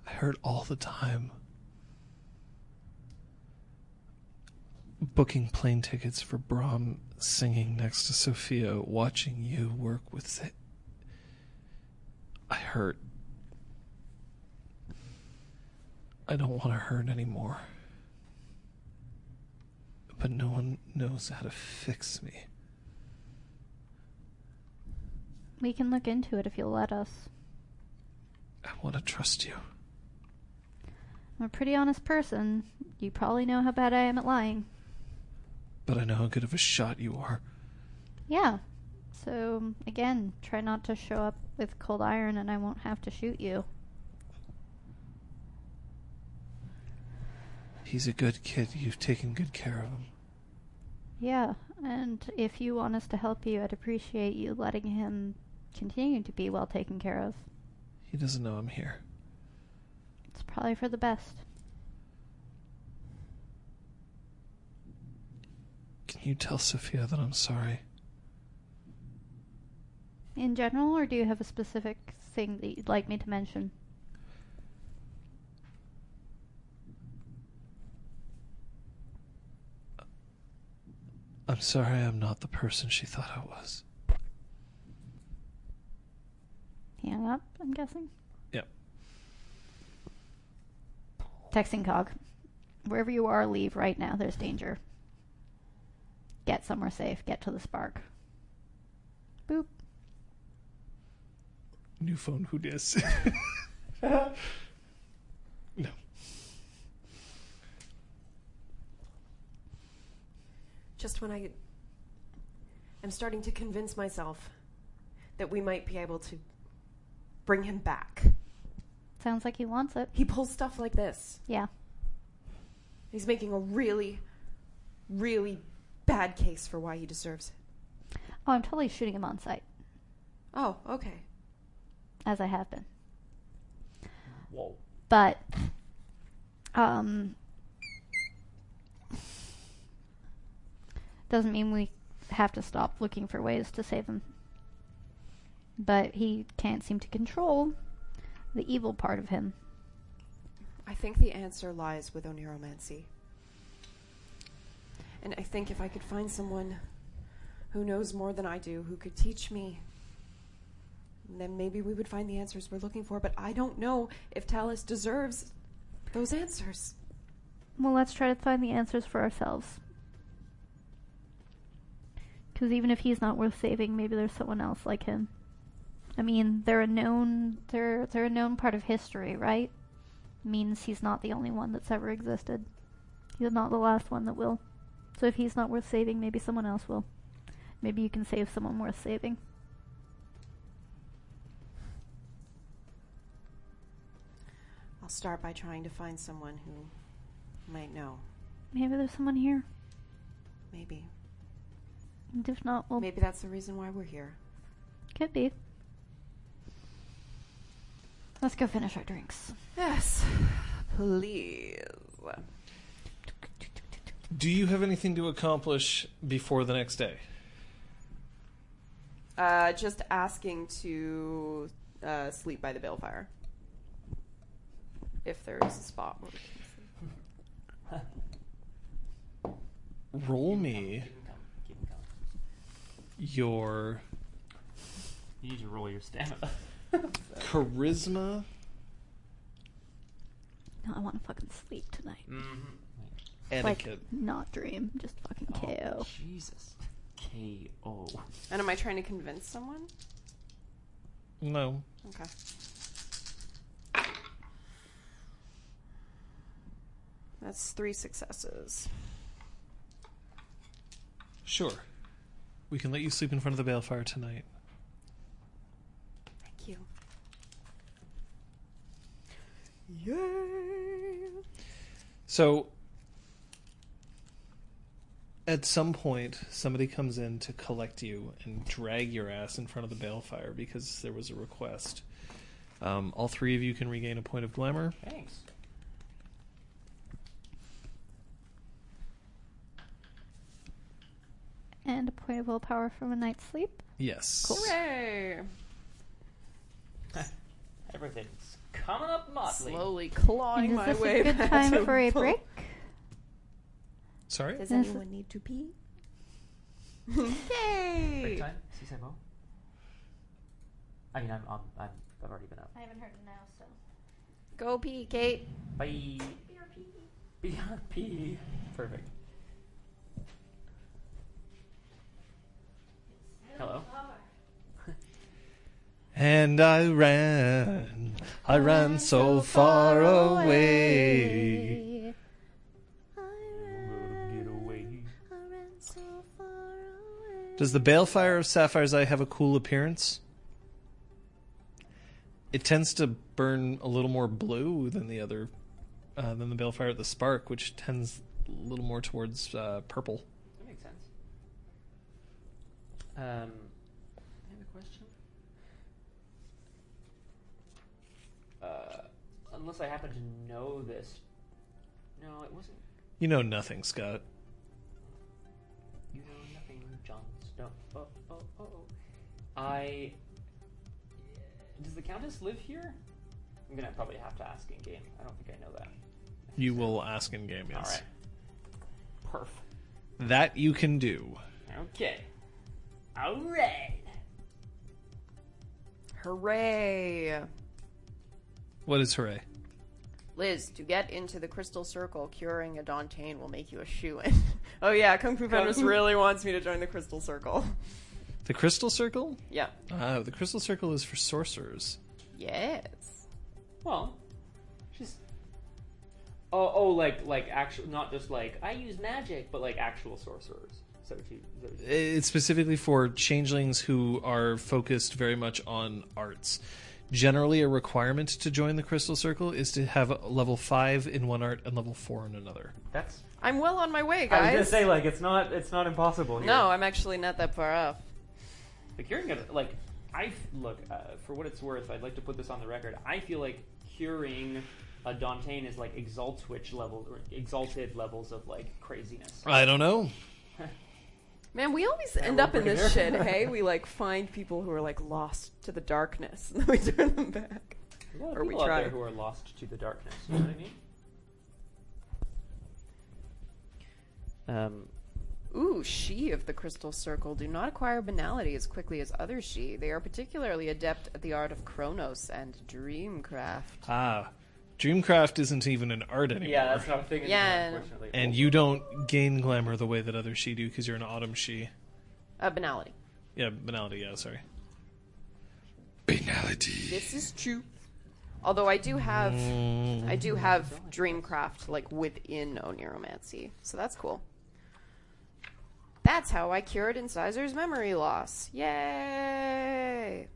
[SPEAKER 1] I hurt all the time. Booking plane tickets for Brahm, singing next to Sophia, watching you work with. Sa- I hurt. I don't want to hurt anymore. But no one knows how to fix me.
[SPEAKER 2] We can look into it if you'll let us.
[SPEAKER 1] I want to trust you.
[SPEAKER 2] I'm a pretty honest person. You probably know how bad I am at lying.
[SPEAKER 1] But I know how good of a shot you are.
[SPEAKER 2] Yeah. So, again, try not to show up with cold iron and I won't have to shoot you.
[SPEAKER 1] He's a good kid. You've taken good care of him.
[SPEAKER 2] Yeah, and if you want us to help you, I'd appreciate you letting him continue to be well taken care of.
[SPEAKER 1] He doesn't know I'm here.
[SPEAKER 2] It's probably for the best.
[SPEAKER 1] Can you tell Sophia that I'm sorry?
[SPEAKER 2] In general, or do you have a specific thing that you'd like me to mention?
[SPEAKER 1] I'm sorry I'm not the person she thought I was.
[SPEAKER 2] Hang up, I'm guessing.
[SPEAKER 1] Yep.
[SPEAKER 2] Texting Cog. Wherever you are, leave right now. There's danger. Get somewhere safe. Get to the spark. Boop.
[SPEAKER 1] New phone, who dis? no.
[SPEAKER 3] Just when I am starting to convince myself that we might be able to bring him back,
[SPEAKER 2] Sounds like he wants it.
[SPEAKER 3] he pulls stuff like this.
[SPEAKER 2] Yeah.
[SPEAKER 3] He's making a really, really bad case for why he deserves it.
[SPEAKER 2] Oh, I'm totally shooting him on sight,
[SPEAKER 3] Oh, okay.
[SPEAKER 2] as I have been.
[SPEAKER 4] Whoa.
[SPEAKER 2] But, um, doesn't mean we have to stop looking for ways to save him. But he can't seem to control the evil part of him.
[SPEAKER 3] I think the answer lies with Oneromancy. And I think if I could find someone who knows more than I do, who could teach me, then maybe we would find the answers we're looking for. But I don't know if Talus deserves those answers.
[SPEAKER 2] Well, let's try to find the answers for ourselves. Because even if he's not worth saving, maybe there's someone else like him. I mean, they're a known they're they're a known part of history, right? Means he's not the only one that's ever existed. He's not the last one that will. So if he's not worth saving, maybe someone else will. Maybe you can save someone worth saving.
[SPEAKER 5] I'll start by trying to find someone who might know.
[SPEAKER 2] Maybe there's someone here.
[SPEAKER 5] Maybe.
[SPEAKER 2] And if not, well,
[SPEAKER 5] Maybe that's the reason why we're here.
[SPEAKER 2] could be. Let's go finish our drinks.
[SPEAKER 5] Yes, please.
[SPEAKER 1] Do you have anything to accomplish before the next day?
[SPEAKER 5] Uh, just asking to uh, sleep by the balefire. If there is a spot where we can sleep.
[SPEAKER 1] Roll me your
[SPEAKER 4] You need to roll your stamina.
[SPEAKER 1] charisma.
[SPEAKER 2] No, I want to fucking sleep tonight.
[SPEAKER 5] Mm.
[SPEAKER 1] Etiquette.
[SPEAKER 2] Like, not dream, just fucking KO.
[SPEAKER 4] Mm-hmm. Oh, Jesus. K.O.
[SPEAKER 5] And am I trying to convince someone?
[SPEAKER 1] No.
[SPEAKER 5] Okay. That's three successes.
[SPEAKER 1] Sure. We can let you sleep in front of the balefire tonight.
[SPEAKER 5] Thank you.
[SPEAKER 1] So, at some point, somebody comes in to collect you and drag your ass in front of the balefire because there was a request. Um, all three of you can regain a point of glamour.
[SPEAKER 4] Thanks.
[SPEAKER 2] And a point of willpower from a night's sleep.
[SPEAKER 1] Yes.
[SPEAKER 5] Hooray!
[SPEAKER 4] Everything's coming up motley.
[SPEAKER 5] Slowly
[SPEAKER 2] And
[SPEAKER 5] clawing
[SPEAKER 2] is
[SPEAKER 5] my
[SPEAKER 2] this
[SPEAKER 5] way
[SPEAKER 2] a good
[SPEAKER 5] back
[SPEAKER 2] time
[SPEAKER 5] to
[SPEAKER 2] for a
[SPEAKER 5] full-
[SPEAKER 2] break?
[SPEAKER 1] Sorry?
[SPEAKER 3] Does
[SPEAKER 2] Yes.
[SPEAKER 3] anyone need to pee?
[SPEAKER 4] Break
[SPEAKER 5] Yay!
[SPEAKER 4] time? CSMO? I mean, I'm, I'm, I'm, I've already been up.
[SPEAKER 2] I haven't heard it now, so.
[SPEAKER 5] Go pee, Kate.
[SPEAKER 4] Bye. BRP. BRP. Perfect. Hello.
[SPEAKER 1] And I ran I ran so far away. Does the Balefire of Sapphire's Eye have a cool appearance? It tends to burn a little more blue than the other, uh, than the Balefire of the Spark, which tends a little more towards uh, purple.
[SPEAKER 4] That makes sense. Um, I have a question. Uh, unless I happen to know this. No, it wasn't.
[SPEAKER 1] You know nothing, Scott.
[SPEAKER 4] You know nothing, John Snow. Oh, oh, oh, oh. I. Does the Countess live here? I'm gonna probably have to ask in game. I don't think I know that.
[SPEAKER 1] You will ask in game, yes.
[SPEAKER 4] All right. Perf.
[SPEAKER 1] That you can do.
[SPEAKER 4] Okay. All right.
[SPEAKER 5] Hooray!
[SPEAKER 1] What is hooray?
[SPEAKER 5] Liz, to get into the crystal circle, curing a Dantain will make you a shoe in. oh yeah, Kung Fu Fenris really wants me to join the crystal circle.
[SPEAKER 1] The crystal circle?
[SPEAKER 5] Yeah.
[SPEAKER 1] Uh, the crystal circle is for sorcerers.
[SPEAKER 5] Yes.
[SPEAKER 4] Well, she's. Oh, oh, like like actual, not just like I use magic, but like actual sorcerers. Is that what you? Is that what you
[SPEAKER 1] It's specifically for changelings who are focused very much on arts. Generally, a requirement to join the crystal circle is to have a level 5 in one art and level 4 in another.
[SPEAKER 4] that's.
[SPEAKER 5] I'm well on my
[SPEAKER 4] I
[SPEAKER 5] way,
[SPEAKER 4] was gonna
[SPEAKER 5] guys.
[SPEAKER 4] say like it's not it's not impossible. Here.
[SPEAKER 5] no, I'm actually not that far off.
[SPEAKER 4] But curing it, like, I f- look uh, for what it's worth. I'd like to put this on the record. I feel like curing a Dantain is like exalt switch level or exalted levels of like craziness.
[SPEAKER 1] I don't know.
[SPEAKER 5] Man, we always
[SPEAKER 4] Yeah,
[SPEAKER 5] end
[SPEAKER 4] we're
[SPEAKER 5] up in
[SPEAKER 4] pretty
[SPEAKER 5] this
[SPEAKER 4] good.
[SPEAKER 5] shit, hey? We like find people who are like lost to the darkness and then we turn them back.
[SPEAKER 4] There's a lot
[SPEAKER 5] Or
[SPEAKER 4] of
[SPEAKER 5] we
[SPEAKER 4] people out
[SPEAKER 5] try.
[SPEAKER 4] there who are lost to the darkness. You know what I mean? Um,
[SPEAKER 5] Ooh, she of the crystal circle do not acquire banality as quickly as other she. They are particularly adept at the art of Chronos and Dreamcraft.
[SPEAKER 1] Ah, Dreamcraft isn't even an art anymore.
[SPEAKER 4] yeah, that's what I'm thinking.
[SPEAKER 5] Yeah.
[SPEAKER 4] unfortunately.
[SPEAKER 1] And you don't gain glamour the way that other she do because you're an autumn she.
[SPEAKER 5] Uh, banality.
[SPEAKER 1] Yeah, banality, yeah, sorry. Banality.
[SPEAKER 5] This is true. Although I do have,
[SPEAKER 4] Mm.
[SPEAKER 5] I do have Dreamcraft like within Oniromancy, so that's cool. That's how I cured Incisors' memory loss. Yay!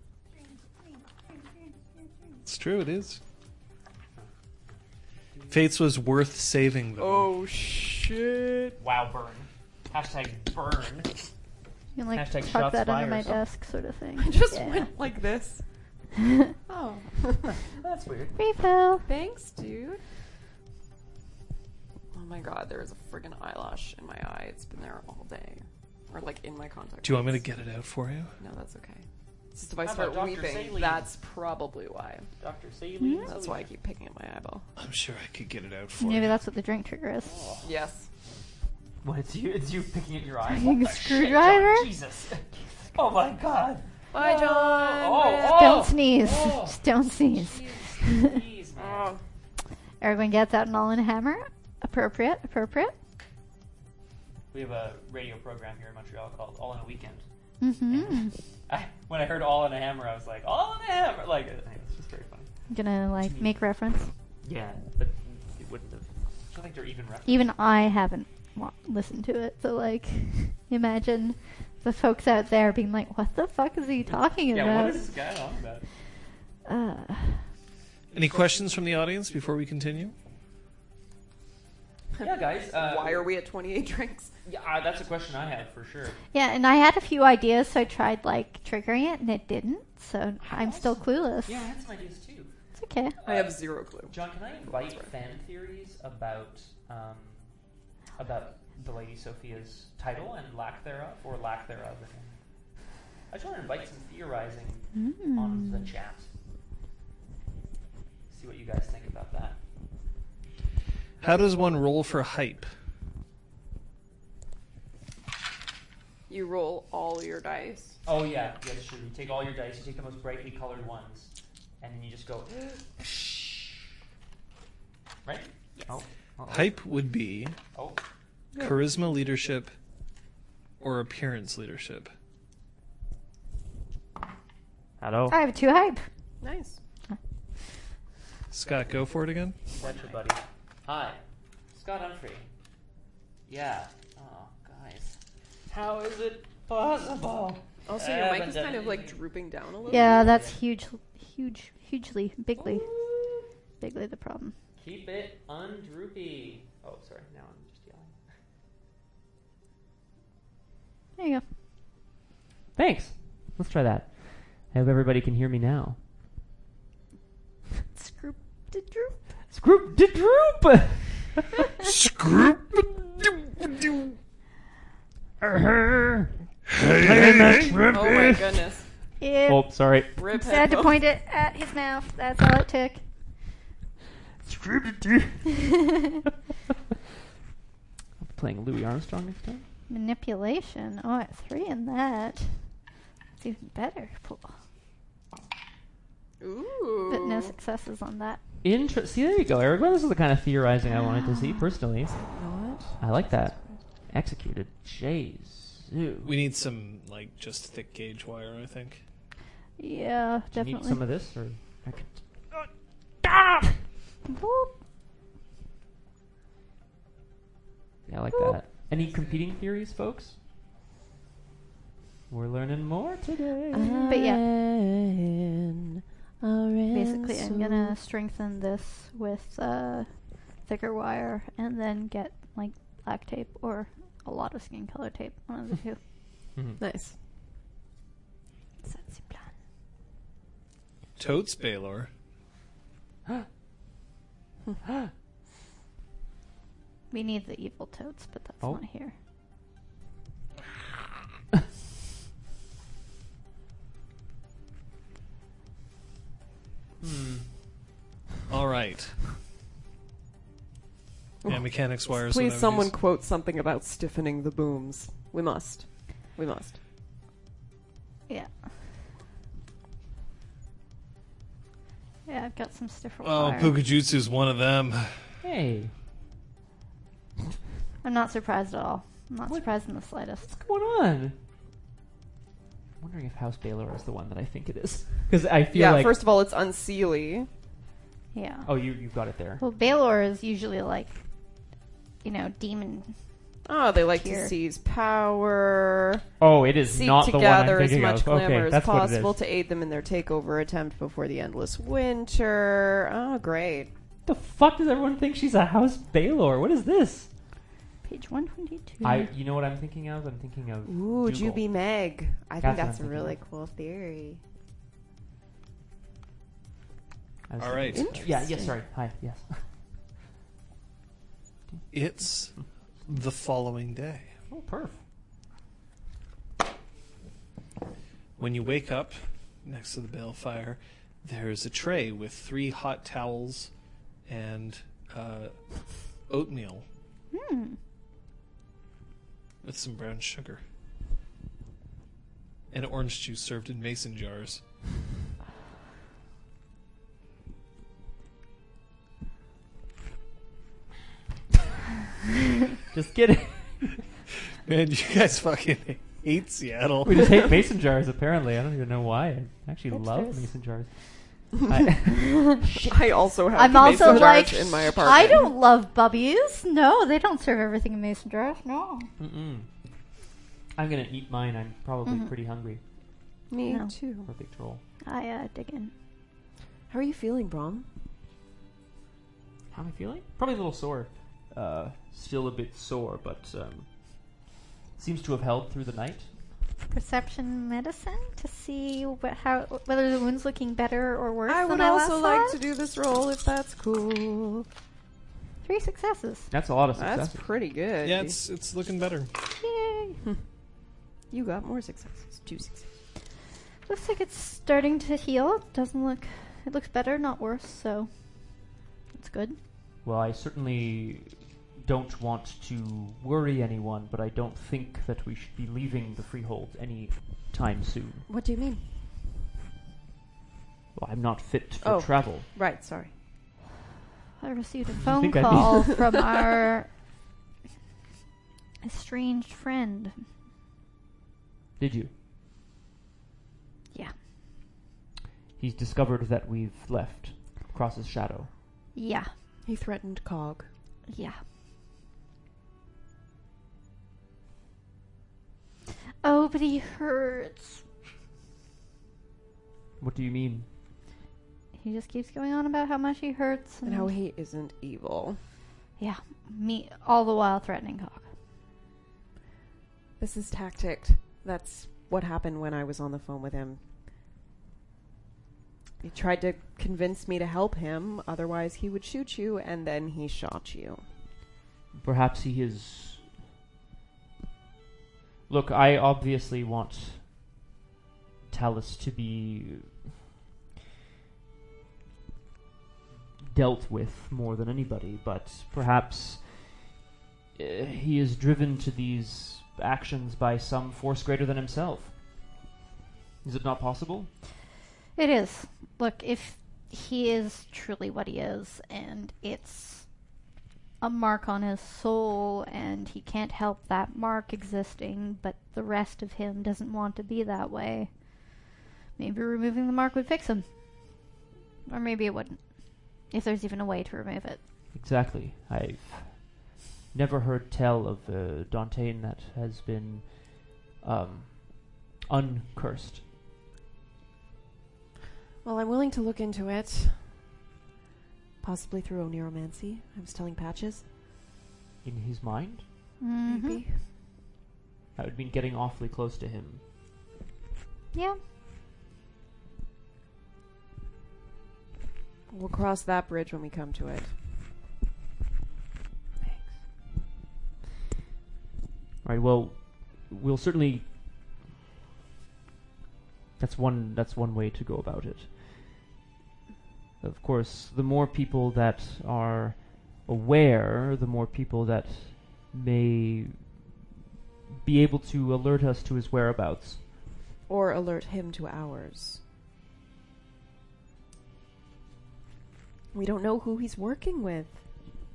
[SPEAKER 1] It's true, it is. Fates was worth saving, though.
[SPEAKER 5] Oh shit!
[SPEAKER 4] wow, burn. Hashtag burn.
[SPEAKER 2] You can like
[SPEAKER 4] Hashtag
[SPEAKER 2] tuck
[SPEAKER 4] shots
[SPEAKER 2] that under
[SPEAKER 4] fired.
[SPEAKER 2] my desk, sort of thing.
[SPEAKER 5] I just
[SPEAKER 2] yeah.
[SPEAKER 5] went like this. oh,
[SPEAKER 4] That's weird.
[SPEAKER 2] Refill.
[SPEAKER 5] thanks, dude. Oh my god, there is a friggin' eyelash in my eye. It's been there all day, or like in my contact.
[SPEAKER 1] Do you want me to
[SPEAKER 5] lens.
[SPEAKER 1] get it out for you?
[SPEAKER 5] No, that's okay. It's just if I
[SPEAKER 4] How
[SPEAKER 5] start
[SPEAKER 4] about Dr.
[SPEAKER 5] weeping,
[SPEAKER 4] Saline?
[SPEAKER 5] that's probably why.
[SPEAKER 4] Dr. Saline.
[SPEAKER 5] That's why I keep picking at my eyeball.
[SPEAKER 1] I'm sure I could get it out for
[SPEAKER 2] Maybe
[SPEAKER 1] you.
[SPEAKER 2] that's what the drink trigger is.
[SPEAKER 5] Yes.
[SPEAKER 4] What, it's you, it's you picking at your eyes.
[SPEAKER 2] Fucking
[SPEAKER 4] What the shit,
[SPEAKER 2] screwdriver?
[SPEAKER 4] John? Jesus. Oh my god.
[SPEAKER 5] Bye, John.
[SPEAKER 4] Oh, oh.
[SPEAKER 2] Don't sneeze.
[SPEAKER 4] Oh.
[SPEAKER 2] Just don't sneeze.
[SPEAKER 4] Jeez, man.
[SPEAKER 5] Oh.
[SPEAKER 2] Everyone gets out an all in hammer. Appropriate, appropriate.
[SPEAKER 4] We have a radio program here in Montreal called All in a Weekend.
[SPEAKER 2] Mm-hmm.
[SPEAKER 4] I, when I heard All in a Hammer, I was like, All in a Hammer! Like, anyway, it's just very funny.
[SPEAKER 2] I'm gonna like make reference.
[SPEAKER 4] Yeah, but it wouldn't have. I don't think they're even referenced.
[SPEAKER 2] Even I haven't wa- listened to it, so like, imagine the folks out there being like, "What the fuck is he talking
[SPEAKER 4] Yeah,
[SPEAKER 2] about?"
[SPEAKER 4] what is this guy on about?
[SPEAKER 2] uh,
[SPEAKER 1] Any questions from the audience before we continue?
[SPEAKER 4] Yeah, guys. Uh,
[SPEAKER 5] Why are we at 28 drinks?
[SPEAKER 4] Yeah, uh, that's a question I had for sure.
[SPEAKER 2] yeah, and I had a few ideas, so I tried like triggering it, and it didn't. So I'm still clueless.
[SPEAKER 4] Yeah, I had some ideas too.
[SPEAKER 2] It's okay.
[SPEAKER 5] I have zero clue.
[SPEAKER 4] John, can I invite fan theories about um, about the Lady Sophia's title and lack thereof, or lack thereof? I just want to invite some theorizing
[SPEAKER 2] Hmm.
[SPEAKER 4] on the chat. See what you guys think about that.
[SPEAKER 1] How does one roll for hype?
[SPEAKER 5] You roll all your dice.
[SPEAKER 4] Oh yeah, yeah, that's true. You take all your dice, you take the most brightly colored ones, and then you just go. right? Oh. Uh-oh.
[SPEAKER 1] Hype would be
[SPEAKER 4] Oh.
[SPEAKER 1] charisma leadership or appearance leadership.
[SPEAKER 4] Hello. Oh.
[SPEAKER 2] I have two hype.
[SPEAKER 5] Nice.
[SPEAKER 1] Scott, go for it again.
[SPEAKER 4] That's your buddy. Hi, Scott Humphrey. Yeah. Oh, guys, how is it possible?
[SPEAKER 3] Also,
[SPEAKER 4] I
[SPEAKER 3] your mic
[SPEAKER 4] haven't
[SPEAKER 3] is
[SPEAKER 4] done
[SPEAKER 3] kind of like
[SPEAKER 4] anything.
[SPEAKER 3] drooping down a little.
[SPEAKER 2] Yeah, that's huge, huge, hugely, bigly,
[SPEAKER 4] Oh.
[SPEAKER 2] bigly the problem.
[SPEAKER 4] Keep it undroopy. Oh, sorry. Now I'm just yelling.
[SPEAKER 2] There you go.
[SPEAKER 4] Thanks. Let's try that. I hope everybody can hear me now.
[SPEAKER 2] Scroop de droop.
[SPEAKER 4] Scroop de droop.
[SPEAKER 1] Screw.
[SPEAKER 3] Oh my goodness.
[SPEAKER 2] Yeah.
[SPEAKER 4] oh, sorry.
[SPEAKER 3] Rip
[SPEAKER 2] Sad to
[SPEAKER 3] headphones.
[SPEAKER 2] point it at his mouth. That's all it took.
[SPEAKER 4] Scroop de droop. I'll be playing Louis Armstrong next time.
[SPEAKER 2] Manipulation. Oh, at three in that. It's even better. Cool.
[SPEAKER 3] Ooh.
[SPEAKER 2] But no successes on that.
[SPEAKER 4] Inter- see, there you go, Eric. Well, this is the kind of theorizing I wanted to see personally. I like that. Executed. Jesus.
[SPEAKER 1] We need some like just thick gauge wire, I think.
[SPEAKER 2] Yeah,
[SPEAKER 4] Do you need
[SPEAKER 2] definitely.
[SPEAKER 4] some of this, or I could.
[SPEAKER 2] Boop.
[SPEAKER 4] Yeah, I like that. Any competing theories, folks? We're learning more today.
[SPEAKER 3] Uh-huh.
[SPEAKER 2] But yeah,
[SPEAKER 5] Basically,
[SPEAKER 2] basically, I'm gonna strengthen this with uh, thicker wire and then get like black tape or a lot of skin color tape. One of the two.
[SPEAKER 5] Nice.
[SPEAKER 2] That's the plan.
[SPEAKER 1] Totes Baylor.
[SPEAKER 2] We need the evil totes, but that's
[SPEAKER 4] Oh.
[SPEAKER 2] not here.
[SPEAKER 1] All right. Yeah, mechanics wires.
[SPEAKER 3] Please, someone quote something about stiffening the booms. We must. We must.
[SPEAKER 2] Yeah. Yeah, I've got some stiffer
[SPEAKER 1] Oh,
[SPEAKER 2] wire.
[SPEAKER 1] Pukajutsu's one of them.
[SPEAKER 4] Hey,
[SPEAKER 2] I'm not surprised at all. I'm not
[SPEAKER 4] What?
[SPEAKER 2] surprised in the slightest.
[SPEAKER 4] what's going on? I'm wondering if House Baylor is the one that I think it is, because I feel
[SPEAKER 3] Yeah,
[SPEAKER 4] like.
[SPEAKER 3] first of all, it's unseelie.
[SPEAKER 2] Yeah.
[SPEAKER 4] oh, you you got it there.
[SPEAKER 2] Well, Baylor is usually like, you know, demon.
[SPEAKER 3] Oh, they like
[SPEAKER 2] Here.
[SPEAKER 3] to seize power,
[SPEAKER 4] Oh, it is
[SPEAKER 3] seek
[SPEAKER 4] not
[SPEAKER 3] to
[SPEAKER 4] the one I'm
[SPEAKER 3] gather as
[SPEAKER 4] thinking
[SPEAKER 3] much
[SPEAKER 4] of.
[SPEAKER 3] glamour
[SPEAKER 4] okay,
[SPEAKER 3] as
[SPEAKER 4] that's
[SPEAKER 3] possible
[SPEAKER 4] what it is.
[SPEAKER 3] to aid them in their takeover attempt before the endless winter. Oh, great.
[SPEAKER 4] the fuck does everyone think she's a House Baylor? What is this?
[SPEAKER 2] Page 122.
[SPEAKER 4] I, you know what I'm thinking of? I'm thinking of
[SPEAKER 5] Ooh,
[SPEAKER 4] Dougal.
[SPEAKER 5] Juby Meg. I
[SPEAKER 4] That's what
[SPEAKER 5] think that's a
[SPEAKER 4] I'm thinking
[SPEAKER 5] really
[SPEAKER 4] of.
[SPEAKER 5] cool theory.
[SPEAKER 4] I was
[SPEAKER 1] All
[SPEAKER 4] thinking-
[SPEAKER 1] right.
[SPEAKER 4] Yeah. Yes. Sorry. Hi. Yes.
[SPEAKER 1] It's the following day.
[SPEAKER 4] Oh, perf.
[SPEAKER 1] When you wake up next to the balefire, there's a tray with three hot towels and uh, oatmeal
[SPEAKER 2] Hmm.
[SPEAKER 1] with some brown sugar and orange juice served in mason jars.
[SPEAKER 4] Just kidding.
[SPEAKER 1] Man, you guys fucking hate Seattle.
[SPEAKER 4] we just hate mason jars. Apparently, I don't even know why. I actually love
[SPEAKER 2] Hipsters.
[SPEAKER 4] mason jars. I,
[SPEAKER 3] I also have
[SPEAKER 2] I'm
[SPEAKER 3] mason
[SPEAKER 2] also like,
[SPEAKER 3] jars in my apartment.
[SPEAKER 2] I don't love bubbies. No, they don't serve everything in mason jars. No.
[SPEAKER 4] mm-mm. I'm gonna eat mine. I'm probably
[SPEAKER 2] Mhm.
[SPEAKER 4] pretty hungry.
[SPEAKER 3] Me
[SPEAKER 2] No.
[SPEAKER 3] too.
[SPEAKER 4] Perfect roll.
[SPEAKER 2] I uh, dig in.
[SPEAKER 5] How are you feeling, Brom?
[SPEAKER 4] How am I feeling? Probably a little sore. Uh, still a bit sore, but um, seems to have held through the night.
[SPEAKER 2] Perception medicine to see wh- how whether the wound's looking better or worse.
[SPEAKER 3] I
[SPEAKER 2] than
[SPEAKER 3] would
[SPEAKER 2] I
[SPEAKER 3] also
[SPEAKER 2] last
[SPEAKER 3] like
[SPEAKER 2] saw
[SPEAKER 3] to
[SPEAKER 2] it.
[SPEAKER 3] do this roll if that's cool.
[SPEAKER 2] three successes.
[SPEAKER 4] That's a lot of success.
[SPEAKER 3] That's pretty good.
[SPEAKER 1] yeah, it's it's looking better.
[SPEAKER 2] Yay!
[SPEAKER 3] you got more successes. Two successes.
[SPEAKER 2] Looks like it's starting to heal. It doesn't look. It looks better, not worse, so. That's good.
[SPEAKER 4] Well, I certainly don't want to worry anyone, but I don't think that we should be leaving the freehold any time soon.
[SPEAKER 5] What do you mean?
[SPEAKER 4] Well, I'm not fit for
[SPEAKER 3] Oh.
[SPEAKER 4] travel.
[SPEAKER 3] Right, sorry.
[SPEAKER 2] I received a phone
[SPEAKER 4] think I
[SPEAKER 2] call from our estranged friend.
[SPEAKER 4] Did you?
[SPEAKER 2] Yeah.
[SPEAKER 4] He's discovered that we've left. crosses shadow.
[SPEAKER 2] Yeah.
[SPEAKER 5] He threatened Cog.
[SPEAKER 2] Yeah. Oh, but he hurts.
[SPEAKER 4] What do you mean?
[SPEAKER 2] He just keeps going on about how much he hurts
[SPEAKER 5] And
[SPEAKER 3] Mm-hmm.
[SPEAKER 5] how he isn't evil.
[SPEAKER 2] yeah, me all the while threatening Hawk.
[SPEAKER 5] This is tactic. That's what happened when I was on the phone with him. He tried to convince me to help him, otherwise, he would shoot you, and then he shot you.
[SPEAKER 4] Perhaps he is. Look, I obviously want Talus to be dealt with more than anybody, but perhaps uh, he is driven to these actions by some force greater than himself. Is it not possible?
[SPEAKER 2] It is. Look, if he is truly what he is, and it's a mark on his soul, and he can't help that mark existing, but the rest of him doesn't want to be that way, maybe removing the mark would fix him. Or maybe it wouldn't. If there's even a way to remove it.
[SPEAKER 4] Exactly. I've never heard tell of a Dantean that has been um, uncursed.
[SPEAKER 5] Well, I'm willing to look into it. Possibly through oneromancy. I was telling Patches.
[SPEAKER 4] In his mind?
[SPEAKER 2] Mhm.
[SPEAKER 5] Maybe.
[SPEAKER 4] That would mean getting awfully close to him.
[SPEAKER 2] Mm-hmm. Yeah.
[SPEAKER 5] We'll cross that bridge when we come to it.
[SPEAKER 4] Thanks. Right. Well, we'll certainly. That's one. That's one way to go about it. Of course, the more people that are aware, the more people that may be able to alert us to his whereabouts.
[SPEAKER 5] Or alert him to ours. We don't know who he's working with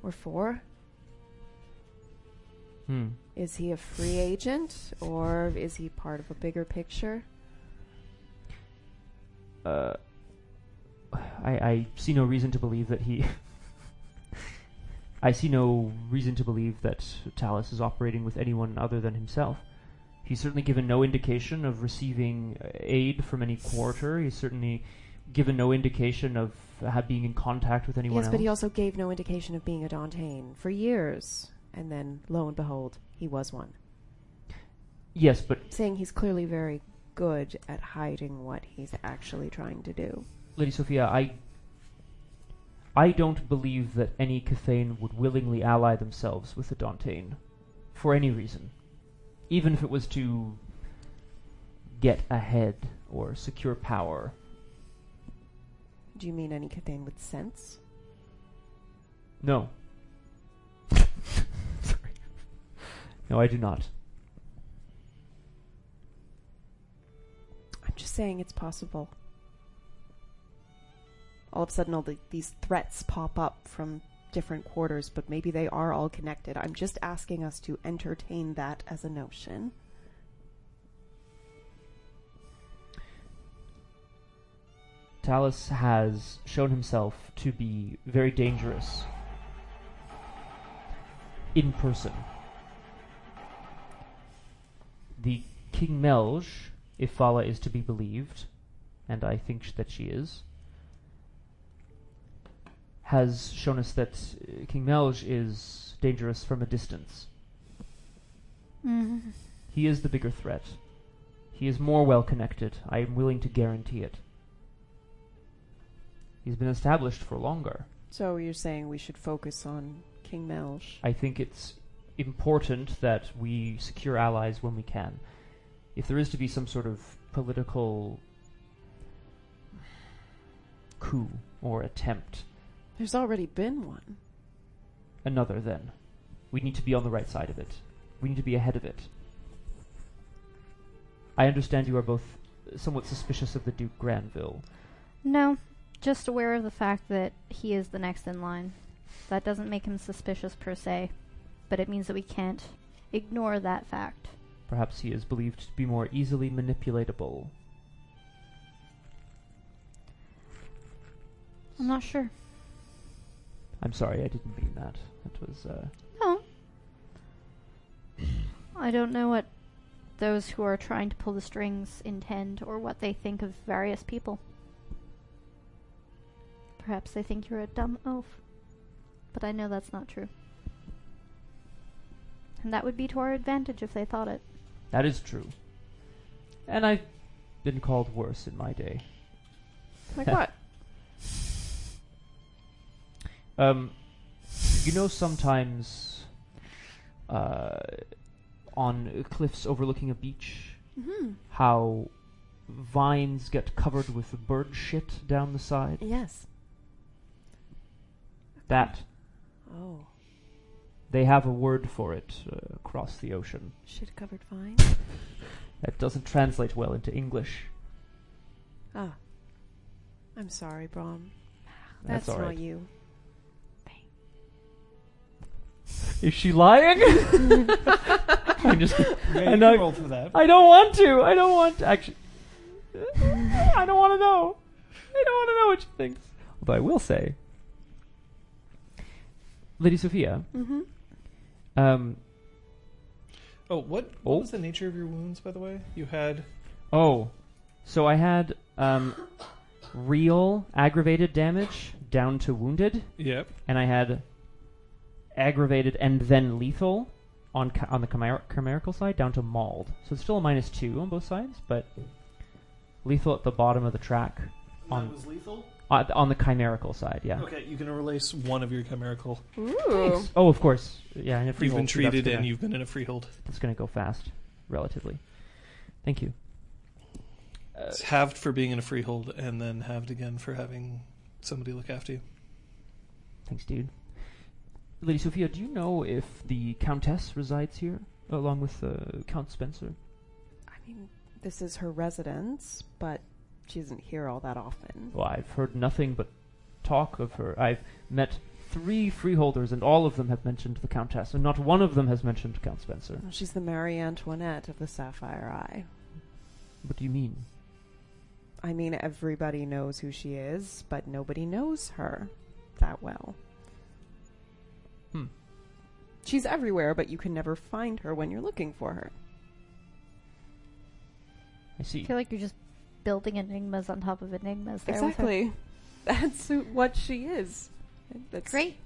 [SPEAKER 5] or for.
[SPEAKER 4] Hmm.
[SPEAKER 5] Is he a free agent or is he part of a bigger picture?
[SPEAKER 4] Uh, I, I see no reason to believe that he. I see no reason to believe that Talus is operating with anyone other than himself. He's certainly given no indication of receiving uh, aid from any quarter. He's certainly given no indication of uh, being in contact with anyone
[SPEAKER 5] yes,
[SPEAKER 4] else.
[SPEAKER 5] but he also gave no indication of being a Dantean for years. And then, lo and behold, he was one.
[SPEAKER 4] yes, but
[SPEAKER 5] Saying he's clearly very good at hiding what he's actually trying to do.
[SPEAKER 4] Lady Sophia, I I don't believe that any Cathane would willingly ally themselves with the Dantean for any reason, even if it was to get ahead or secure power.
[SPEAKER 5] Do you mean any Cthane with sense?
[SPEAKER 4] No. Sorry. No, I do not.
[SPEAKER 5] I'm just saying it's possible. All of a sudden, all the, these threats pop up from different quarters, but maybe they are all connected. I'm just asking us to entertain that as a notion.
[SPEAKER 4] Talus has shown himself to be very dangerous in person. The King Melge, if Fala is to be believed, and I think sh- that she is, has shown us that uh, King Melge is dangerous from a distance.
[SPEAKER 2] Mm-hmm.
[SPEAKER 4] He is the bigger threat. He is more well connected. I am willing to guarantee it. He's been established for longer.
[SPEAKER 5] So you're saying we should focus on King Melch?
[SPEAKER 4] I think it's important that we secure allies when we can. If there is to be some sort of political coup or attempt,
[SPEAKER 5] There's already been one.
[SPEAKER 4] another then, we need to be on the right side of it. We need to be ahead of it. I understand you are both somewhat suspicious of the Duke Granville.
[SPEAKER 2] No, just aware of the fact that he is the next in line. That doesn't make him suspicious per se, but it means that we can't ignore that fact.
[SPEAKER 4] Perhaps he is believed to be more easily manipulatable.
[SPEAKER 2] I'm not sure.
[SPEAKER 4] I'm sorry, I didn't mean that. That was uh,
[SPEAKER 2] No. I don't know what those who are trying to pull the strings intend or what they think of various people. Perhaps they think you're a dumb elf. But I know that's not true. And that would be to our advantage if they thought it.
[SPEAKER 4] that is true. And I've been called worse in my day.
[SPEAKER 5] Like what?
[SPEAKER 4] Um, you know, sometimes uh, on cliffs overlooking a beach,
[SPEAKER 5] Mm-hmm.
[SPEAKER 4] how vines get covered with bird shit down the side?
[SPEAKER 5] Yes.
[SPEAKER 4] That,
[SPEAKER 5] Oh,
[SPEAKER 4] they have a word for it uh, across the ocean.
[SPEAKER 5] shit-covered vine.
[SPEAKER 4] That doesn't translate well into English.
[SPEAKER 5] Ah, I'm sorry, Brom.
[SPEAKER 4] That's,
[SPEAKER 5] That's,
[SPEAKER 4] all
[SPEAKER 5] not
[SPEAKER 4] right.
[SPEAKER 5] you.
[SPEAKER 4] Is she lying? I'm just.
[SPEAKER 1] Yeah,
[SPEAKER 4] I
[SPEAKER 1] you
[SPEAKER 4] know-
[SPEAKER 1] can roll Oh, for that.
[SPEAKER 4] I don't want to. I don't want to. Actually, I don't want to know. I don't want to know what she thinks. Although I will say, Lady Sophia,
[SPEAKER 5] Mm-hmm.
[SPEAKER 4] um,
[SPEAKER 1] Oh, what,
[SPEAKER 4] Oh.
[SPEAKER 1] what was the nature of your wounds, by the way? You had.
[SPEAKER 4] Oh, so I had um, real aggravated damage down to wounded,
[SPEAKER 1] Yep.
[SPEAKER 4] and I had aggravated and then lethal on ca- on the chimer- chimerical side down to mauled. So it's still a minus two on both sides, but lethal at the bottom of the track on
[SPEAKER 1] was lethal?
[SPEAKER 4] on on the chimerical side. Yeah.
[SPEAKER 1] Okay, you can erase one of your chimerical.
[SPEAKER 5] Ooh.
[SPEAKER 4] Oh, of course. Yeah, and a
[SPEAKER 1] You've
[SPEAKER 4] freehold.
[SPEAKER 1] been
[SPEAKER 4] so that's
[SPEAKER 1] treated and
[SPEAKER 4] gonna-
[SPEAKER 1] you've been in a freehold.
[SPEAKER 4] That's gonna go fast, relatively. Thank you. Uh,
[SPEAKER 1] It's halved for being in a freehold and then halved again for having somebody look after you.
[SPEAKER 4] Thanks, dude. Lady Sophia, do you know if the Countess resides here along with uh, Count Spencer?
[SPEAKER 5] I mean, this is her residence, but she isn't here all that often.
[SPEAKER 4] Well, I've heard nothing but talk of her. I've met three freeholders, and all of them have mentioned the Countess, and not one of them has mentioned Count Spencer.
[SPEAKER 5] Well, She's the Marie Antoinette of the Sapphire Eye.
[SPEAKER 4] What do you mean?
[SPEAKER 5] I mean, everybody knows who she is, but nobody knows her that well.
[SPEAKER 4] Hmm.
[SPEAKER 5] She's everywhere, but you can never find her when you're looking for her.
[SPEAKER 4] I
[SPEAKER 2] I
[SPEAKER 4] see.
[SPEAKER 2] feel like you're just building enigmas on top of enigmas there. with her.
[SPEAKER 5] Exactly. That's who- what she is. That's
[SPEAKER 2] Great.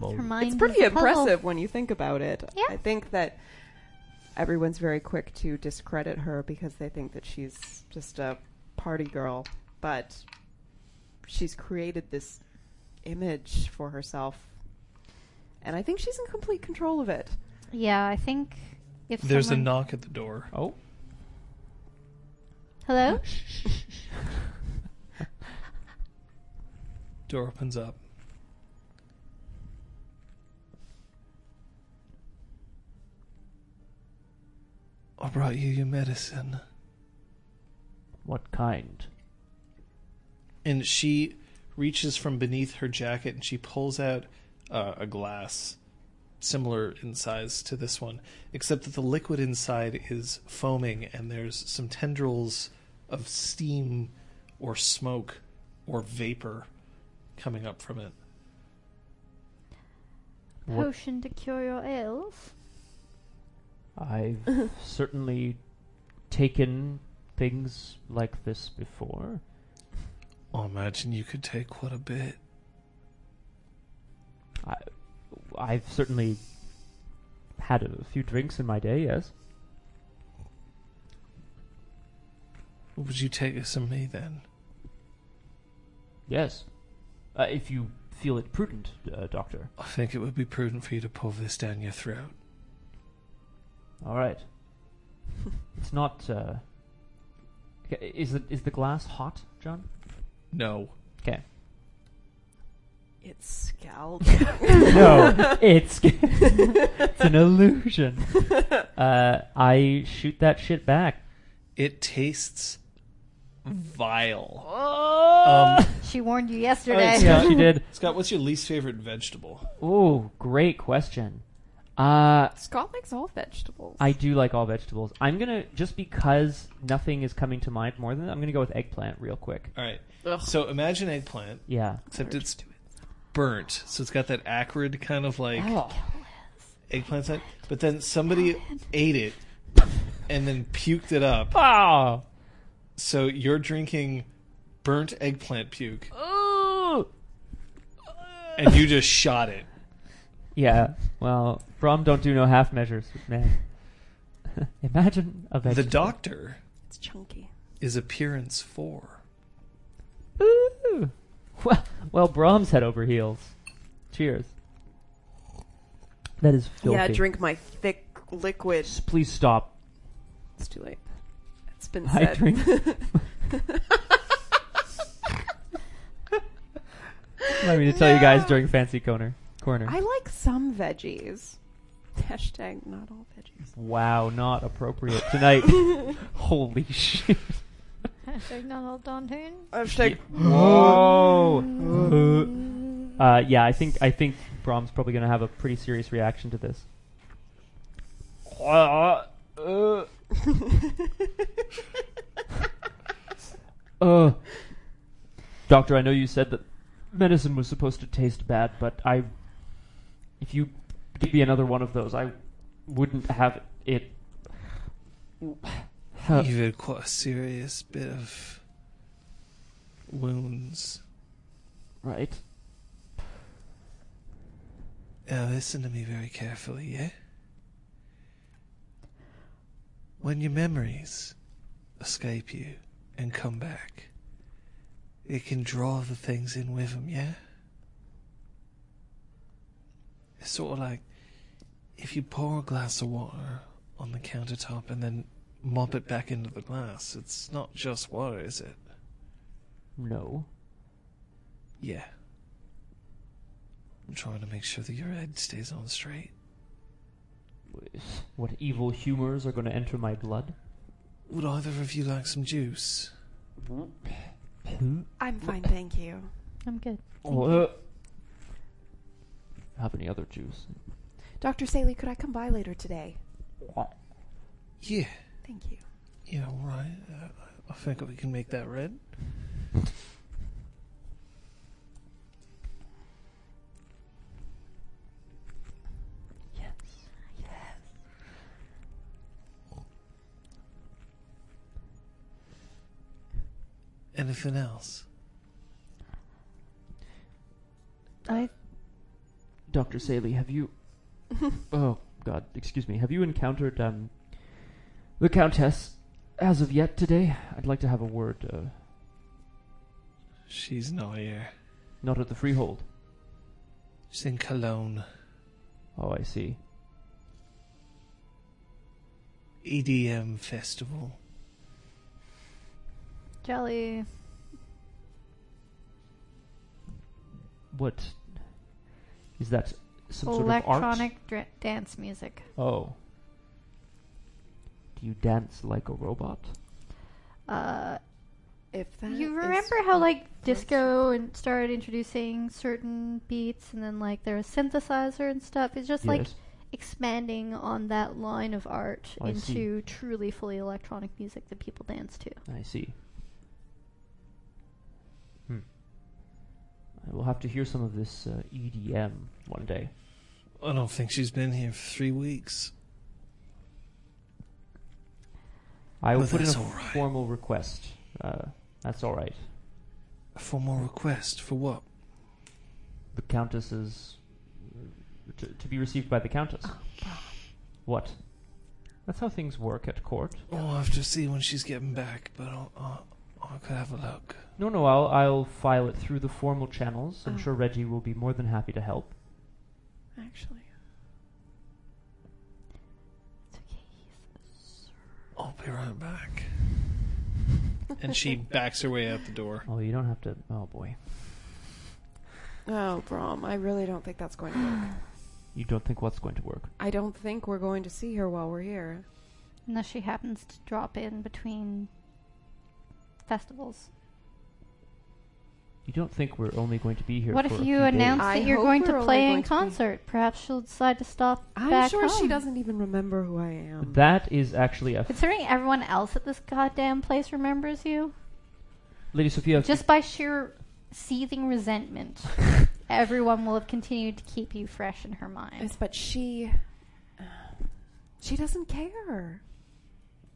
[SPEAKER 2] Her mind
[SPEAKER 5] It's
[SPEAKER 2] is
[SPEAKER 5] pretty
[SPEAKER 2] a puzzle.
[SPEAKER 5] impressive when you think about it.
[SPEAKER 2] Yeah.
[SPEAKER 5] I think that everyone's very quick to discredit her because they think that she's just a party girl, but she's created this image for herself. And I think she's in complete control of it.
[SPEAKER 2] Yeah, I think if
[SPEAKER 1] There's a
[SPEAKER 2] someone...
[SPEAKER 1] knock at the door.
[SPEAKER 4] Oh,
[SPEAKER 2] Hello?
[SPEAKER 1] Door opens up. I brought you your medicine.
[SPEAKER 4] what kind?
[SPEAKER 1] and she reaches from beneath her jacket and she pulls out uh, a glass similar in size to this one except that the liquid inside is foaming and there's some tendrils of steam or smoke or vapor coming up from it
[SPEAKER 4] What-
[SPEAKER 2] Potion to cure your ails.
[SPEAKER 4] I've certainly taken things like this before.
[SPEAKER 1] i imagine you could take quite a bit
[SPEAKER 4] I, I've certainly had a few drinks in my day, yes.
[SPEAKER 1] would you take this from me then
[SPEAKER 4] Yes. Uh, if you feel it prudent, uh, Doctor.
[SPEAKER 1] i think it would be prudent for you to pull this down your throat
[SPEAKER 4] All right. it's not. Uh... Okay, Is the is the glass hot, John?
[SPEAKER 1] no
[SPEAKER 4] Okay.
[SPEAKER 7] It's scowled.
[SPEAKER 4] no, it's it's an illusion. Uh, I shoot that shit back.
[SPEAKER 1] it tastes vile
[SPEAKER 4] Oh.
[SPEAKER 1] um
[SPEAKER 2] She warned Oh,
[SPEAKER 1] All
[SPEAKER 2] you
[SPEAKER 1] right,
[SPEAKER 2] yesterday.
[SPEAKER 1] so-
[SPEAKER 4] Yeah, she did.
[SPEAKER 1] Scott, what's your least favorite vegetable?
[SPEAKER 4] Oh, great question. Uh,
[SPEAKER 8] Scott likes all vegetables.
[SPEAKER 4] I do like all vegetables. I'm gonna just because nothing is coming to mind more than that, I'm gonna go with eggplant real quick.
[SPEAKER 1] All right.
[SPEAKER 8] Ugh.
[SPEAKER 1] So imagine eggplant,
[SPEAKER 4] Yeah.
[SPEAKER 1] except it's burnt, so it's got that acrid kind of like
[SPEAKER 4] Oh.
[SPEAKER 1] eggplant scent. But then somebody ate it and then puked it up.
[SPEAKER 4] Wow.
[SPEAKER 1] So you're drinking burnt eggplant puke,
[SPEAKER 4] Ooh.
[SPEAKER 1] and you just shot it.
[SPEAKER 4] Yeah. Well, Brom don't do no half measures, man. Imagine a
[SPEAKER 1] The
[SPEAKER 4] vegetable.
[SPEAKER 1] doctor
[SPEAKER 3] It's chunky.
[SPEAKER 1] is appearance four.
[SPEAKER 4] Ooh. Well, well, Brom's head over heels. Cheers. That is filthy.
[SPEAKER 5] Yeah, drink my thick liquid.
[SPEAKER 4] S- Please stop.
[SPEAKER 5] It's too late. It's been
[SPEAKER 4] I
[SPEAKER 5] said.
[SPEAKER 4] drink. Let me to tell you guys during Fancy Corner. Corner.
[SPEAKER 5] I like some veggies. Hashtag not all veggies.
[SPEAKER 4] Wow, not appropriate tonight. Holy shit.
[SPEAKER 2] Hashtag not all Dantoon.
[SPEAKER 5] Hashtag
[SPEAKER 4] Whoa.
[SPEAKER 2] Mm.
[SPEAKER 4] uh, yeah, I think I think Brom's probably going to have a pretty serious reaction to this. Uh, uh, uh. Doctor, I know you said that medicine was supposed to taste bad, but I if you give me another one of those, I wouldn't have it.
[SPEAKER 1] You've had quite a serious bit of wounds.
[SPEAKER 4] Right.
[SPEAKER 1] Now listen to me very carefully, yeah? When your memories escape you and come back, it can draw the things in with them, yeah? It's sort of like if you pour a glass of water on the countertop and then mop it back into the glass, it's not just water, is it?
[SPEAKER 4] No.
[SPEAKER 1] Yeah. I'm trying to make sure that your head stays on straight.
[SPEAKER 4] What evil humors are going to enter my blood?
[SPEAKER 1] Would either of you like some juice?
[SPEAKER 5] I'm fine, thank you.
[SPEAKER 2] I'm good.
[SPEAKER 4] Uh, have any other juice?
[SPEAKER 5] Dr. Saley, could I come by later today?
[SPEAKER 1] Yeah,
[SPEAKER 5] Thank you.
[SPEAKER 1] yeah, all right. Uh, I think we can make that red.
[SPEAKER 4] Yes.
[SPEAKER 1] Anything else?
[SPEAKER 2] I
[SPEAKER 4] Dr. Saley, have you. oh, God, excuse me. Have you encountered um, the Countess as of yet today? I'd like to have a word. Uh,
[SPEAKER 1] She's not here.
[SPEAKER 4] not at the Freehold.
[SPEAKER 1] She's in Cologne.
[SPEAKER 4] Oh, I see.
[SPEAKER 1] EDM E festival.
[SPEAKER 2] jelly.
[SPEAKER 4] What. Is that some sort of art?
[SPEAKER 2] Electronic dra- dance music.
[SPEAKER 4] Oh. Do you dance like a robot?
[SPEAKER 2] Uh,
[SPEAKER 5] If that
[SPEAKER 2] you
[SPEAKER 5] is-
[SPEAKER 2] remember how like disco and started introducing certain beats, and then like there was synthesizer and stuff. It's just like
[SPEAKER 4] Yes.
[SPEAKER 2] expanding on that line of art
[SPEAKER 4] I see.
[SPEAKER 2] into truly fully electronic music that people dance to.
[SPEAKER 4] I see. Hmm. I will have to hear some of this uh, EDM one day.
[SPEAKER 1] I don't think she's been here for three weeks.
[SPEAKER 4] I will
[SPEAKER 1] Well,
[SPEAKER 4] put in a
[SPEAKER 1] that's all right.
[SPEAKER 4] formal request. Uh, that's all right.
[SPEAKER 1] A formal request for what?
[SPEAKER 4] The Countess is to, to be received by the Countess.
[SPEAKER 2] Oh,
[SPEAKER 4] what? That's how things work at court.
[SPEAKER 1] We'll Oh, have to see when she's getting back, but I'll, I'll, I could have a look.
[SPEAKER 4] No, no, I'll, I'll file it through the formal channels.
[SPEAKER 2] Oh.
[SPEAKER 4] I'm sure Reggie will be more than happy to help.
[SPEAKER 5] Actually,
[SPEAKER 2] It's okay.
[SPEAKER 1] I'll be right back. and she backs her way out the door.
[SPEAKER 4] Oh, you don't have to. Oh boy,
[SPEAKER 3] Oh, Brom, I really don't think that's going to work.
[SPEAKER 4] you don't think what's going to work?
[SPEAKER 3] I don't think we're going to see her while we're here.
[SPEAKER 2] Unless she happens to drop in between festivals.
[SPEAKER 4] You don't think we're only going to be here?
[SPEAKER 2] What
[SPEAKER 4] for
[SPEAKER 2] if
[SPEAKER 4] a
[SPEAKER 2] you
[SPEAKER 4] few
[SPEAKER 2] announce
[SPEAKER 4] days?
[SPEAKER 3] I
[SPEAKER 2] that you're
[SPEAKER 3] hope
[SPEAKER 2] going to
[SPEAKER 3] we're only
[SPEAKER 2] play
[SPEAKER 3] going
[SPEAKER 2] in
[SPEAKER 3] to be-
[SPEAKER 2] concert? Perhaps she'll decide to stop
[SPEAKER 3] I'm
[SPEAKER 2] back
[SPEAKER 3] sure she
[SPEAKER 2] home.
[SPEAKER 3] doesn't even remember who I
[SPEAKER 5] Um,
[SPEAKER 3] am.
[SPEAKER 4] That is actually a f-
[SPEAKER 2] Considering everyone else at this goddamn place remembers you,
[SPEAKER 4] Lady Sophia.
[SPEAKER 2] just by sheer seething resentment, everyone will have continued to keep you fresh in her mind.
[SPEAKER 3] Yes, but she. um, She doesn't care.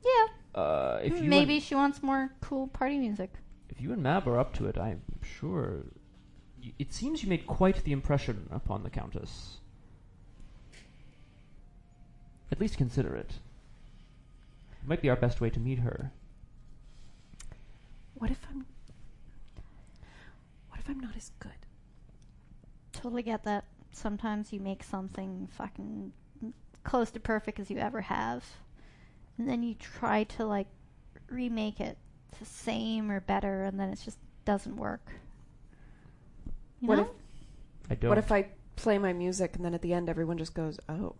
[SPEAKER 2] Yeah,
[SPEAKER 4] uh, if you
[SPEAKER 2] maybe
[SPEAKER 4] and,
[SPEAKER 2] she wants more cool party music.
[SPEAKER 4] if you and Mab are up to it, I'm sure. y- It seems you made quite the impression upon the Countess. At least consider it. It might be our best way to meet her.
[SPEAKER 3] What if I'm. What if I'm not as good?
[SPEAKER 2] Totally get that. Sometimes you make something fucking close to perfect as you ever have, and then you try to like remake it the same or better, and then it just doesn't work. You
[SPEAKER 3] What
[SPEAKER 2] know?
[SPEAKER 3] if-
[SPEAKER 4] I don't.
[SPEAKER 3] What if I play my music and then at the end everyone just goes, oh,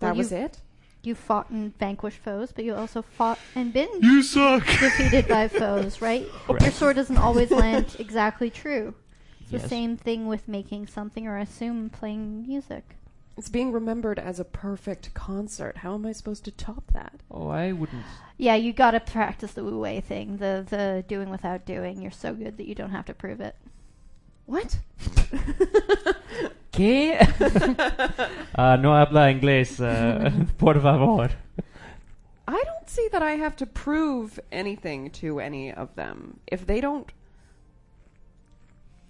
[SPEAKER 3] that
[SPEAKER 2] Well,
[SPEAKER 3] was
[SPEAKER 2] you-
[SPEAKER 3] it?
[SPEAKER 2] You fought and vanquished foes, but you also fought and been
[SPEAKER 1] You suck.
[SPEAKER 2] defeated by foes, right? Your
[SPEAKER 3] Oh,
[SPEAKER 4] Correct.
[SPEAKER 2] sword doesn't always land exactly true. It's the
[SPEAKER 4] Yes.
[SPEAKER 2] same thing with making something or I assume playing music.
[SPEAKER 3] It's being remembered as a perfect concert. How am I supposed to top that?
[SPEAKER 4] Oh, I wouldn't.
[SPEAKER 2] Yeah, you gotta practice the Wu Wei thing, the the doing without doing. You're so good that you don't have to prove it.
[SPEAKER 3] What?
[SPEAKER 4] ¿Qué? uh, no habla inglés, uh, por favor.
[SPEAKER 3] I don't see that I have to prove anything to any of them. If they don't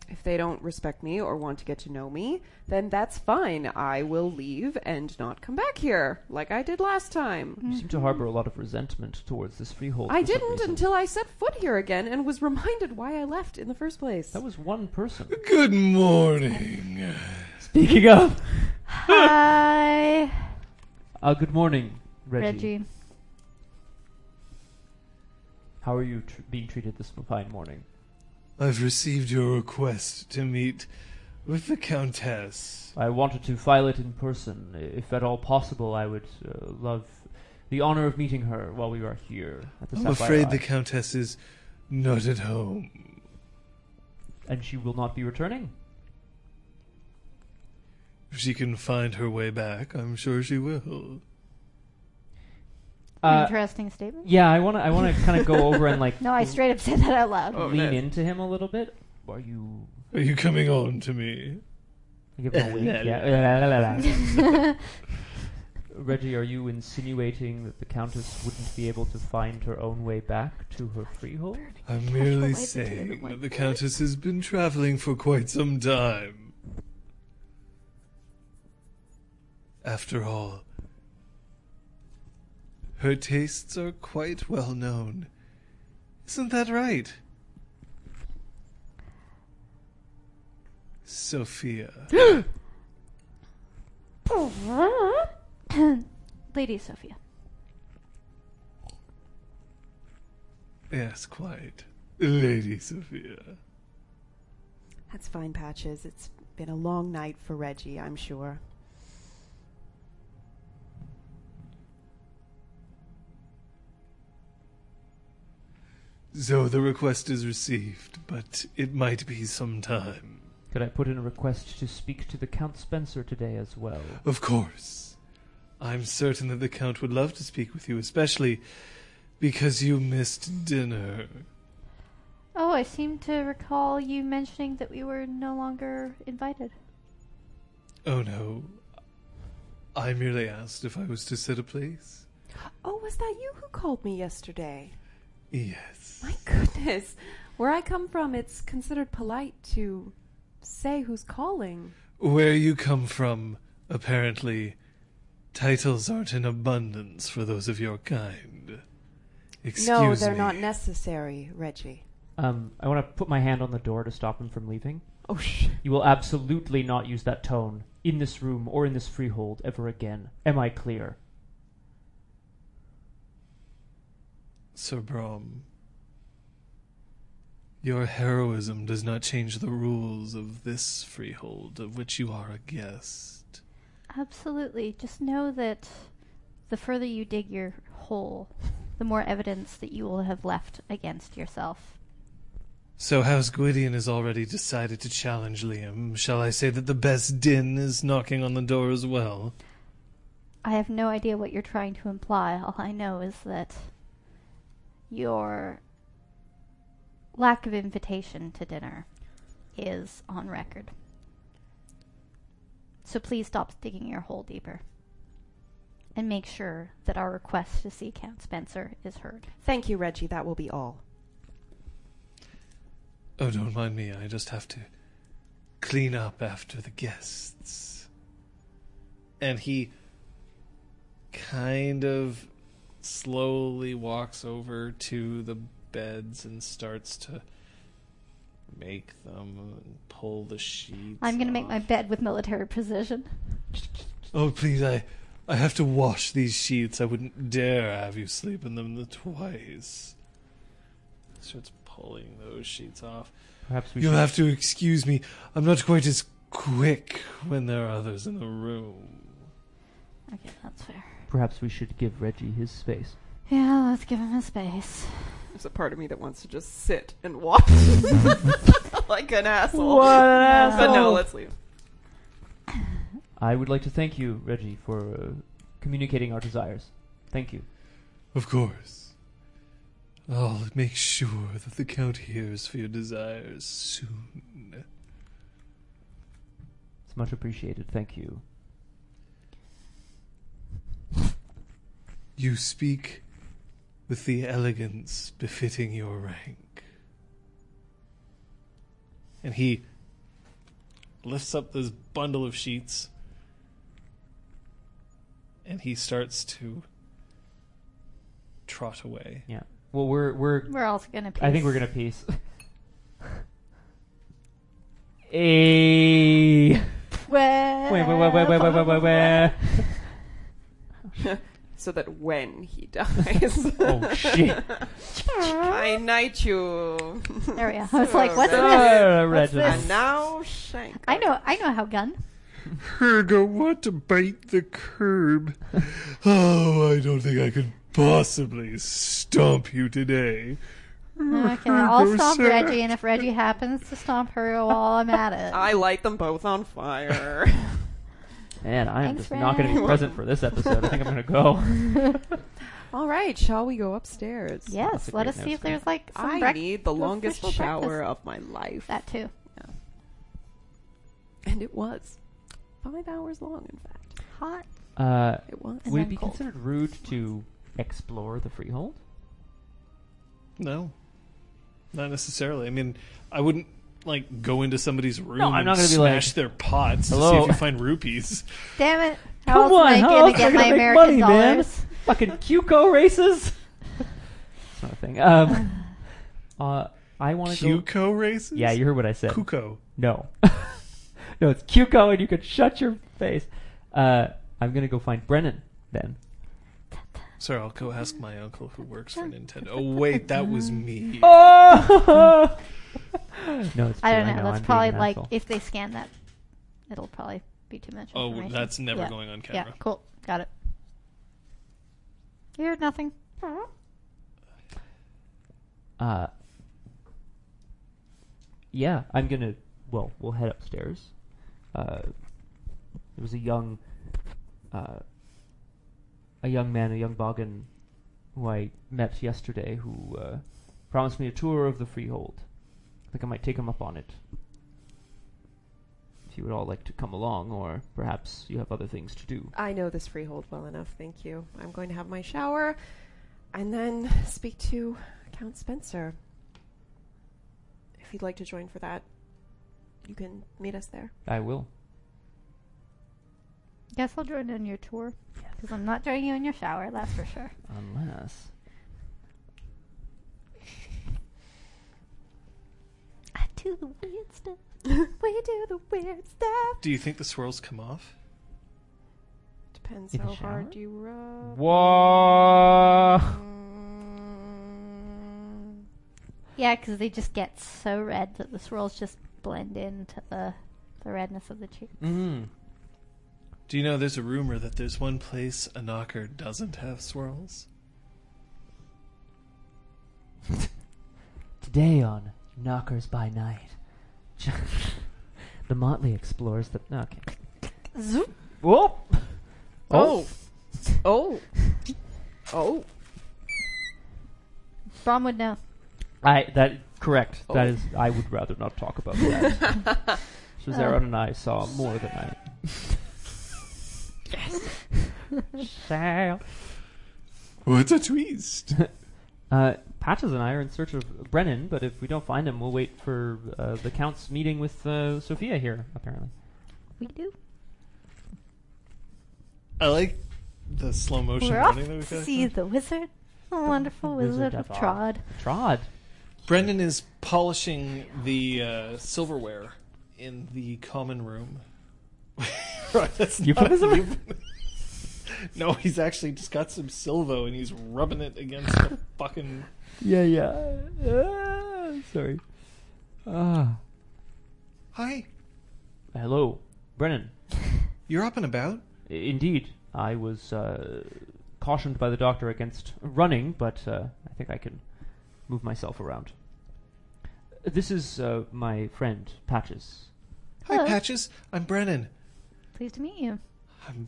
[SPEAKER 3] if they don't respect me or want to get to know me, then that's fine. I will leave and not come back here like I did last time.
[SPEAKER 4] You seem to harbor a lot of resentment towards this freehold.
[SPEAKER 3] Mm. I
[SPEAKER 4] for some
[SPEAKER 3] didn't
[SPEAKER 4] reason.
[SPEAKER 3] until I set foot here again and was reminded why I left in the first place.
[SPEAKER 4] That was one person.
[SPEAKER 1] Good morning.
[SPEAKER 4] Speaking of.
[SPEAKER 2] Hi,
[SPEAKER 4] Uh, good morning, Reggie.
[SPEAKER 2] Reggie.
[SPEAKER 4] How are you tr- being treated this fine morning?
[SPEAKER 1] I've received your request to meet with the Countess.
[SPEAKER 4] I wanted to file it in person. If at all possible, I would uh, love the honor of meeting her while we are here at the
[SPEAKER 1] I'm
[SPEAKER 4] Sapphire
[SPEAKER 1] afraid the
[SPEAKER 4] Eye.
[SPEAKER 1] Countess is not at home.
[SPEAKER 4] and she will not be returning.
[SPEAKER 1] If she can find her way back, I'm sure she will.
[SPEAKER 4] Uh,
[SPEAKER 2] Interesting statement.
[SPEAKER 4] yeah, I want to. I want to kind of go over and like
[SPEAKER 2] No, I straight up said that out loud.
[SPEAKER 1] Oh,
[SPEAKER 4] lean
[SPEAKER 1] no.
[SPEAKER 4] into him a little bit. Are you?
[SPEAKER 1] Are you coming on to me?
[SPEAKER 4] Give him a wink. yeah. la, la, la, la. Reggie, are you insinuating that the Countess wouldn't be able to find her own way back to her freehold?
[SPEAKER 1] I'm merely
[SPEAKER 2] Why did you do it
[SPEAKER 1] saying
[SPEAKER 2] like
[SPEAKER 1] that the Countess has been traveling for quite some time. After all, her tastes are quite well known. Isn't that right? Sophia.
[SPEAKER 2] Lady Sophia.
[SPEAKER 1] yes, quite. Lady Sophia.
[SPEAKER 5] That's fine, Patches. It's been a long night for Reggie, I'm sure.
[SPEAKER 1] So the request is received, but it might be some time.
[SPEAKER 4] Could I put in a request to speak to the Count Spencer today as well?
[SPEAKER 1] Of course. I'm certain that the Count would love to speak with you, especially because you missed dinner.
[SPEAKER 2] Oh, I seem to recall you mentioning that we were no longer invited.
[SPEAKER 1] Oh no. I merely asked if I was to set a place.
[SPEAKER 5] Oh, was that you who called me yesterday?
[SPEAKER 1] Yes.
[SPEAKER 5] My goodness. Where I come from, it's considered polite to say who's calling.
[SPEAKER 1] Where you come from, apparently, titles aren't in abundance for those of your kind. Excuse
[SPEAKER 5] no, they're
[SPEAKER 1] me.
[SPEAKER 5] not necessary, Reggie.
[SPEAKER 4] Um, I want to put my hand on the door to stop him from leaving.
[SPEAKER 5] Oh, sh-
[SPEAKER 4] You will absolutely not use that tone in this room or in this freehold ever again. Am I clear?
[SPEAKER 1] Sir Brom, your heroism does not change the rules of this freehold of which you are a guest.
[SPEAKER 2] Absolutely. Just know that the further you dig your hole, the more evidence that you will have left against yourself.
[SPEAKER 1] So House Gwydion has already decided to challenge Liam. Shall I say that the best din is knocking on the door as well?
[SPEAKER 2] I have no idea what you're trying to imply. All I know is that your lack of invitation to dinner is on record. So please stop digging your hole deeper. And make sure that our request to see Count Spencer is heard.
[SPEAKER 3] Thank you, Reggie. That will be all.
[SPEAKER 1] Oh, don't mind me. I just have to clean up after the guests. And he kind of slowly walks over to the beds and starts to make them and pull the sheets.
[SPEAKER 2] I'm going to make
[SPEAKER 1] off.
[SPEAKER 2] my bed with military precision.
[SPEAKER 1] Oh, please, I, I have to wash these sheets. I wouldn't dare have you sleep in them the twice. Starts pulling those sheets off.
[SPEAKER 4] Perhaps we
[SPEAKER 1] You'll
[SPEAKER 4] should.
[SPEAKER 1] have to excuse me. I'm not quite as quick when there are others in the room.
[SPEAKER 2] Okay, that's fair.
[SPEAKER 4] Perhaps we should give Reggie his space.
[SPEAKER 2] Yeah, let's give him his space.
[SPEAKER 5] There's a part of me that wants to just sit and watch like an asshole. But no, let's leave.
[SPEAKER 4] I would like to thank you, Reggie, for uh, communicating our desires. Thank you.
[SPEAKER 1] Of course. I'll make sure that the Count hears for your desires soon.
[SPEAKER 4] It's much appreciated. Thank you.
[SPEAKER 1] You speak with the elegance befitting your rank. And he lifts up this bundle of sheets and he starts to trot away.
[SPEAKER 4] Yeah. Well, we're we're.
[SPEAKER 2] We're also going to
[SPEAKER 4] I think we're gonna peace. A. Wait,
[SPEAKER 2] Wait,
[SPEAKER 4] wait, wait, wait, wait, wait, wait, wait, wait.
[SPEAKER 5] So that when he dies,
[SPEAKER 4] Oh shit!
[SPEAKER 5] I knight you.
[SPEAKER 2] There we go. I was like, what's this?
[SPEAKER 4] Uh,
[SPEAKER 5] And
[SPEAKER 4] Reginald.
[SPEAKER 5] now Shank.
[SPEAKER 2] I know, I know how gun.
[SPEAKER 1] Herga, want to bite the curb? oh, I don't think I could possibly stomp you today.
[SPEAKER 4] Oh,
[SPEAKER 2] Okay, I'll
[SPEAKER 1] Who's
[SPEAKER 2] stomp
[SPEAKER 1] that?
[SPEAKER 2] Reggie, and if Reggie happens to stomp her while I'm at it,
[SPEAKER 5] I light them both on fire.
[SPEAKER 4] Man, I am
[SPEAKER 2] Thanks,
[SPEAKER 4] just not gonna be
[SPEAKER 2] Reg.
[SPEAKER 4] present for this episode. I think I'm gonna go.
[SPEAKER 3] All right, shall we go upstairs?
[SPEAKER 4] That's
[SPEAKER 2] yes,
[SPEAKER 4] a
[SPEAKER 2] let
[SPEAKER 4] great
[SPEAKER 2] us see if
[SPEAKER 4] note,
[SPEAKER 2] there's like some
[SPEAKER 5] I
[SPEAKER 2] break-
[SPEAKER 5] need the longest
[SPEAKER 2] official
[SPEAKER 5] shower
[SPEAKER 2] breakfast.
[SPEAKER 5] of my life.
[SPEAKER 2] That too.
[SPEAKER 3] And it was five hours long, in fact.
[SPEAKER 2] Hot.
[SPEAKER 4] Uh,
[SPEAKER 3] It was.
[SPEAKER 2] And
[SPEAKER 4] would
[SPEAKER 2] then
[SPEAKER 4] it be
[SPEAKER 2] cold.
[SPEAKER 4] considered rude to explore the freehold?
[SPEAKER 1] No, not necessarily. I mean, I wouldn't like go into somebody's room
[SPEAKER 4] I'm
[SPEAKER 1] and
[SPEAKER 4] not gonna be
[SPEAKER 1] smash
[SPEAKER 4] like,
[SPEAKER 1] their pots to see
[SPEAKER 4] "Hello."
[SPEAKER 1] if you find rupees.
[SPEAKER 2] Damn it!
[SPEAKER 4] Come
[SPEAKER 2] How
[SPEAKER 4] on,
[SPEAKER 2] else am
[SPEAKER 4] how
[SPEAKER 2] I going to
[SPEAKER 4] else am
[SPEAKER 2] get
[SPEAKER 4] I gonna
[SPEAKER 2] my
[SPEAKER 4] make
[SPEAKER 2] American
[SPEAKER 4] money, man?
[SPEAKER 2] dollars?
[SPEAKER 4] Fucking Cuco races. It's not a thing. Um, uh, I want to go.
[SPEAKER 1] Cuco races?
[SPEAKER 4] Yeah, you heard what I said.
[SPEAKER 1] Cuco.
[SPEAKER 4] No. no, it's Cuco, and you can shut your face. Uh, I'm going to go find Brennan then.
[SPEAKER 1] Sorry, I'll go ask my uncle who works for Nintendo. Oh wait, that was me.
[SPEAKER 4] Oh! no, it's
[SPEAKER 2] I
[SPEAKER 4] true,
[SPEAKER 2] don't know.
[SPEAKER 4] know.
[SPEAKER 2] That's
[SPEAKER 4] I'm being
[SPEAKER 2] probably
[SPEAKER 4] an
[SPEAKER 2] like
[SPEAKER 4] asshole.
[SPEAKER 2] if they scan that, it'll probably be too much.
[SPEAKER 1] Oh,
[SPEAKER 2] information.
[SPEAKER 1] that's never
[SPEAKER 2] Yeah.
[SPEAKER 1] going on camera.
[SPEAKER 2] Yeah, cool. Got it. You heard nothing.
[SPEAKER 4] Uh, yeah, I'm going to. Well, we'll head upstairs. Uh, there was a young. Uh, a young man, a young Boggin, who I met yesterday, who uh, promised me a tour of the Freehold. I think I might take him up on it. If you would all like to come along, or perhaps you have other things to do.
[SPEAKER 3] I know this freehold well enough, thank you. I'm going to have my shower and then speak to Count Spencer. If you'd like to join for that, you can meet us there.
[SPEAKER 4] I will.
[SPEAKER 2] Guess I'll join in your tour because I'm not joining you in your shower. That's for sure.
[SPEAKER 4] Unless.
[SPEAKER 2] I do the weird stuff.
[SPEAKER 3] We do the weird stuff.
[SPEAKER 1] Do you think the swirls come off?
[SPEAKER 3] Depends
[SPEAKER 4] In the
[SPEAKER 3] how hard
[SPEAKER 4] shower?
[SPEAKER 3] you rub.
[SPEAKER 4] Whoa!
[SPEAKER 3] Mm.
[SPEAKER 2] Yeah, because they just get so red that the swirls just blend into the the redness of the cheek.
[SPEAKER 4] Mm.
[SPEAKER 1] Do you know there's a rumor that there's one place a knocker doesn't have swirls?
[SPEAKER 4] Today on knockers by night. the motley explores the. Okay.
[SPEAKER 2] Zoop.
[SPEAKER 4] Whoa!
[SPEAKER 3] Oh. Oh. Oh.
[SPEAKER 2] Brom would know.
[SPEAKER 4] I that correct. That
[SPEAKER 3] Oh.
[SPEAKER 4] is, I would rather not talk about that. Shazaron and I saw more than I. yes.
[SPEAKER 9] What a twist!
[SPEAKER 4] uh, Patches and I are in search of Brennan, but if we don't find him, we'll wait for uh, the Count's meeting with uh, Sophia here. Apparently,
[SPEAKER 2] We do.
[SPEAKER 1] I like the slow motion
[SPEAKER 2] We're off
[SPEAKER 1] Oh, running that we
[SPEAKER 2] to
[SPEAKER 1] got.
[SPEAKER 2] see the wizard, the wonderful
[SPEAKER 4] Wizard
[SPEAKER 2] wizard of
[SPEAKER 4] of Oz.
[SPEAKER 2] Trod.
[SPEAKER 4] Trod.
[SPEAKER 1] Brendan is polishing the uh, silverware in the common room. right, that's
[SPEAKER 4] Euphemism?
[SPEAKER 1] not a euphem- no, he's actually just got some silvo and he's rubbing it against the fucking.
[SPEAKER 4] Yeah, yeah. Ah, sorry. Ah.
[SPEAKER 1] Hi,
[SPEAKER 4] Hello, Brennan.
[SPEAKER 1] you're up and about.
[SPEAKER 4] I- Indeed, I was uh, cautioned by the doctor against running, but uh, I think I can move myself around. This is uh, my friend Patches.
[SPEAKER 1] Hi,
[SPEAKER 2] Hello.
[SPEAKER 1] Patches. I'm Brennan.
[SPEAKER 2] Pleased to meet you.
[SPEAKER 1] I'm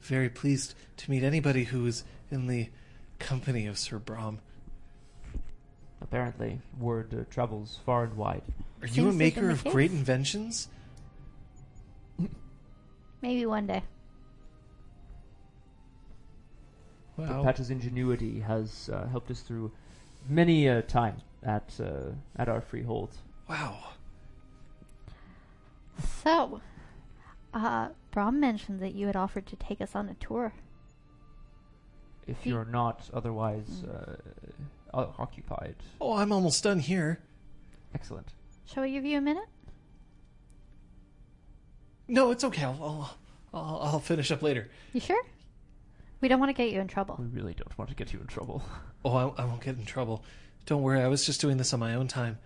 [SPEAKER 1] very pleased to meet anybody who is in the company of Sir Brom.
[SPEAKER 4] Apparently, word uh, travels far and wide.
[SPEAKER 1] Are
[SPEAKER 2] Seems
[SPEAKER 1] you a
[SPEAKER 2] like in
[SPEAKER 1] maker
[SPEAKER 2] the
[SPEAKER 1] of
[SPEAKER 2] case.
[SPEAKER 1] great inventions?
[SPEAKER 2] Maybe one day.
[SPEAKER 4] But Patches' ingenuity has uh, helped us through many a time at uh, at our freehold.
[SPEAKER 1] Wow.
[SPEAKER 2] So, uh, Brom mentioned that you had offered to take us on a tour.
[SPEAKER 4] If
[SPEAKER 2] Ye-
[SPEAKER 4] you're not otherwise uh, o- occupied,
[SPEAKER 1] Oh, I'm almost done here.
[SPEAKER 4] excellent.
[SPEAKER 2] Shall we give you a minute?
[SPEAKER 1] No, it's okay. I'll, I'll, I'll, I'll finish up later.
[SPEAKER 2] You sure? We don't want to get you in trouble.
[SPEAKER 4] We really don't want to get you in trouble.
[SPEAKER 1] Oh, I, I won't get in trouble. Don't worry, I was just doing this on my own time.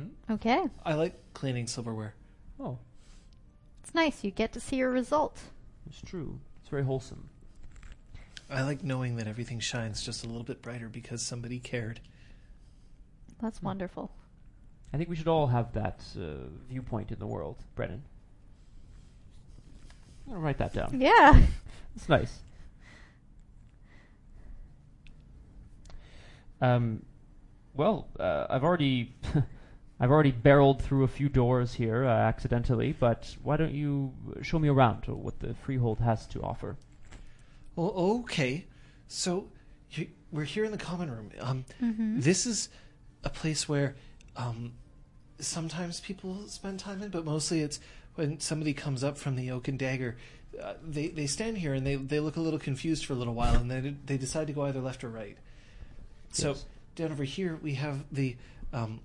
[SPEAKER 1] Mm.
[SPEAKER 2] Okay.
[SPEAKER 1] I like cleaning silverware.
[SPEAKER 4] Oh,
[SPEAKER 2] It's nice. You get to see your result.
[SPEAKER 4] it's true. It's very wholesome.
[SPEAKER 1] I like knowing that everything shines just a little bit brighter because somebody cared.
[SPEAKER 4] Hmm.
[SPEAKER 2] That's wonderful.
[SPEAKER 4] I think we should all have that uh, viewpoint in the world, Brennan. I'll write that down.
[SPEAKER 2] Yeah.
[SPEAKER 4] It's nice. Um, well, uh, I've already, I've already barreled through a few doors here uh, accidentally, but why don't you uh, show me around to what the freehold has to offer?
[SPEAKER 1] Well, okay. So you, we're here in the common room. Um,
[SPEAKER 2] Mm-hmm.
[SPEAKER 4] Mm-hmm.
[SPEAKER 1] This is a place where um, sometimes people spend time in, but mostly it's when somebody comes up from the Oak and Dagger. Uh, they they stand here and they they look a little confused for a little while, and then they decide to go either left or right. So
[SPEAKER 4] Yes.
[SPEAKER 1] down over here we have the um,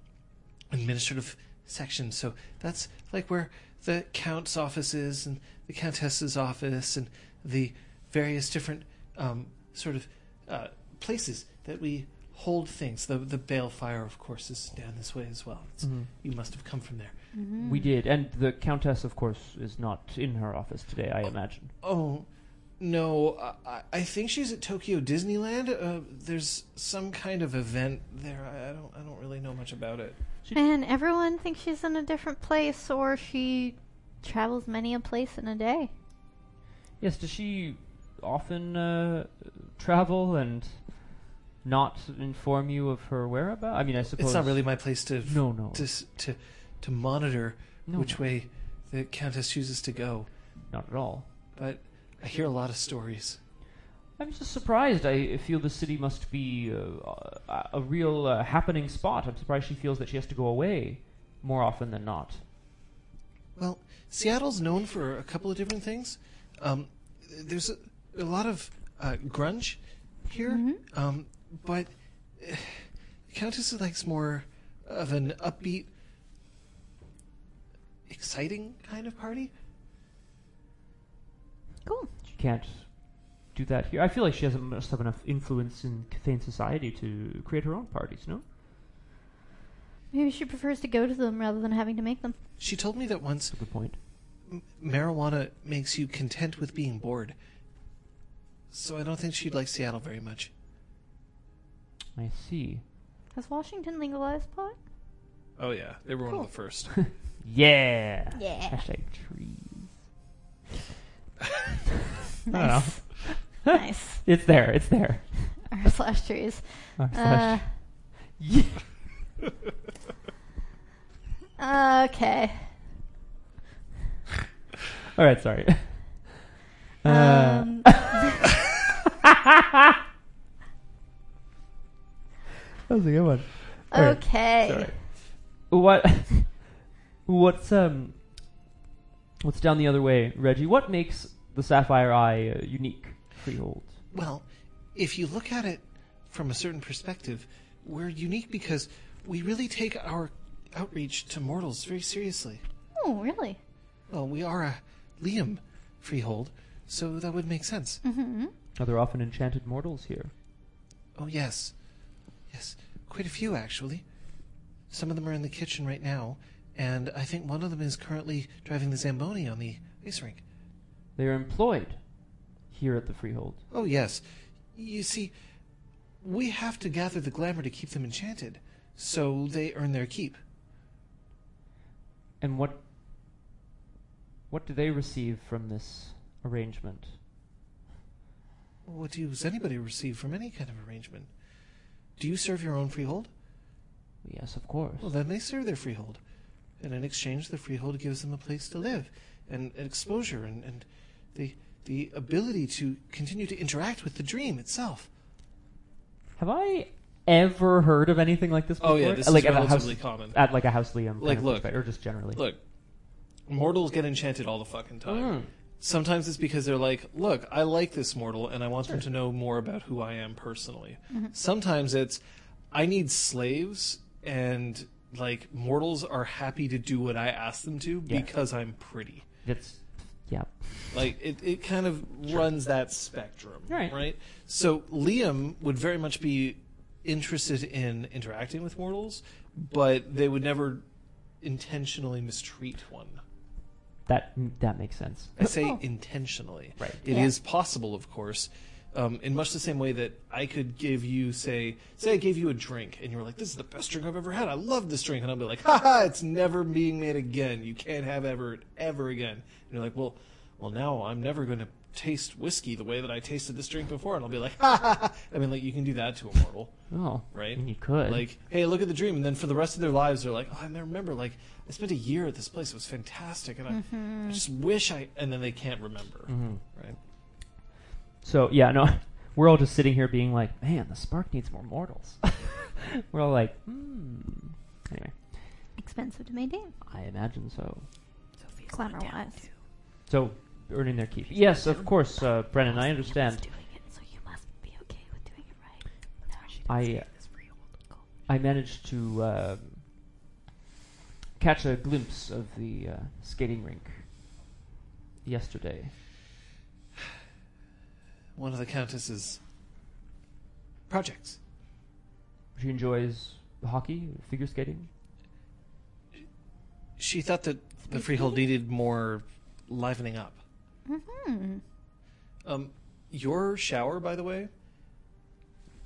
[SPEAKER 1] administrative section. So that's like where the count's office is, and the countess's office, and the various different um, sort of uh, places that we hold things. The the balefire, of course, is down this way as well. It's, You must have come from there.
[SPEAKER 4] We did, and the countess, of course, is not in her office today. I imagine.
[SPEAKER 1] Oh. No, I- I, I think she's at Tokyo Disneyland. Uh, there's some kind of event there. I, I don't, I don't really know much about it.
[SPEAKER 2] Man, everyone thinks she's in a different place or she travels many a place in a day.
[SPEAKER 4] Yes, does she often uh, travel and not inform you of her whereabouts? I mean, I suppose
[SPEAKER 1] It's not really my place to
[SPEAKER 4] No, no.
[SPEAKER 1] to s- to, to monitor
[SPEAKER 4] No,
[SPEAKER 1] which
[SPEAKER 4] no.
[SPEAKER 1] way the countess chooses to go.
[SPEAKER 4] not at all.
[SPEAKER 1] But I hear a lot of stories.
[SPEAKER 4] I'm just surprised. I feel the city must be uh, a- a real uh, happening spot. I'm surprised she feels that she has to go away more often than not.
[SPEAKER 1] Well, Seattle's known for a couple of different things. Um, there's a, a lot of uh, grunge here, um, but uh, the Countess likes more of an upbeat, exciting kind of party.
[SPEAKER 2] Cool.
[SPEAKER 4] She can't do that here. I feel like she hasn't must have enough influence in Cathayan society to create her own parties. No.
[SPEAKER 2] Maybe she prefers to go to them rather than having to make them.
[SPEAKER 1] She told me that once
[SPEAKER 4] That's a good point.
[SPEAKER 1] marijuana makes you content with being bored. So I don't think she'd like Seattle very much.
[SPEAKER 4] I see.
[SPEAKER 2] Has Washington legalized pot?
[SPEAKER 1] Oh yeah, they were one of the first.
[SPEAKER 4] Yeah.
[SPEAKER 2] Yeah.
[SPEAKER 4] Hashtag trees. I don't know.
[SPEAKER 2] nice.
[SPEAKER 4] It's there. It's there.
[SPEAKER 2] R slash trees.
[SPEAKER 4] Our
[SPEAKER 2] Uh,
[SPEAKER 4] slash- Yeah.
[SPEAKER 2] Uh, okay.
[SPEAKER 4] All right. Sorry. Uh,
[SPEAKER 2] Um,
[SPEAKER 4] that was a good one. All right.
[SPEAKER 2] okay.
[SPEAKER 4] Sorry. What? What's um? What's down the other way, Reggie? What makes the Sapphire Eye uh, unique? Freehold.
[SPEAKER 1] Well, if you look at it from a certain perspective, we're unique because we really take our outreach to mortals very seriously.
[SPEAKER 2] Oh, really?
[SPEAKER 1] Well, we are a Liam freehold, so that would make sense.
[SPEAKER 2] Mm-hmm.
[SPEAKER 4] Are there often enchanted mortals here?
[SPEAKER 1] Oh, yes. Yes, quite a few, actually. Some of them are in the kitchen right now, and I think one of them is currently driving the Zamboni on the ice rink.
[SPEAKER 4] They are employed here at the Freehold.
[SPEAKER 1] Oh, yes. You see, we have to gather the glamour to keep them enchanted, so they earn their keep.
[SPEAKER 4] And what what do they receive from this arrangement?
[SPEAKER 1] What does anybody receive from any kind of arrangement? Do you serve your own freehold?
[SPEAKER 4] Yes, of course.
[SPEAKER 1] Well, then they serve their freehold. And in exchange, the freehold gives them a place to live and, and exposure and, and the, the ability to continue to interact with the dream itself.
[SPEAKER 4] Have I ever heard of anything like this before?
[SPEAKER 1] Oh, yeah, this is
[SPEAKER 4] like at a
[SPEAKER 1] relatively
[SPEAKER 4] house,
[SPEAKER 1] common.
[SPEAKER 4] At like a house Liam.
[SPEAKER 1] Like,
[SPEAKER 4] kind of
[SPEAKER 1] look.
[SPEAKER 4] perspective, or just generally.
[SPEAKER 1] Look, mortals get enchanted all the fucking time.
[SPEAKER 4] Mm.
[SPEAKER 1] Sometimes it's because they're like, look, I like this mortal and I want them to know more about who I am personally.
[SPEAKER 4] Mm-hmm.
[SPEAKER 1] Sometimes it's, I need slaves and like mortals are happy to do what I ask them to
[SPEAKER 4] Yeah.
[SPEAKER 1] because I'm pretty.
[SPEAKER 4] That's yeah.
[SPEAKER 1] Like it, it kind of runs that spectrum,
[SPEAKER 4] Right.
[SPEAKER 1] So Liam would very much be interested in interacting with mortals, but they would never intentionally mistreat one.
[SPEAKER 4] That that makes sense.
[SPEAKER 1] I say intentionally.
[SPEAKER 4] Right.
[SPEAKER 1] It is possible, of course, um, in much the same way that I could give you, say, say I gave you a drink, and you were like, "This is the best drink I've ever had. I love this drink," and I'll be like, "Ha ha! It's never being made again. You can't have ever ever again." And you're like, "Well, well, now I'm never going to." Taste whiskey the way that I tasted this drink before, and I'll be like, ha ha ha. I mean, like, you can do that to a mortal
[SPEAKER 4] Oh,
[SPEAKER 1] right?
[SPEAKER 4] I mean, you could.
[SPEAKER 1] Like, hey, look at the dream, and then for the rest of their lives, they're like, oh, and I remember, like, I spent a year at this place; it was fantastic, and I,
[SPEAKER 2] Mm-hmm.
[SPEAKER 1] I just wish I. And then they can't remember,
[SPEAKER 4] Mm-hmm.
[SPEAKER 1] right?
[SPEAKER 4] so yeah, no, we're all just sitting here being like, man, the spark needs more mortals. we're all like, hmm. Anyway,
[SPEAKER 2] Expensive to maintain,
[SPEAKER 4] I imagine so.
[SPEAKER 2] glamour wise.
[SPEAKER 4] So earning their keep. Yes, of course, uh, Brennan. I understand.
[SPEAKER 2] so you must be okay with doing it right.
[SPEAKER 4] I I managed to um, catch a glimpse of the uh, skating rink yesterday.
[SPEAKER 1] One of the countess's projects.
[SPEAKER 4] She enjoys hockey, figure skating.
[SPEAKER 1] She thought that the freehold needed more livening up.
[SPEAKER 2] Mm-hmm.
[SPEAKER 1] Hmm. Um, your shower, by the way,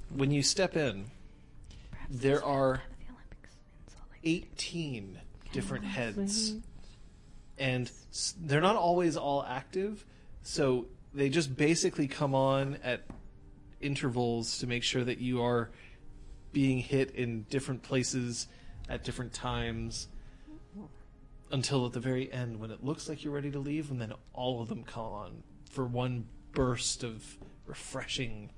[SPEAKER 1] when you step in, there are. 18 different heads. And s- they're not always all active, so they just basically come on at intervals to make sure that you are being hit in different places at different times until at the very end when it looks like you're ready to leave and then all of them come on for one burst of refreshing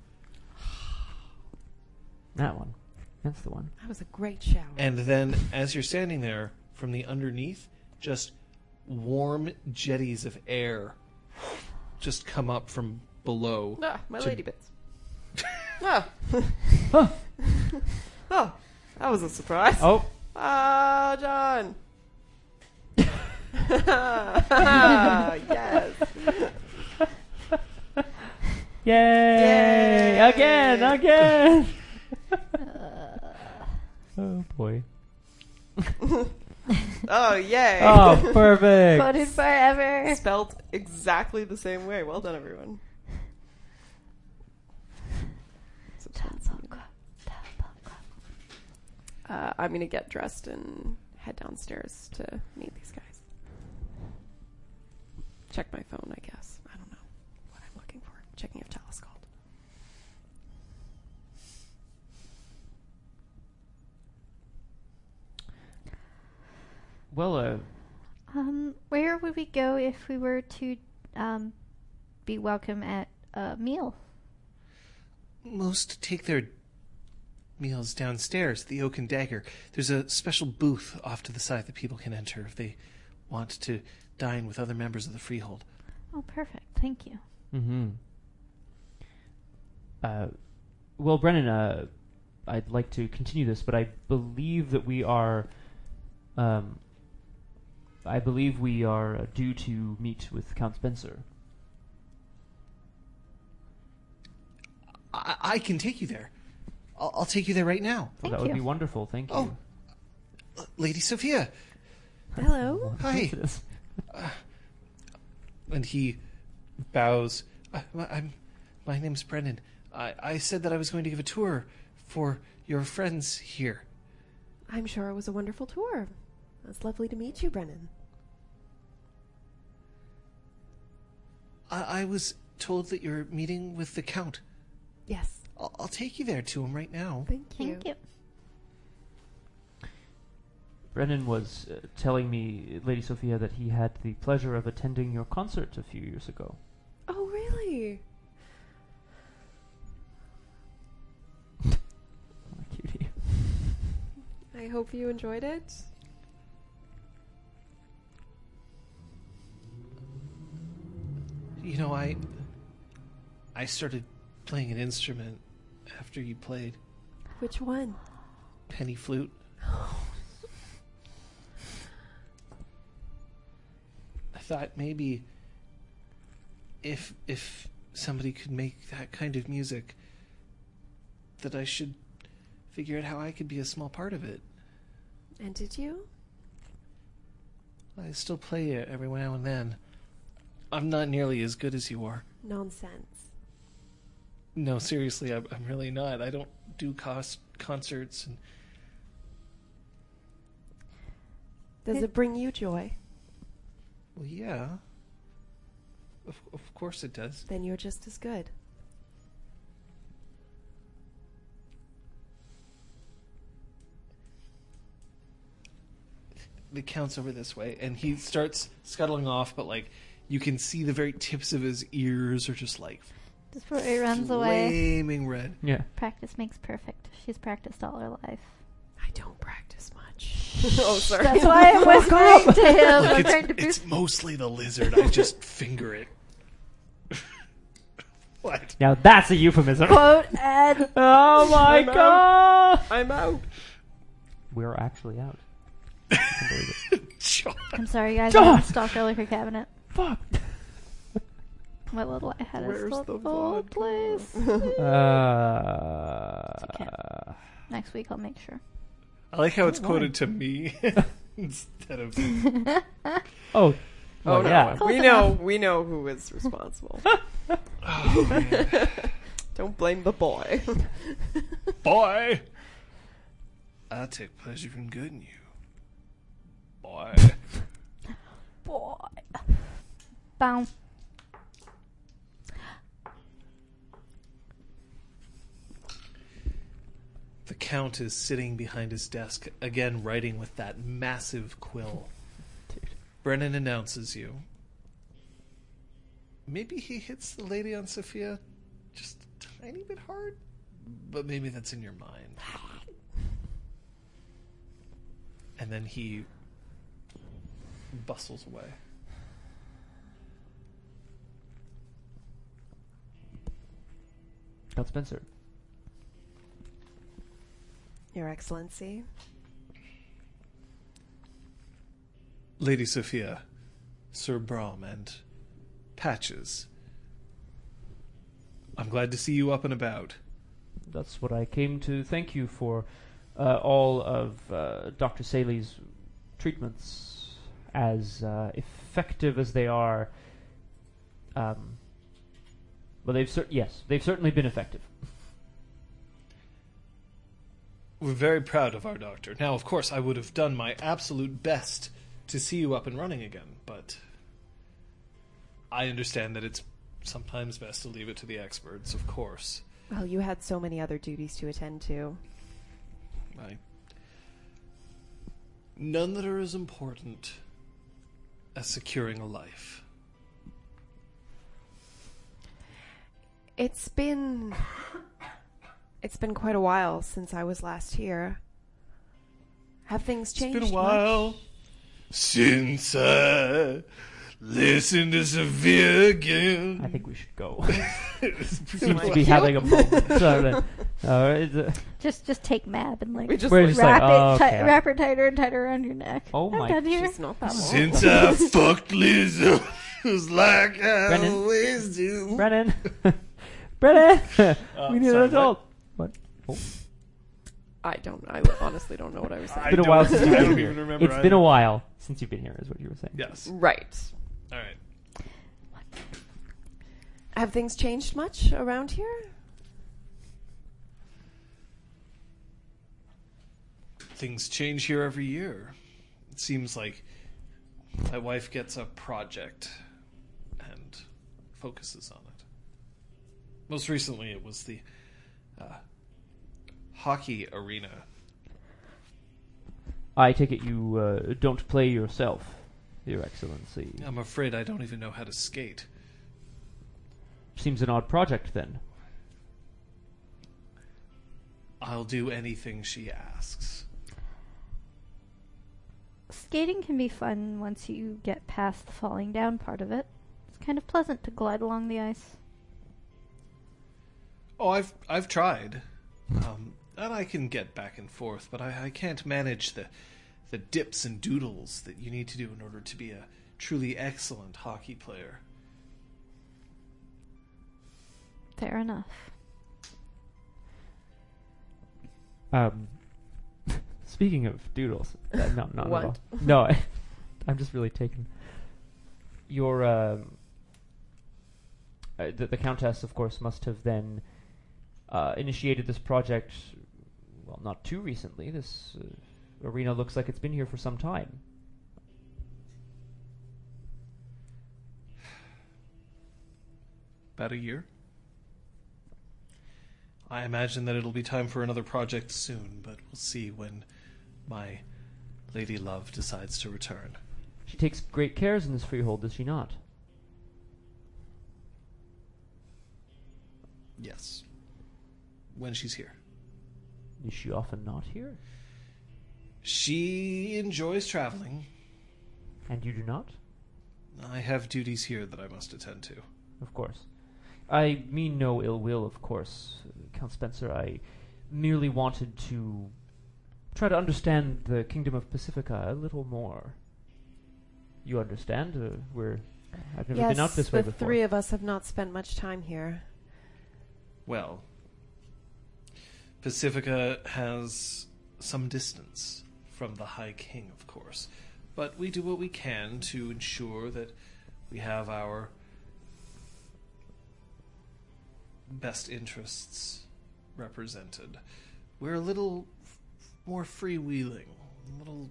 [SPEAKER 4] That one. That's the one.
[SPEAKER 3] That was a great shower.
[SPEAKER 1] And then, as you're standing there, from the underneath, just warm jetties of air just come up from below.
[SPEAKER 3] Ah, my
[SPEAKER 1] to-
[SPEAKER 3] lady bits. oh.
[SPEAKER 4] Oh.
[SPEAKER 3] oh, that was a surprise.
[SPEAKER 4] Oh,
[SPEAKER 3] Ah, John. Ah, yes.
[SPEAKER 4] yay! Again, again. oh boy.
[SPEAKER 3] Oh, yay.
[SPEAKER 4] Oh, perfect.
[SPEAKER 2] Quoted forever.
[SPEAKER 3] Spelt exactly the same way. Well done, everyone.
[SPEAKER 8] Uh, I'm gonna get dressed and head downstairs to meet these guys. Check my phone, I guess. I don't know what I'm looking for. Checking if Talis called.
[SPEAKER 4] Well, uh,
[SPEAKER 2] Um, where would we go if we were to um, be welcome at a meal?
[SPEAKER 1] Most take their meals downstairs, the Oak and Dagger. There's a special booth off to the side that people can enter if they want to dine with other members of the Freehold.
[SPEAKER 2] Oh, perfect. Thank you.
[SPEAKER 4] Mm-hmm. Uh, well, Brennan, uh, I'd like to continue this, but I believe that we are, um, I believe we are uh, due to meet with Count Spencer.
[SPEAKER 1] I, I can take you there. I'll, I'll take you there right now.
[SPEAKER 4] Well,
[SPEAKER 2] Thank
[SPEAKER 4] that would
[SPEAKER 2] you.
[SPEAKER 4] be wonderful. Thank you.
[SPEAKER 1] Oh, L- Lady Sophia.
[SPEAKER 8] Hello.
[SPEAKER 1] Hi. And he bows. I, my- I'm, my name's Brennan. I, I said that I was going to give a tour for your friends here.
[SPEAKER 5] I'm sure it was a wonderful tour. It's lovely to meet you, Brennan.
[SPEAKER 1] I, I was told that you're meeting with the Count.
[SPEAKER 5] Yes,
[SPEAKER 1] I'll, I'll take you there to him right now.
[SPEAKER 5] thank you.
[SPEAKER 2] Thank you.
[SPEAKER 4] Brennan was uh, telling me, Lady Sophia, that he had the pleasure of attending your concert a few years ago.
[SPEAKER 5] Oh, really?
[SPEAKER 4] What a cutie.
[SPEAKER 5] I hope you enjoyed it.
[SPEAKER 1] You know, I I started playing an instrument after you played
[SPEAKER 5] Which one?
[SPEAKER 1] penny flute. I thought maybe if if somebody could make that kind of music that I should figure out how I could be a small part of it.
[SPEAKER 5] And did you?
[SPEAKER 1] I still play it every now and then. I'm not nearly as good as you are.
[SPEAKER 5] Nonsense.
[SPEAKER 1] No, seriously, I'm, I'm really not. I don't do cos- concerts and
[SPEAKER 5] Does
[SPEAKER 2] Did-
[SPEAKER 5] it bring you joy?
[SPEAKER 1] Well, yeah. Of, of course it does.
[SPEAKER 5] Then you're just as good.
[SPEAKER 1] The count's over this way, and he starts scuttling off, but like you can see the very tips of his ears are just like
[SPEAKER 2] Just before he runs away.
[SPEAKER 1] flaming red.
[SPEAKER 4] Yeah.
[SPEAKER 2] Practice makes perfect. She's practiced all her life.
[SPEAKER 5] I don't practice much. oh, sorry.
[SPEAKER 2] That's why I'm whispering to him.
[SPEAKER 1] Look,
[SPEAKER 2] I'm
[SPEAKER 1] it's,
[SPEAKER 2] trying to
[SPEAKER 1] it's
[SPEAKER 2] boost.
[SPEAKER 1] mostly the lizard. I just finger it. what?
[SPEAKER 4] Now that's a euphemism.
[SPEAKER 2] Quote Ed.
[SPEAKER 4] oh my
[SPEAKER 8] I'm out.
[SPEAKER 4] god!
[SPEAKER 8] I'm out.
[SPEAKER 4] We're actually out.
[SPEAKER 1] John.
[SPEAKER 2] I'm sorry, guys.
[SPEAKER 4] John!
[SPEAKER 2] I stalked her liquor cabinet.
[SPEAKER 4] Fuck.
[SPEAKER 2] My little I had
[SPEAKER 1] Where's
[SPEAKER 2] a
[SPEAKER 1] the
[SPEAKER 2] whole
[SPEAKER 1] vodka?
[SPEAKER 2] place.
[SPEAKER 4] Uh,
[SPEAKER 2] Next week I'll make sure.
[SPEAKER 1] I like how it's
[SPEAKER 4] Why?
[SPEAKER 1] quoted to me instead of.
[SPEAKER 4] oh,
[SPEAKER 8] Oh, no.
[SPEAKER 4] well, yeah.
[SPEAKER 8] We
[SPEAKER 2] Close
[SPEAKER 8] know. We know who is responsible.
[SPEAKER 1] Oh, man.
[SPEAKER 8] don't blame the boy.
[SPEAKER 1] Boy! I take pleasure in good in you. Boy.
[SPEAKER 2] Boy. Bow.
[SPEAKER 1] The Count is sitting behind his desk, again writing with that massive quill. Brennan announces you. Maybe he hits the lady on Sophia just a tiny bit hard, but maybe that's in your mind. And then he bustles away.
[SPEAKER 4] Count Spencer.
[SPEAKER 5] Your Excellency.
[SPEAKER 1] Lady Sophia, Sir Brom, and Patches. I'm glad to see you up and about.
[SPEAKER 4] That's what I came to thank you for uh, all of uh, Dr. Saley's treatments, as uh, effective as they are. Um, well, they've cer- yes, they've certainly been effective.
[SPEAKER 1] We're very proud of our doctor. Now, of course, I would have done my absolute best to see you up and running again, but I understand that it's sometimes best to leave it to the experts, of course.
[SPEAKER 3] Well, you had so many other duties to attend to.
[SPEAKER 1] I... None that are as important as securing a life.
[SPEAKER 3] It's been it's been quite a while since I was last here. Have things changed?
[SPEAKER 1] it's been a
[SPEAKER 3] much?
[SPEAKER 1] while
[SPEAKER 9] Since I listened to Severe
[SPEAKER 4] I
[SPEAKER 9] again.
[SPEAKER 4] think we should go. Seems to be having a moment. So, uh, uh, it's, uh,
[SPEAKER 2] Just just take Mab and like
[SPEAKER 8] We just
[SPEAKER 4] we're
[SPEAKER 8] like,
[SPEAKER 4] just like,
[SPEAKER 2] wrap
[SPEAKER 4] oh,
[SPEAKER 2] it ti-
[SPEAKER 4] okay.
[SPEAKER 2] wrap it tighter and tighter around your neck.
[SPEAKER 4] Oh
[SPEAKER 2] I'm
[SPEAKER 4] my-
[SPEAKER 2] done here.
[SPEAKER 8] she's not that old.
[SPEAKER 9] Since I fucked Liz, it was like I
[SPEAKER 4] Brennan?
[SPEAKER 9] always do.
[SPEAKER 4] Brennan, Brennan, we need
[SPEAKER 1] Uh, sorry,
[SPEAKER 4] an adult. What?
[SPEAKER 8] I don't. I honestly don't know what I was saying.
[SPEAKER 1] I
[SPEAKER 4] It's been a
[SPEAKER 1] don't-
[SPEAKER 4] while since you've
[SPEAKER 1] I
[SPEAKER 4] been
[SPEAKER 1] don't
[SPEAKER 4] here.
[SPEAKER 1] even remember.
[SPEAKER 4] It's been a while since you've been here, is what you were saying.
[SPEAKER 1] Yes.
[SPEAKER 8] Right.
[SPEAKER 1] All right.
[SPEAKER 3] Have things changed much around here?
[SPEAKER 1] Things change here every year. It seems like my wife gets a project and focuses on it. Most recently, it was the uh, hockey arena.
[SPEAKER 4] I take it you uh, don't play yourself, Your Excellency.
[SPEAKER 1] I'm afraid I don't even know how to skate.
[SPEAKER 4] Seems an odd project then.
[SPEAKER 1] I'll do anything she asks.
[SPEAKER 2] Skating can be fun once you get past the falling down part of it. It's kind of pleasant to glide along the ice.
[SPEAKER 1] Oh, I've I've tried, um, and I can get back and forth, but I, I can't manage the the dips and doodles that you need to do in order to be a truly excellent hockey player.
[SPEAKER 2] Fair enough.
[SPEAKER 4] Um, speaking of doodles, uh, no, not
[SPEAKER 8] What?
[SPEAKER 4] at all. No, I, I'm just really taken. Your um, uh, the, the countess, of course, must have then uh, initiated this project. Well, not too recently. This uh, arena looks like it's been here for some time.
[SPEAKER 1] About a year. I imagine that it'll be time for another project soon, but we'll see when my lady love decides to return.
[SPEAKER 4] She takes great cares in this freehold, does she not?
[SPEAKER 1] Yes, when she's here.
[SPEAKER 4] Is she often not here?
[SPEAKER 1] She enjoys traveling.
[SPEAKER 4] And you do not,
[SPEAKER 1] I have duties here that I must attend to.
[SPEAKER 4] of course. I mean no ill will, of course, Count Spencer. I merely wanted to try to understand the Kingdom of Pacifica a little more. You understand? Uh, we're I've never
[SPEAKER 3] yes,
[SPEAKER 4] been out this way
[SPEAKER 3] the
[SPEAKER 4] before.
[SPEAKER 3] three of us have not spent much time here.
[SPEAKER 1] Well, Pacifica has some distance from the High King, of course, but we do what we can to ensure that we have our best interests represented. We're a little f- more freewheeling, a little,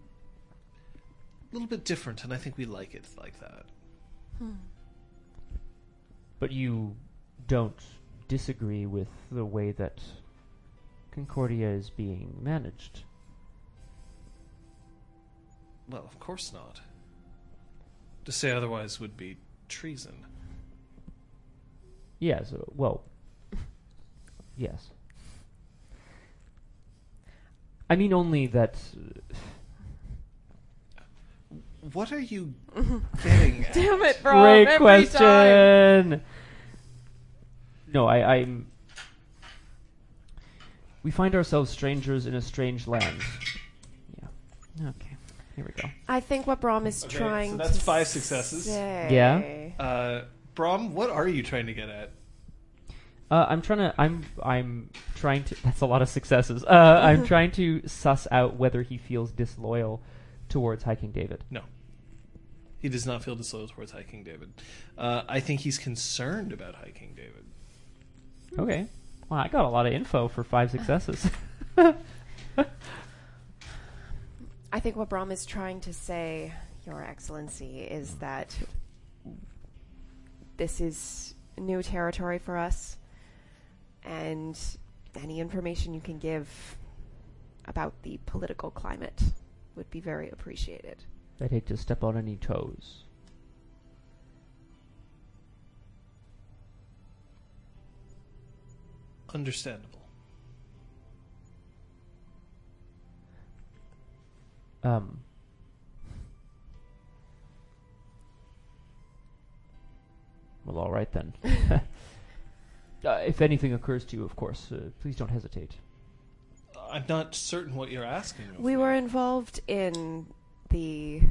[SPEAKER 1] little bit different, and I think we like it like that.
[SPEAKER 4] But you don't disagree with the way that Concordia is being managed.
[SPEAKER 1] Well, of course not. To say otherwise would be treason.
[SPEAKER 4] Yes. uh, Well. yes. I mean only that. uh,
[SPEAKER 1] What are you getting at?
[SPEAKER 8] Damn it, bro.
[SPEAKER 4] Great
[SPEAKER 8] every
[SPEAKER 4] question.
[SPEAKER 8] Time.
[SPEAKER 4] No, I, I'm. We find ourselves strangers in a strange land. Yeah. Okay. Here we go.
[SPEAKER 3] I think what Brom is
[SPEAKER 1] Okay, so
[SPEAKER 3] trying
[SPEAKER 1] that's
[SPEAKER 3] to
[SPEAKER 1] five successes.
[SPEAKER 3] say-
[SPEAKER 4] Yeah.
[SPEAKER 1] Uh, Brom, what are you trying to get at?
[SPEAKER 4] Uh, I'm trying to. I'm. I'm trying to. That's a lot of successes. Uh, I'm trying to suss out whether he feels disloyal towards hiking David.
[SPEAKER 1] No. He does not feel disloyal towards hiking David. Uh, I think he's concerned about hiking David.
[SPEAKER 4] Okay. Wow, I got a lot of info for five successes.
[SPEAKER 5] I think what Brahm is trying to say, Your Excellency, is that this is new territory for us, and any information you can give about the political climate would be very appreciated.
[SPEAKER 4] I'd hate to step on any toes.
[SPEAKER 1] Understandable.
[SPEAKER 4] Um. Well, all right then. uh, if anything occurs to you, of course, uh, please don't hesitate.
[SPEAKER 1] I'm not certain what you're asking. of
[SPEAKER 5] We
[SPEAKER 1] me.
[SPEAKER 5] were involved in the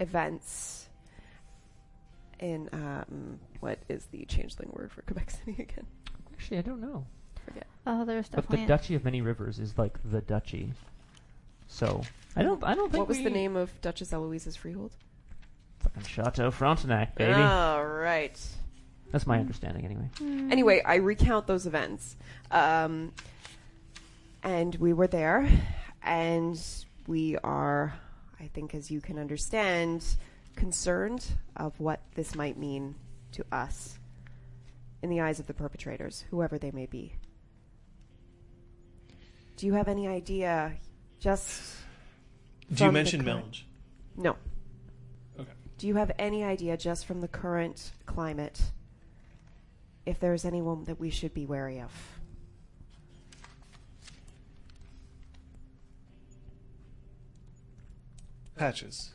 [SPEAKER 5] events in um, what is the changeling word for Quebec City again?
[SPEAKER 4] Actually, I don't know.
[SPEAKER 2] Oh, there's
[SPEAKER 4] But the
[SPEAKER 2] definitely.
[SPEAKER 4] Duchy of Many Rivers is like the Duchy. So I don't. I don't think.
[SPEAKER 5] What was the
[SPEAKER 4] we-
[SPEAKER 5] name of Duchess Eloise's freehold?
[SPEAKER 4] Fucking Chateau Frontenac, baby.
[SPEAKER 5] All right.
[SPEAKER 4] That's
[SPEAKER 5] Mm.
[SPEAKER 4] my understanding, anyway.
[SPEAKER 2] Hmm.
[SPEAKER 5] Anyway, I recount those events. Um, and we were there, and we are, I think, as you can understand, concerned of what this might mean to us in the eyes of the perpetrators, whoever they may be. Do you have any idea? Just
[SPEAKER 1] Do you
[SPEAKER 5] from the
[SPEAKER 1] mention
[SPEAKER 5] current-
[SPEAKER 1] Melge?
[SPEAKER 5] no.
[SPEAKER 1] Okay.
[SPEAKER 5] Do you have any idea, just from the current climate, if there's anyone that we should be wary of?
[SPEAKER 1] Patches.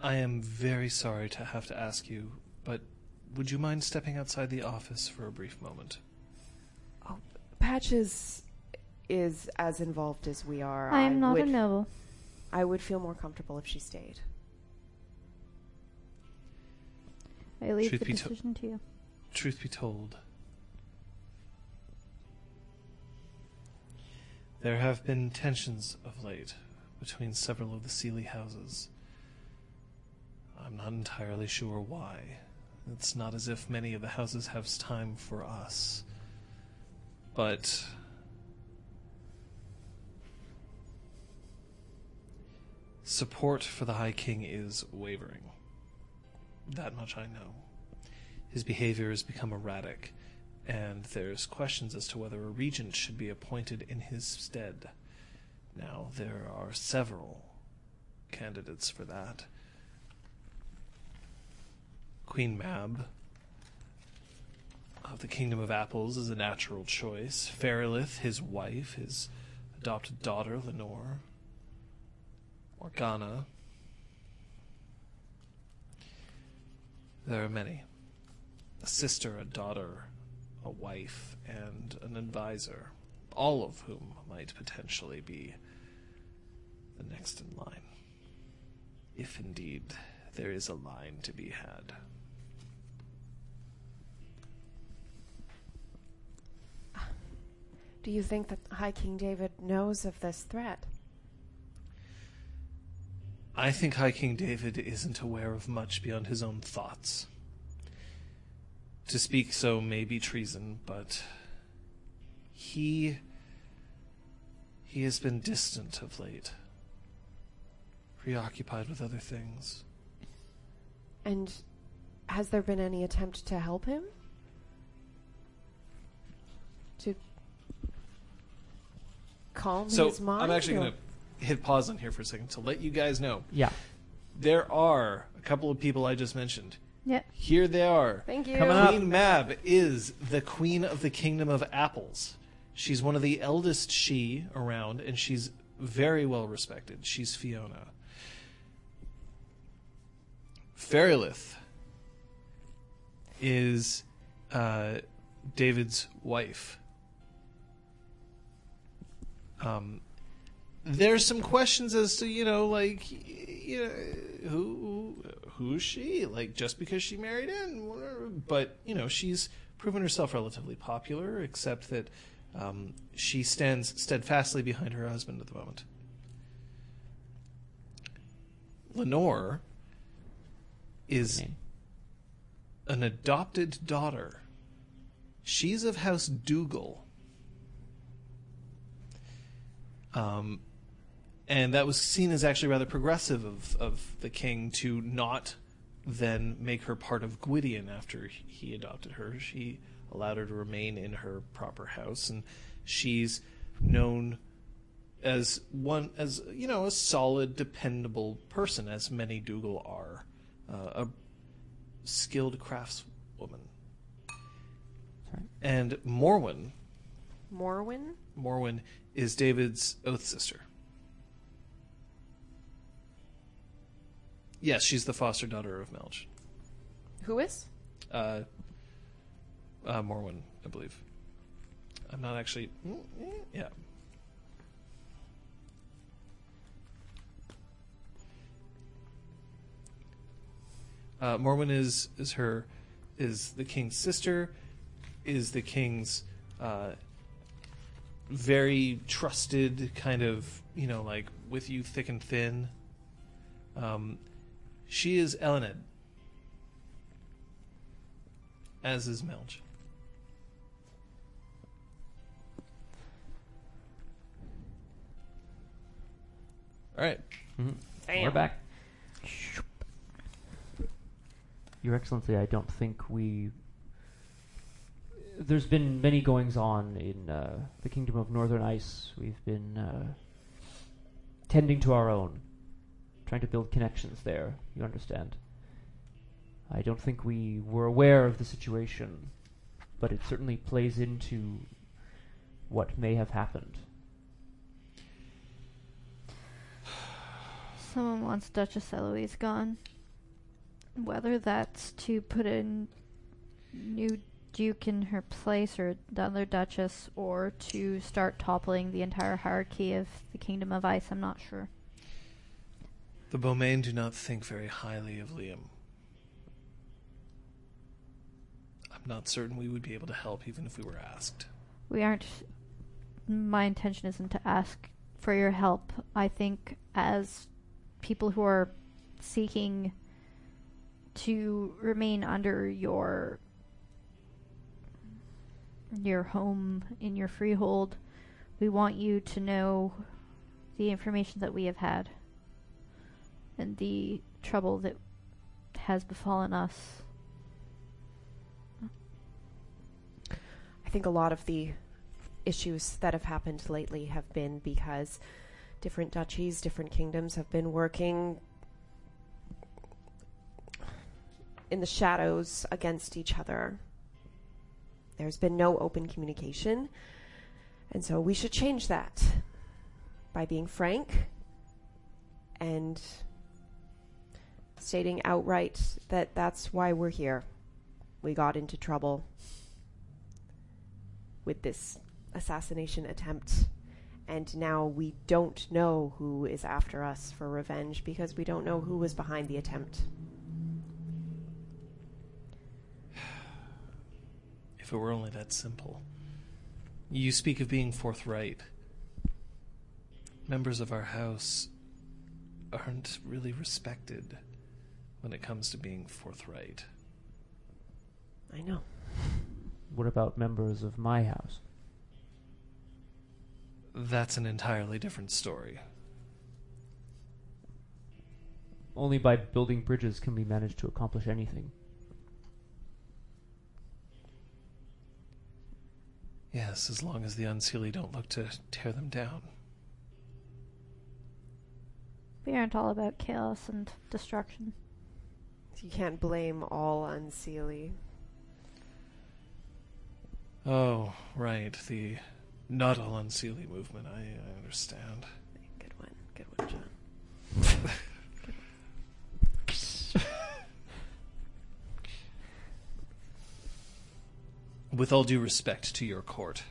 [SPEAKER 1] I am very sorry to have to ask you, but would you mind stepping outside the office for a brief moment?
[SPEAKER 5] Patches is as involved as we are.
[SPEAKER 2] I am not a
[SPEAKER 5] would,
[SPEAKER 2] noble.
[SPEAKER 5] I would feel more comfortable if she stayed.
[SPEAKER 2] I leave
[SPEAKER 1] Truth
[SPEAKER 2] the
[SPEAKER 1] be to-
[SPEAKER 2] decision to you.
[SPEAKER 1] Truth be told, there have been tensions of late between several of the Sealy houses. I'm not entirely sure why. It's not as if many of the houses have time for us. But. Support for the High King is wavering. That much I know his behavior has become erratic, and there's questions as to whether a regent should be appointed in his stead. Now, there are several candidates for that. Queen Mab of the Kingdom of Apples is a natural choice. Ferelith, his wife, his adopted daughter, Lenore. Morgana. There are many a sister, a daughter, a wife, and an advisor, all of whom might potentially be the next in line. If indeed there is a line to be had.
[SPEAKER 5] Do you think that High King David knows of this threat?
[SPEAKER 1] I think High King David isn't aware of much beyond his own thoughts. To speak so may be treason, but he he has been distant of late, preoccupied with other things.
[SPEAKER 5] And has there been any attempt to help him? To calm
[SPEAKER 1] So
[SPEAKER 5] his mind?
[SPEAKER 1] I'm actually
[SPEAKER 5] or-
[SPEAKER 1] going to hit pause on here for a second to let you guys know
[SPEAKER 4] Yeah.
[SPEAKER 1] there are a couple of people I just mentioned.
[SPEAKER 2] Yeah.
[SPEAKER 1] Here they are.
[SPEAKER 5] Thank you.
[SPEAKER 4] Coming up.
[SPEAKER 1] Queen Mab is the queen of the kingdom of apples. She's one of the eldest she around, and she's very well respected. She's Fiona. Ferelith is uh, David's wife. Um, there's some questions as to you know like y- you know who who's she like just because she married in whatever. but you know she's proven herself relatively popular except that um, she stands steadfastly behind her husband at the moment lenore is
[SPEAKER 4] Name.
[SPEAKER 1] an adopted daughter she's of house dougal Um, and that was seen as actually rather progressive of, of the king to not then make her part of Gwydion after he adopted her. She allowed her to remain in her proper house, and she's known as one as you know a solid, dependable person, as many Dougal are, uh, a skilled craftswoman.
[SPEAKER 4] Sorry.
[SPEAKER 1] And Morwen,
[SPEAKER 5] Morwin?
[SPEAKER 1] Morwen is David's oath sister. Yes, she's the foster daughter of Melch.
[SPEAKER 5] Who is?
[SPEAKER 1] Uh, uh, Morwen, I believe. I'm not actually. mm, mm, Yeah. Uh, Morwen is is her is the king's sister, is the king's uh, very trusted kind of you know like with you thick and thin. Um, she is Elenid, as is Melch. All right.
[SPEAKER 4] Mm-hmm. We're back. Your Excellency, I don't think we. There's been many goings on in uh, the Kingdom of Northern Ice. We've been uh, tending to our own, trying to build connections there, you understand. I don't think we were aware of the situation, but it certainly plays into what may have happened.
[SPEAKER 2] Someone wants Duchess Eloise gone. Whether that's to put a n- new duke in her place or another duchess or to start toppling the entire hierarchy of the Kingdom of Ice, I'm not sure.
[SPEAKER 1] The Beaumain do not think very highly of Liam. I'm not certain we would be able to help even if we were asked.
[SPEAKER 2] We aren't. My intention isn't to ask for your help. I think, as people who are seeking to remain under your your home in your freehold, we want you to know the information that we have had and the trouble that has befallen us.
[SPEAKER 5] I think a lot of the issues that have happened lately have been because different duchies, different kingdoms have been working in the shadows against each other. There's been no open communication. And so we should change that by being frank and stating outright that that's why we're here. We got into trouble with this assassination attempt. And now we don't know who is after us for revenge because we don't know who was behind the attempt.
[SPEAKER 1] If it were only that simple. You speak of being forthright. Members of our house aren't really respected when it comes to being forthright.
[SPEAKER 5] I know.
[SPEAKER 4] What about members of my house?
[SPEAKER 1] That's an entirely different story.
[SPEAKER 4] Only by building bridges can we manage to accomplish anything.
[SPEAKER 1] Yes, as long as the Unseelie don't look to tear them down.
[SPEAKER 2] We aren't all about chaos and destruction.
[SPEAKER 5] You can't blame all Unseelie.
[SPEAKER 1] Oh, right, the not all Unseelie movement. I, I understand.
[SPEAKER 5] Good one. Good one, John.
[SPEAKER 1] With all due respect to your court,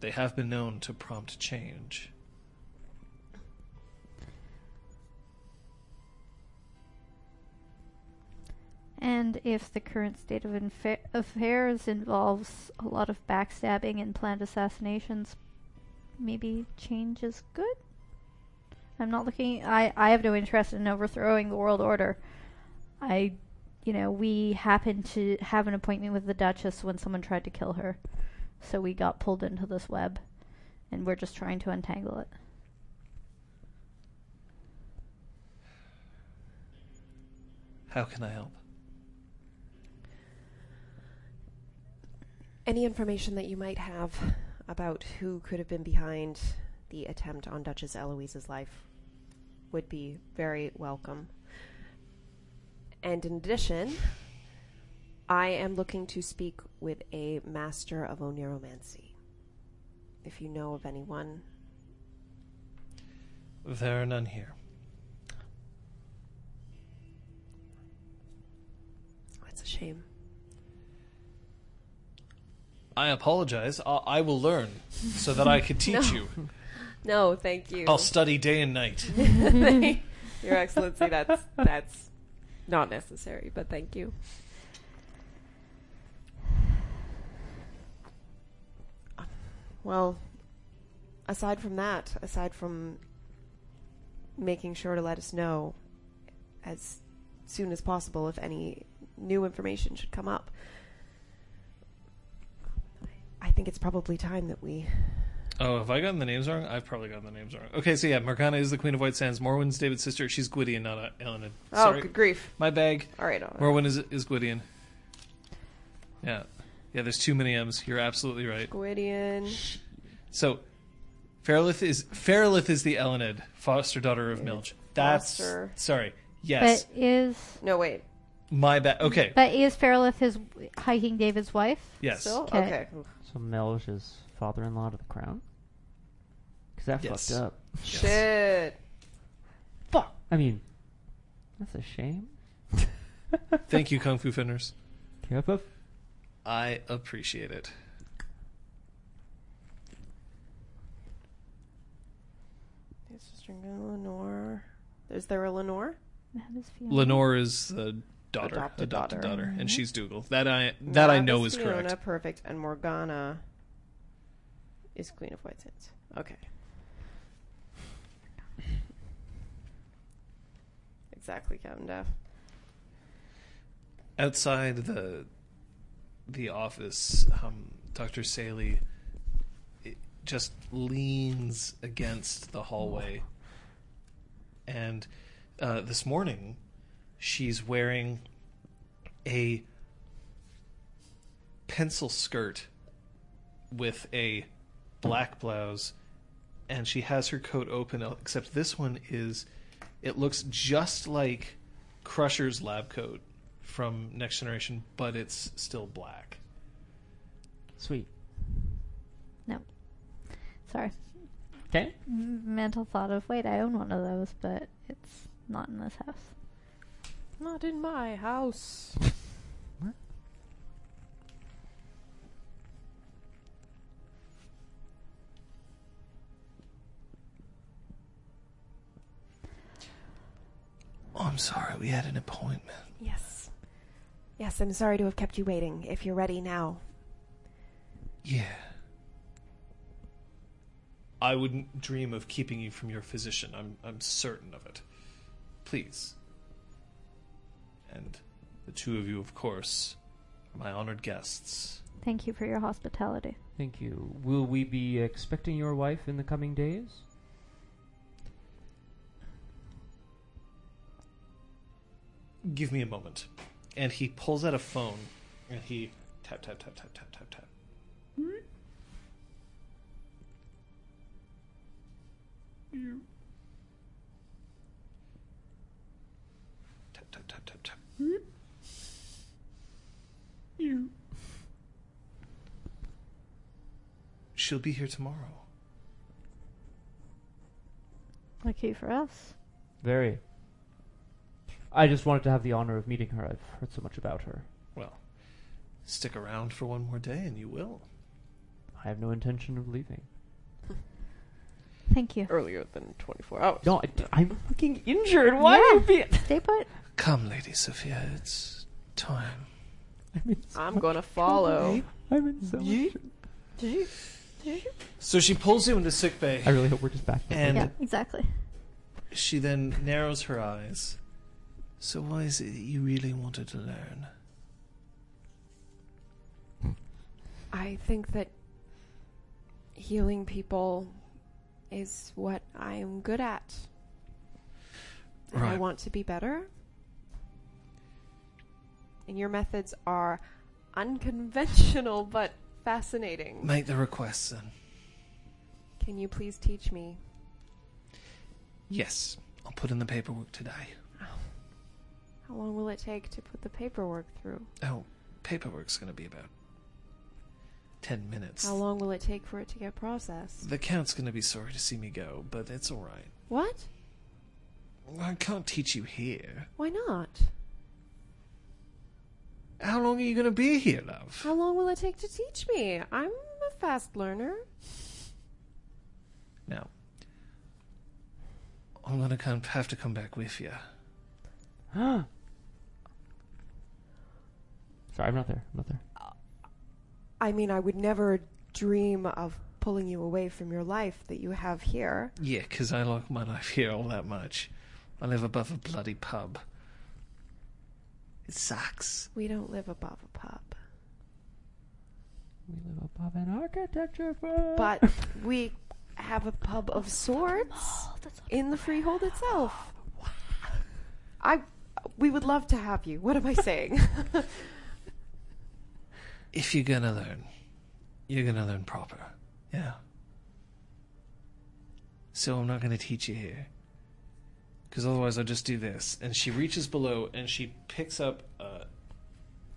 [SPEAKER 1] they have been known to prompt change.
[SPEAKER 2] And if the current state of infa- affairs involves a lot of backstabbing and planned assassinations, maybe change is good? I'm not looking. I, I have no interest in overthrowing the world order. I, you know, we happened to have an appointment with the Duchess when someone tried to kill her. So we got pulled into this web. and we're just trying to untangle it.
[SPEAKER 1] How can I help?
[SPEAKER 5] Any information that you might have about who could have been behind the attempt on Duchess Eloise's life would be very welcome. And in addition, I am looking to speak with a master of oniromancy. If you know of anyone,
[SPEAKER 1] There are none here.
[SPEAKER 5] that's a shame.
[SPEAKER 1] I apologize. I, I will learn so that I could teach you.
[SPEAKER 5] No, thank you.
[SPEAKER 1] I'll study day and night.
[SPEAKER 5] Your Excellency, that's that's not necessary, but thank you. Well, aside from that, aside from making sure to let us know as soon as possible if any new information should come up, I think it's probably time that we
[SPEAKER 1] Oh, have I gotten the names wrong? I've probably gotten the names wrong. Okay, so yeah, Marcana is the Queen of White Sands. Morwen's David's sister. She's Gwydion, not uh, Elena. Sorry.
[SPEAKER 5] Oh, good grief.
[SPEAKER 1] My bag.
[SPEAKER 5] All right. All right.
[SPEAKER 1] Morwen is, is Gwydion. Yeah. Yeah, there's too many M's. You're absolutely right.
[SPEAKER 5] Gwydion.
[SPEAKER 1] So, Fairlith is Fairlith is the Elenid, foster daughter of Milch. That's
[SPEAKER 5] Foster.
[SPEAKER 1] sorry. Yes,
[SPEAKER 2] But is
[SPEAKER 5] No, wait.
[SPEAKER 1] my bad. Okay.
[SPEAKER 2] but is Fairlith his hiking David's wife?
[SPEAKER 1] yes.
[SPEAKER 5] Still?
[SPEAKER 2] Okay.
[SPEAKER 5] okay.
[SPEAKER 4] So Melge is father-in-law to the crown. Because that
[SPEAKER 1] Yes.
[SPEAKER 4] fucked up.
[SPEAKER 1] Yes.
[SPEAKER 5] Shit.
[SPEAKER 4] Fuck. I mean, that's a shame.
[SPEAKER 1] Thank you, Kung Fu Fenders.
[SPEAKER 4] Cup of-
[SPEAKER 1] I appreciate it.
[SPEAKER 5] There's sister Lenore. Is there a Lenore?
[SPEAKER 2] That is Fiona.
[SPEAKER 1] Lenore is the daughter, adopted,
[SPEAKER 5] Adopted
[SPEAKER 1] daughter,
[SPEAKER 5] daughter.
[SPEAKER 1] and she's Dougal. That I that I
[SPEAKER 5] Not
[SPEAKER 1] know is
[SPEAKER 5] Fiona,
[SPEAKER 1] correct.
[SPEAKER 5] Perfect. And Morgana is Queen of White Sands. Okay. Exactly, Captain Duff.
[SPEAKER 1] outside the the office, um, Doctor Saley it just leans against the hallway, and uh, this morning she's wearing a pencil skirt with a black blouse and she has her coat open except this one is it looks just like crusher's lab coat from Next Generation, but it's still black.
[SPEAKER 4] Sweet.
[SPEAKER 2] No. Sorry.
[SPEAKER 4] Okay.
[SPEAKER 2] M- Mental thought of wait, I own one of those, but it's not in this house.
[SPEAKER 5] Not in my house.
[SPEAKER 1] Oh, I'm sorry, we had an appointment.
[SPEAKER 5] Yes. Yes, I'm sorry to have kept you waiting. If you're ready now.
[SPEAKER 1] Yeah. I wouldn't dream of keeping you from your physician. I'm I'm certain of it. Please. And the two of you, of course, are my honored guests.
[SPEAKER 2] Thank you for your hospitality.
[SPEAKER 4] Thank you. Will we be expecting your wife in the coming days?
[SPEAKER 1] Give me a moment. And he pulls out a phone and he tap tap tap tap tap tap tap. Tap tap tap tap tap. She'll be here tomorrow.
[SPEAKER 2] Lucky for us.
[SPEAKER 4] Very. I just wanted to have the honor of meeting her. I've heard so much about her.
[SPEAKER 1] Well, stick around for one more day and you will.
[SPEAKER 4] I have no intention of leaving.
[SPEAKER 2] Thank you.
[SPEAKER 5] Earlier than 24 hours.
[SPEAKER 4] No, I, am fucking injured. Why
[SPEAKER 2] Yeah.
[SPEAKER 4] would be?
[SPEAKER 2] Stay put.
[SPEAKER 1] Come, Lady Sophia, it's time.
[SPEAKER 4] I'm in so
[SPEAKER 5] I'm
[SPEAKER 4] much-
[SPEAKER 5] gonna follow.
[SPEAKER 4] I'm in so much.
[SPEAKER 1] So she pulls you into sickbay.
[SPEAKER 4] I really hope we're just back.
[SPEAKER 1] And-
[SPEAKER 2] Yeah, exactly.
[SPEAKER 1] She then narrows her eyes. So why is it that you really wanted to learn?
[SPEAKER 5] I think that healing people is what I am good at. And I
[SPEAKER 1] Right.
[SPEAKER 5] want to be better. And your methods are unconventional but fascinating.
[SPEAKER 1] Make the request then.
[SPEAKER 5] Can you please teach me?
[SPEAKER 1] Yes, I'll put in the paperwork today.
[SPEAKER 5] How long will it take to put the paperwork through?
[SPEAKER 1] Oh, paperwork's going to be about 10 minutes.
[SPEAKER 5] How long will it take for it to get processed?
[SPEAKER 1] The count's going to be sorry to see me go, but it's all right.
[SPEAKER 5] What?
[SPEAKER 1] I can't teach you here.
[SPEAKER 5] Why not?
[SPEAKER 1] How long are you going to be here, love?
[SPEAKER 5] How long will it take to teach me? I'm a fast learner.
[SPEAKER 1] Now, I'm going to come, have to come back with you.
[SPEAKER 4] Sorry, I'm not there. I'm not there.
[SPEAKER 5] I mean, I would never dream of pulling you away from your life that you have here.
[SPEAKER 1] Yeah, 'cause I like my life here all that much. I live above a bloody pub. It sucks.
[SPEAKER 5] We don't live above a pub.
[SPEAKER 4] We live above an architecture firm.
[SPEAKER 5] But we have a pub of sorts in the freehold itself. I we would love to have you. What am I saying?
[SPEAKER 1] If you're going to learn, you're going to learn proper. Yeah. So I'm not going to teach you here. 'Cause otherwise I'll just do this. And she reaches below and she picks up a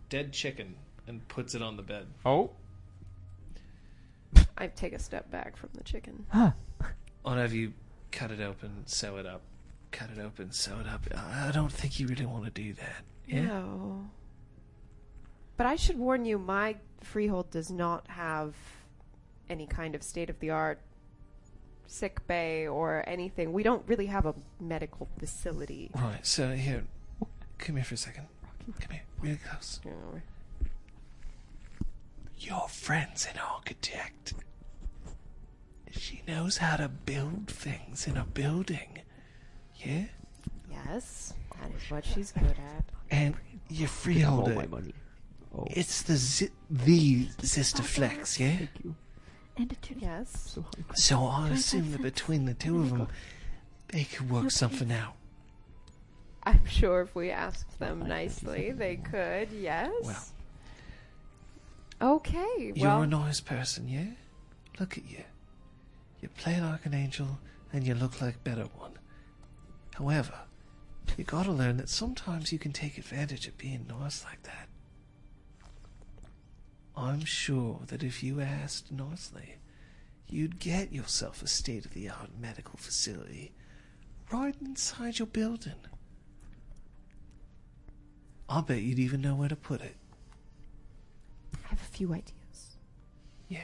[SPEAKER 1] dead chicken and puts it on the bed.
[SPEAKER 4] oh,
[SPEAKER 5] I take a step back from the chicken.
[SPEAKER 1] I'll have you cut it open, sew it up. Cut it open, sew it up. I I don't think you really want to do that.
[SPEAKER 5] No. But I should warn you, my freehold does not have any kind of state of the art sick bay or anything. We don't really have a medical facility.
[SPEAKER 1] Right, so here, come here for a second. Come here, really close. Your friend's an architect. She knows how to build things in a building. Yeah?
[SPEAKER 5] Yes, that is what she's good at.
[SPEAKER 1] And you freehold it.
[SPEAKER 4] money. Oh,
[SPEAKER 1] It's the zi- the Sister Flex, yeah?
[SPEAKER 4] you.
[SPEAKER 2] And a tuna.
[SPEAKER 5] Yes.
[SPEAKER 1] So I assume that between the two of them, they could work something out.
[SPEAKER 5] I'm sure if we asked them nicely, they could. Yes. Okay.
[SPEAKER 1] You're
[SPEAKER 5] Well,
[SPEAKER 1] a nice person, yeah? Look at you. You play like an angel and you look like better one. However, you gotta learn that sometimes you can take advantage of being nice like that. I'm sure that if you asked nicely, you'd get yourself a state of the art medical facility right inside your building. I bet you'd even know where to put it.
[SPEAKER 5] I have a few ideas.
[SPEAKER 1] Yeah.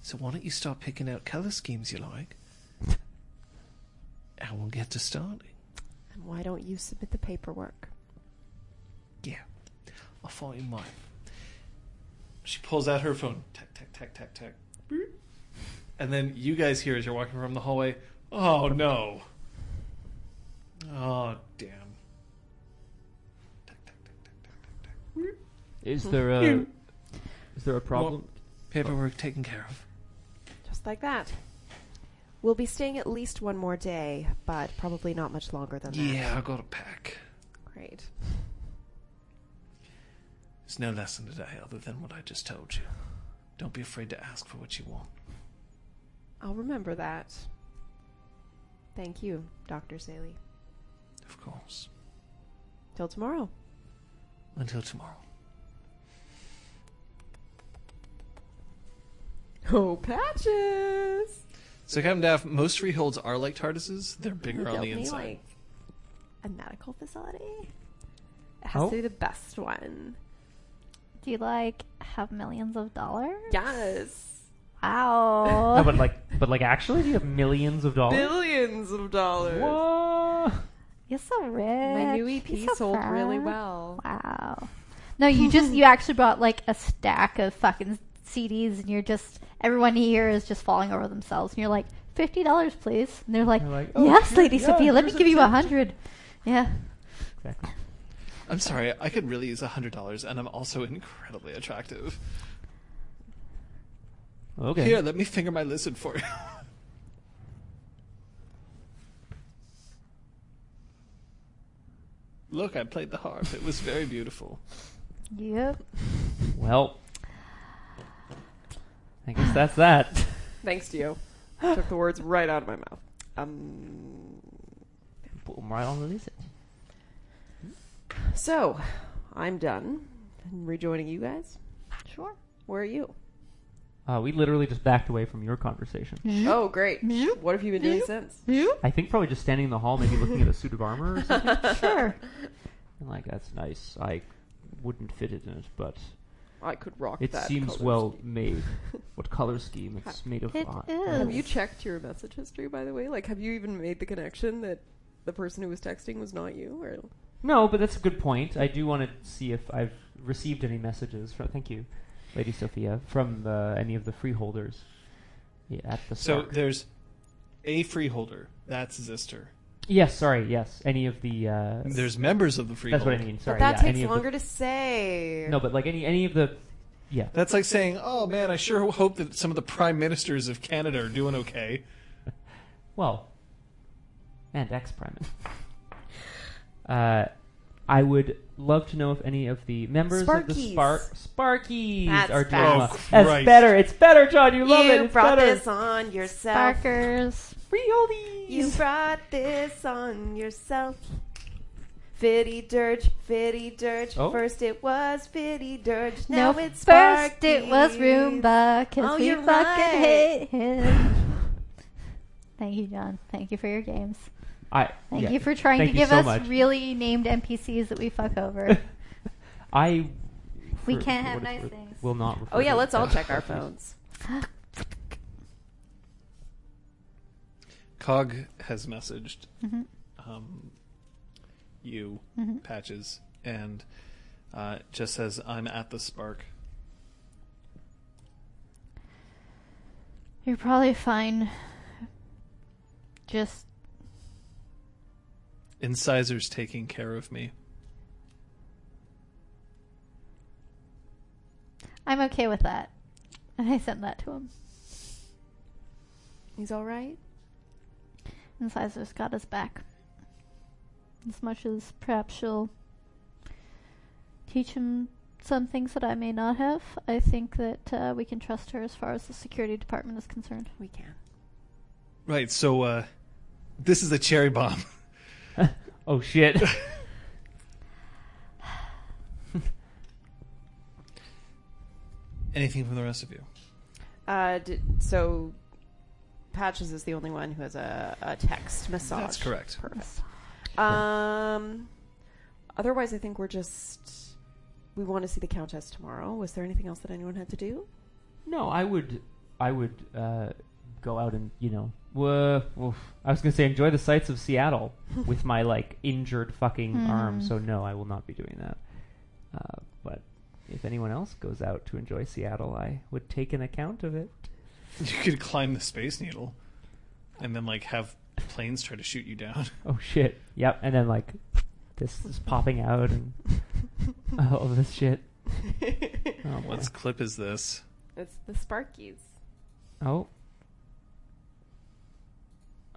[SPEAKER 1] So why don't you start picking out color schemes you like? And we'll get to starting.
[SPEAKER 5] And why don't you submit the paperwork?
[SPEAKER 1] Yeah. I'll follow you mine. She pulls out her phone. Tack, tack, tack, tack, tack. Boop. And then you guys hear as you're walking from the hallway, oh no. Oh, damn. Tack, tack, tack, tack, tack, tack, tack.
[SPEAKER 4] Is there a is there a problem?
[SPEAKER 1] Paperwork taken care of.
[SPEAKER 5] Just like that. We'll be staying at least one more day, but probably not much longer than that.
[SPEAKER 1] Yeah, I got a pack.
[SPEAKER 5] Great.
[SPEAKER 1] There's no lesson today other than what I just told you. Don't be afraid to ask for what you want.
[SPEAKER 5] I'll remember that. Thank you, Dr. Saley.
[SPEAKER 1] Of course.
[SPEAKER 5] Till tomorrow.
[SPEAKER 1] Until tomorrow.
[SPEAKER 5] Oh, patches!
[SPEAKER 1] So, Captain Daff, most freeholds are like TARDISes. They're bigger on
[SPEAKER 5] Built
[SPEAKER 1] the
[SPEAKER 5] me
[SPEAKER 1] inside.
[SPEAKER 5] like a medical facility. It has
[SPEAKER 4] Oh.
[SPEAKER 5] to be the best one.
[SPEAKER 2] Do you like have millions of dollars?
[SPEAKER 5] Yes.
[SPEAKER 2] Wow.
[SPEAKER 4] No, but like, but like, actually, do you have millions of
[SPEAKER 1] Oh.
[SPEAKER 4] dollars?
[SPEAKER 5] Billions of dollars.
[SPEAKER 4] Whoa.
[SPEAKER 2] You're so rich.
[SPEAKER 5] My new
[SPEAKER 2] You're
[SPEAKER 5] EP
[SPEAKER 2] so
[SPEAKER 5] sold really
[SPEAKER 2] fat.
[SPEAKER 5] well.
[SPEAKER 2] Wow. No, you just you actually bought like a stack of fucking CDs, and you're just everyone here is just falling over themselves, and you're like fifty dollars, please, and they're like,
[SPEAKER 4] They're like, "Oh,
[SPEAKER 2] yes,
[SPEAKER 4] here-
[SPEAKER 2] Lady
[SPEAKER 4] yeah,
[SPEAKER 2] Sophia, let me
[SPEAKER 4] here's a
[SPEAKER 2] give you a
[SPEAKER 4] tip."
[SPEAKER 2] hundred. Yeah.
[SPEAKER 4] Exactly.
[SPEAKER 1] I'm sorry, I could really use $100, and I'm also incredibly attractive.
[SPEAKER 4] Okay.
[SPEAKER 1] Here, let me finger my lizard for you. Look, I played the harp. It was very beautiful.
[SPEAKER 2] Yep.
[SPEAKER 4] Well, I guess that's that.
[SPEAKER 3] Thanks to you. Took the words right out of my mouth. Um,
[SPEAKER 4] Put 'em right on the lizard.
[SPEAKER 3] so, I'm done. I'm rejoining you guys.
[SPEAKER 2] Sure.
[SPEAKER 3] Where are you?
[SPEAKER 4] Uh, we literally just backed away from your conversation.
[SPEAKER 3] Oh, great. What have you been doing since?
[SPEAKER 4] I think probably just standing in the hall, maybe looking at a suit of armor or something.
[SPEAKER 2] Sure.
[SPEAKER 4] And like, that's nice. I wouldn't fit it in it, but
[SPEAKER 3] I could rock
[SPEAKER 4] it
[SPEAKER 3] that.
[SPEAKER 4] seems
[SPEAKER 3] color
[SPEAKER 4] well
[SPEAKER 3] scheme.
[SPEAKER 4] made. What color scheme? It's made of.
[SPEAKER 2] It
[SPEAKER 4] uh,
[SPEAKER 2] is.
[SPEAKER 4] animals.
[SPEAKER 3] Have you checked your message history, by the way? Like, have you even made the connection that the person who was texting was not you? Or
[SPEAKER 4] No, but that's a good point. I do want to see if I've received any messages from. Thank you, Lady Sophia, from uh, any of the freeholders yeah, at the.
[SPEAKER 1] So
[SPEAKER 4] Stark.
[SPEAKER 1] there's a freeholder. That's Zister.
[SPEAKER 4] yes, sorry, yes, any of the. Uh,
[SPEAKER 1] There's members of the
[SPEAKER 4] that's
[SPEAKER 1] freeholder.
[SPEAKER 4] what I mean. Sorry,
[SPEAKER 3] but that
[SPEAKER 4] yeah,
[SPEAKER 3] takes
[SPEAKER 4] any of the-
[SPEAKER 3] longer to say.
[SPEAKER 4] no, but like any any of the. Yeah,
[SPEAKER 1] That's like saying, "Oh man, I sure hope that some of the prime ministers of Canada are doing okay."
[SPEAKER 4] well, and ex prime. uh, I would love to know if any of the members of the
[SPEAKER 3] Sparkies.
[SPEAKER 4] Spark Sparkies
[SPEAKER 3] That's
[SPEAKER 4] are doing
[SPEAKER 1] better.
[SPEAKER 4] well.
[SPEAKER 1] Oh,
[SPEAKER 4] That's
[SPEAKER 1] Christ.
[SPEAKER 4] better. It's better, John. You love it.
[SPEAKER 3] You
[SPEAKER 4] It's
[SPEAKER 3] brought
[SPEAKER 4] better.
[SPEAKER 3] this on yourself.
[SPEAKER 2] Barkers.
[SPEAKER 4] Freeholdies.
[SPEAKER 3] You brought this on yourself. Fitty dirge, fitty dirge.
[SPEAKER 4] Oh.
[SPEAKER 3] First it was fitty dirge.
[SPEAKER 2] No,
[SPEAKER 3] Now it's
[SPEAKER 2] first it was
[SPEAKER 3] Sparkies.
[SPEAKER 2] Roomba because
[SPEAKER 3] Oh,
[SPEAKER 2] we
[SPEAKER 3] you're
[SPEAKER 2] fucking
[SPEAKER 3] right.
[SPEAKER 2] hate him. Thank you, John. Thank you for your games.
[SPEAKER 4] I
[SPEAKER 2] Thank
[SPEAKER 4] yeah.
[SPEAKER 2] you for trying
[SPEAKER 4] Thank
[SPEAKER 2] to
[SPEAKER 4] you
[SPEAKER 2] give
[SPEAKER 4] so
[SPEAKER 2] us
[SPEAKER 4] much.
[SPEAKER 2] really named NPCs that we fuck over.
[SPEAKER 4] I.
[SPEAKER 2] We
[SPEAKER 4] for-
[SPEAKER 2] can't
[SPEAKER 4] for
[SPEAKER 2] have
[SPEAKER 4] what it's
[SPEAKER 2] nice
[SPEAKER 4] worth,
[SPEAKER 2] things.
[SPEAKER 4] Will not.
[SPEAKER 3] Oh
[SPEAKER 4] refer
[SPEAKER 3] yeah,
[SPEAKER 4] to
[SPEAKER 3] let's all
[SPEAKER 4] them as
[SPEAKER 3] check our
[SPEAKER 4] Sparkies.
[SPEAKER 3] phones.
[SPEAKER 1] Cog has messaged um, you, Patches, and uh, just says, "I'm at the spark."
[SPEAKER 2] You're probably fine. Just
[SPEAKER 1] Incisors taking care of me.
[SPEAKER 2] I'm okay with that. And I sent that to him.
[SPEAKER 3] He's all right.
[SPEAKER 2] Incisors got us back. As much as perhaps she'll teach him some things that I may not have, I think that uh, we can trust her as far as the security department is concerned.
[SPEAKER 3] We can.
[SPEAKER 1] Right. So uh, this is a cherry bomb.
[SPEAKER 4] Oh shit.
[SPEAKER 1] Anything from the rest of you?
[SPEAKER 3] Uh, did, so Patches is the only one who has a, a text massage.
[SPEAKER 1] That's correct.
[SPEAKER 3] Perfect. Um, otherwise, I think we're just we want to see the Countess tomorrow. Was there anything else that anyone had to do?
[SPEAKER 4] no, I would. I would uh, go out and you know. wha- oof. I was gonna say enjoy the sights of Seattle with my like injured fucking arm. So no, I will not be doing that. Uh, but if anyone else goes out to enjoy Seattle, I would take an account of it.
[SPEAKER 1] You could climb the space needle, and then like have planes try to shoot you down.
[SPEAKER 4] Oh shit. Yep. And then like this is popping out and all this shit. Oh, boy.
[SPEAKER 1] What clip is this?
[SPEAKER 3] It's the Sparkies.
[SPEAKER 4] Oh.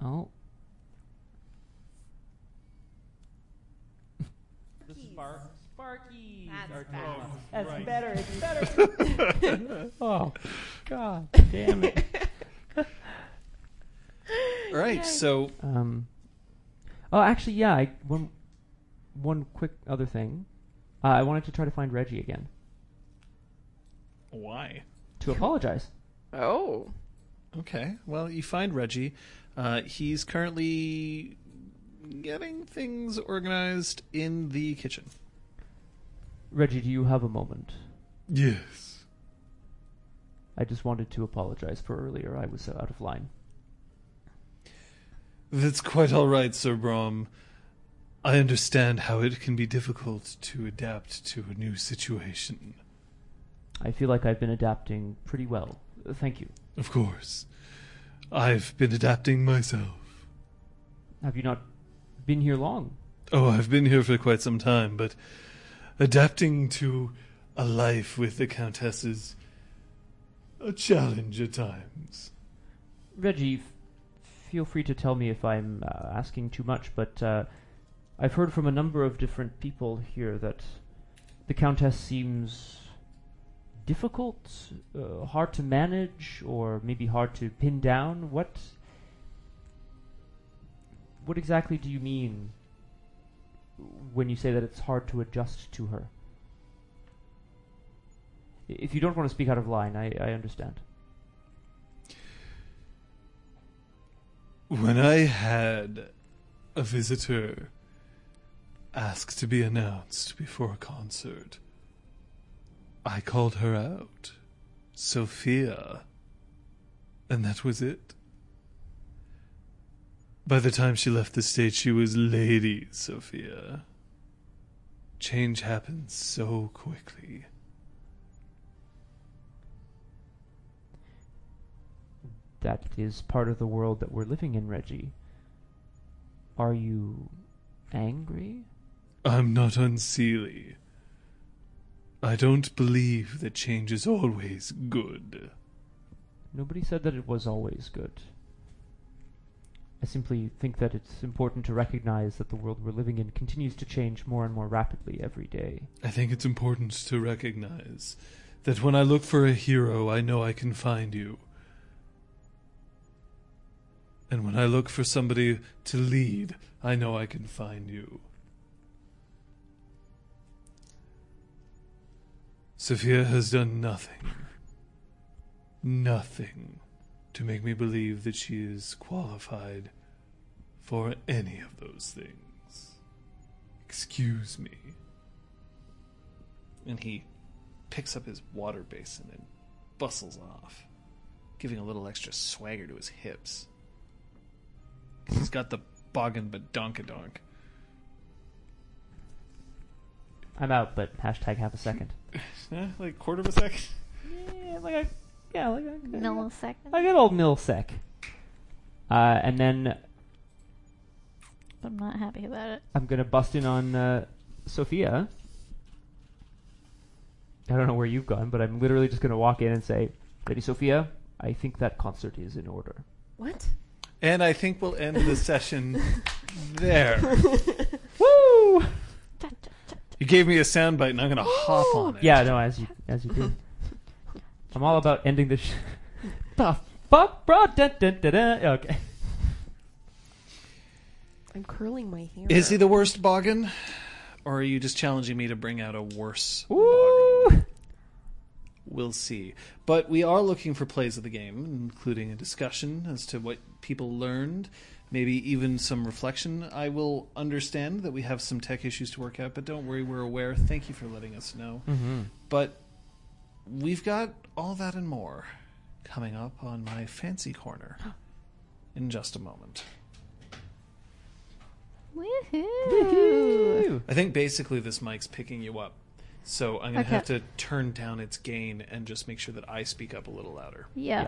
[SPEAKER 4] Oh. Sparky. That's, That's better. It's better. oh, God damn it.
[SPEAKER 1] All right. So
[SPEAKER 4] Um, oh, actually, yeah. I, one, one quick other thing. Uh, I wanted to try to find Reggie again
[SPEAKER 1] why?
[SPEAKER 4] to apologize.
[SPEAKER 3] Oh,
[SPEAKER 1] Okay. Well, you find Reggie. Uh, he's currently getting things organized in the kitchen.
[SPEAKER 4] Reggie, do you have a moment?
[SPEAKER 9] Yes.
[SPEAKER 4] I just wanted to apologize for earlier. I was so out of line.
[SPEAKER 9] That's quite all right, Sir Brom. I understand how it can be difficult to adapt to a new situation.
[SPEAKER 4] I feel like I've been adapting pretty well. Uh, Thank you.
[SPEAKER 9] Of course. I've been adapting myself.
[SPEAKER 4] Have you not been here long?
[SPEAKER 9] Oh, I've been here for quite some time, but adapting to a life with the Countess is a challenge at times.
[SPEAKER 4] Reggie, f- feel free to tell me if I'm uh, asking too much, but uh, I've heard from a number of different people here that the Countess seems difficult, uh, hard to manage, or maybe hard to pin down. What? What exactly do you mean when you say that it's hard to adjust to her? I- If you don't want to speak out of line, I, I understand.
[SPEAKER 9] When I had a visitor ask to be announced before a concert, I called her out, Sophia, and that was it. By the time she left the stage, she was Lady Sophia. Change happens so quickly.
[SPEAKER 4] that is part of the world that we're living in, Reggie. Are you angry?
[SPEAKER 9] I'm not unseelie. I don't believe that change is always good.
[SPEAKER 4] Nobody said that it was always good. I simply think that it's important to recognize that the world we're living in continues to change more and more rapidly every day.
[SPEAKER 9] I think it's important to recognize that when I look for a hero, I know I can find you. And when I look for somebody to lead, I know I can find you. Sophia has done nothing. Nothing to make me believe that she is qualified for any of those things. Excuse me.
[SPEAKER 1] and he picks up his water basin and bustles off, giving a little extra swagger to his hips. 'Cause he's got the boggin badonkadonk.
[SPEAKER 4] I'm out, but hashtag half a second.
[SPEAKER 1] Eh, like quarter of a second.
[SPEAKER 4] yeah, like I, yeah, like I,
[SPEAKER 2] Millisecond.
[SPEAKER 4] I get old Millsec. Uh, and then
[SPEAKER 2] I'm not happy about it.
[SPEAKER 4] I'm gonna bust in on uh, Sophia. I don't know where you've gone, but I'm literally just gonna walk in and say, "Lady Sophia, I think that concert is in order."
[SPEAKER 3] What?
[SPEAKER 1] And I think we'll end the session there.
[SPEAKER 4] Woo!
[SPEAKER 1] You gave me a soundbite, and I'm gonna hop on it.
[SPEAKER 4] Yeah, no, as you as you do. I'm all about ending this. Sh- the fuck, bro? Dun, dun, dun, dun. Okay.
[SPEAKER 3] I'm curling my hair.
[SPEAKER 1] Is he the worst boggin, or are you just challenging me to bring out a worse?
[SPEAKER 4] Woo!
[SPEAKER 1] We'll see. But we are looking for plays of the game, including a discussion as to what people learned, maybe even some reflection. I will understand that we have some tech issues to work out, but don't worry, we're aware. Thank you for letting us know. But we've got all that and more coming up on my fancy corner in just a moment.
[SPEAKER 2] Woohoo!
[SPEAKER 1] I think basically this mic's picking you up. So I'm going to
[SPEAKER 2] Okay.
[SPEAKER 1] have to turn down its gain and just make sure that I speak up a little louder.
[SPEAKER 2] Yeah.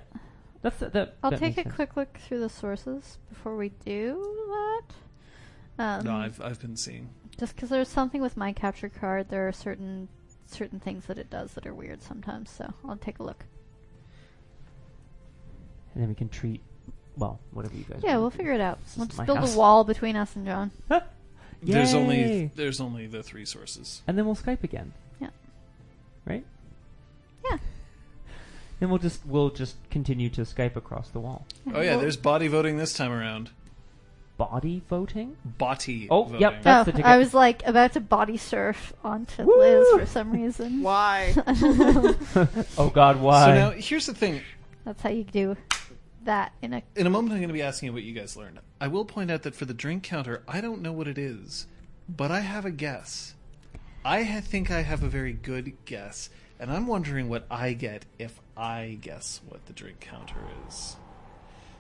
[SPEAKER 4] That's that.
[SPEAKER 2] I'll
[SPEAKER 4] that
[SPEAKER 2] take
[SPEAKER 4] makes
[SPEAKER 2] a
[SPEAKER 4] sense.
[SPEAKER 2] quick look through the sources before we do that. Um,
[SPEAKER 1] No, I've, I've been seeing.
[SPEAKER 2] Just because there's something with my capture card, there are certain certain things that it does that are weird sometimes. So I'll take a look.
[SPEAKER 4] And then we can treat. Well, whatever you guys.
[SPEAKER 2] Yeah,
[SPEAKER 4] wanna
[SPEAKER 2] we'll
[SPEAKER 4] do.
[SPEAKER 2] figure it out.
[SPEAKER 4] This
[SPEAKER 2] We'll
[SPEAKER 4] is
[SPEAKER 2] just
[SPEAKER 4] my
[SPEAKER 2] build
[SPEAKER 4] house.
[SPEAKER 2] a wall between us and John.
[SPEAKER 1] There's
[SPEAKER 4] Yay!
[SPEAKER 1] only there's only the three sources.
[SPEAKER 4] And then we'll Skype again.
[SPEAKER 2] Yeah.
[SPEAKER 4] Right?
[SPEAKER 2] Yeah.
[SPEAKER 4] Then we'll just we'll just continue to Skype across the wall.
[SPEAKER 1] Oh yeah, there's body voting this time around.
[SPEAKER 4] Body voting?
[SPEAKER 1] Body.
[SPEAKER 4] Oh,
[SPEAKER 1] voting.
[SPEAKER 4] yep,
[SPEAKER 2] Oh,
[SPEAKER 4] That's the ticket.
[SPEAKER 2] I was like about to body surf onto Liz for some reason.
[SPEAKER 5] Why?
[SPEAKER 4] Oh god, why?
[SPEAKER 1] So now here's the thing.
[SPEAKER 2] That's how you do that in a.
[SPEAKER 1] In a moment, I'm going to be asking you what you guys learned. I will point out that for the drink counter, I don't know what it is, but I have a guess. I ha- think I have a very good guess, and I'm wondering what I get if I guess what the drink counter is.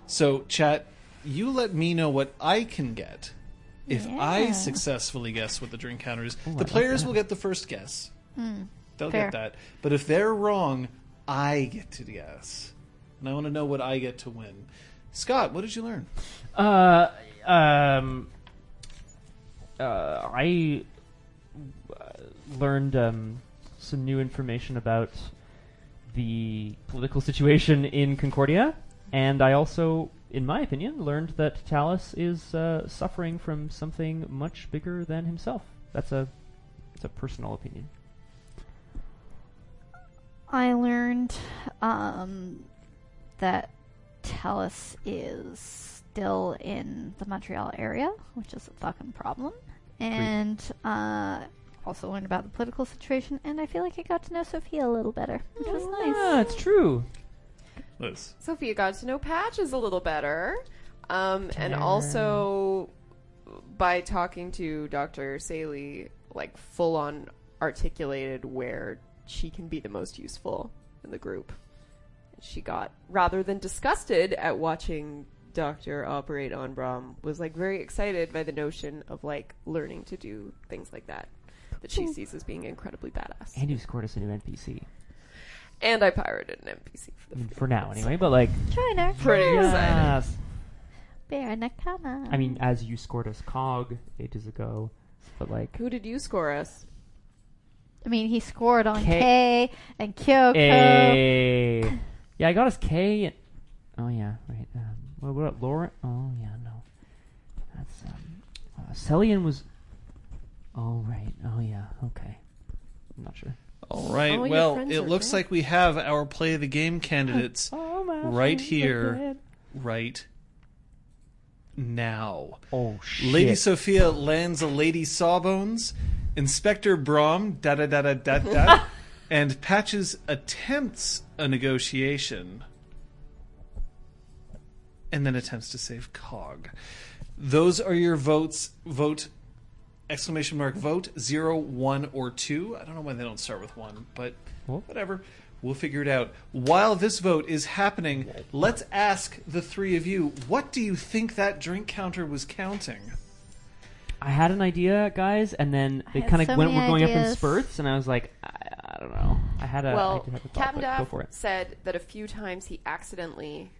[SPEAKER 1] So, chat, you let me know what I can get if I
[SPEAKER 2] Yeah.
[SPEAKER 1] successfully guess what the drink counter is.
[SPEAKER 4] Oh, I
[SPEAKER 1] the
[SPEAKER 4] like
[SPEAKER 1] players
[SPEAKER 4] that.
[SPEAKER 1] will get the first guess. They'll get
[SPEAKER 2] fair.
[SPEAKER 1] that. But if they're wrong, I get to guess. And I want to know what I get to win. Scott, what did you learn?
[SPEAKER 4] Uh, um, uh, I uh, learned um, some new information about the political situation in Concordia, and I also, in my opinion, learned that Talus is uh, suffering from something much bigger than himself. That's a it's a personal opinion.
[SPEAKER 2] I learned um, that Talus is still in the Montreal area, which is a fucking problem. And uh, also learned about the political situation, and I feel like I got to know Sophia a little better, which was
[SPEAKER 4] Ah,
[SPEAKER 2] nice.
[SPEAKER 4] it's true.
[SPEAKER 10] Nice.
[SPEAKER 5] Sophia got to know Patches a little better. Um, and also by talking to Dr. Saley, like full on articulated where she can be the most useful in the group. She got rather than disgusted at watching Doctor operate on Brom, was like very excited by the notion of like learning to do things like that that she sees as being incredibly badass.
[SPEAKER 4] And you scored us a new NPC.
[SPEAKER 5] And I pirated an NPC
[SPEAKER 4] I
[SPEAKER 5] for the
[SPEAKER 4] mean, for now, anyway. But like,
[SPEAKER 2] Joiner,
[SPEAKER 5] pretty excited.
[SPEAKER 4] yes.
[SPEAKER 2] bear nakama.
[SPEAKER 4] I mean, as you scored us Cog ages ago, but like,
[SPEAKER 5] Who did you score us?
[SPEAKER 2] I mean, he scored on
[SPEAKER 4] K-
[SPEAKER 2] K, and Kyoko.
[SPEAKER 4] hey, yeah, I got us K. And, oh yeah, right. Um, what what about Lauren? Oh yeah, no, that's um, uh, Celian was. Oh right. Oh yeah. Okay. I'm not sure.
[SPEAKER 1] All right.
[SPEAKER 5] Oh, your
[SPEAKER 1] well,
[SPEAKER 5] friends
[SPEAKER 1] it
[SPEAKER 5] are
[SPEAKER 1] looks
[SPEAKER 5] great.
[SPEAKER 1] like we have our play the game candidates
[SPEAKER 4] Oh my.
[SPEAKER 1] Right here. right now.
[SPEAKER 4] Oh shit.
[SPEAKER 1] Lady Sophia lands a Lady Sawbones. Inspector Brom, da da da da da da, and Patches attempts a negotiation. And then attempts to save Cog. Those are your votes. Vote, exclamation mark, vote, zero, one, or two. I don't know why they don't start with one, but
[SPEAKER 4] Well.
[SPEAKER 1] whatever. We'll figure it out. While this vote is happening, let's ask the three of you what do you think that drink counter was counting?
[SPEAKER 4] I had an idea, guys, and then it
[SPEAKER 2] had
[SPEAKER 4] kind of
[SPEAKER 2] so
[SPEAKER 4] went.
[SPEAKER 2] many
[SPEAKER 4] We're going up in
[SPEAKER 2] ideas.
[SPEAKER 4] spurts, and I was like, I, I don't know. I had a. Uh, I
[SPEAKER 5] well,
[SPEAKER 4] did have a thought,
[SPEAKER 5] Captain
[SPEAKER 4] but go
[SPEAKER 5] Duff
[SPEAKER 4] for it.
[SPEAKER 5] said that a few times he accidentally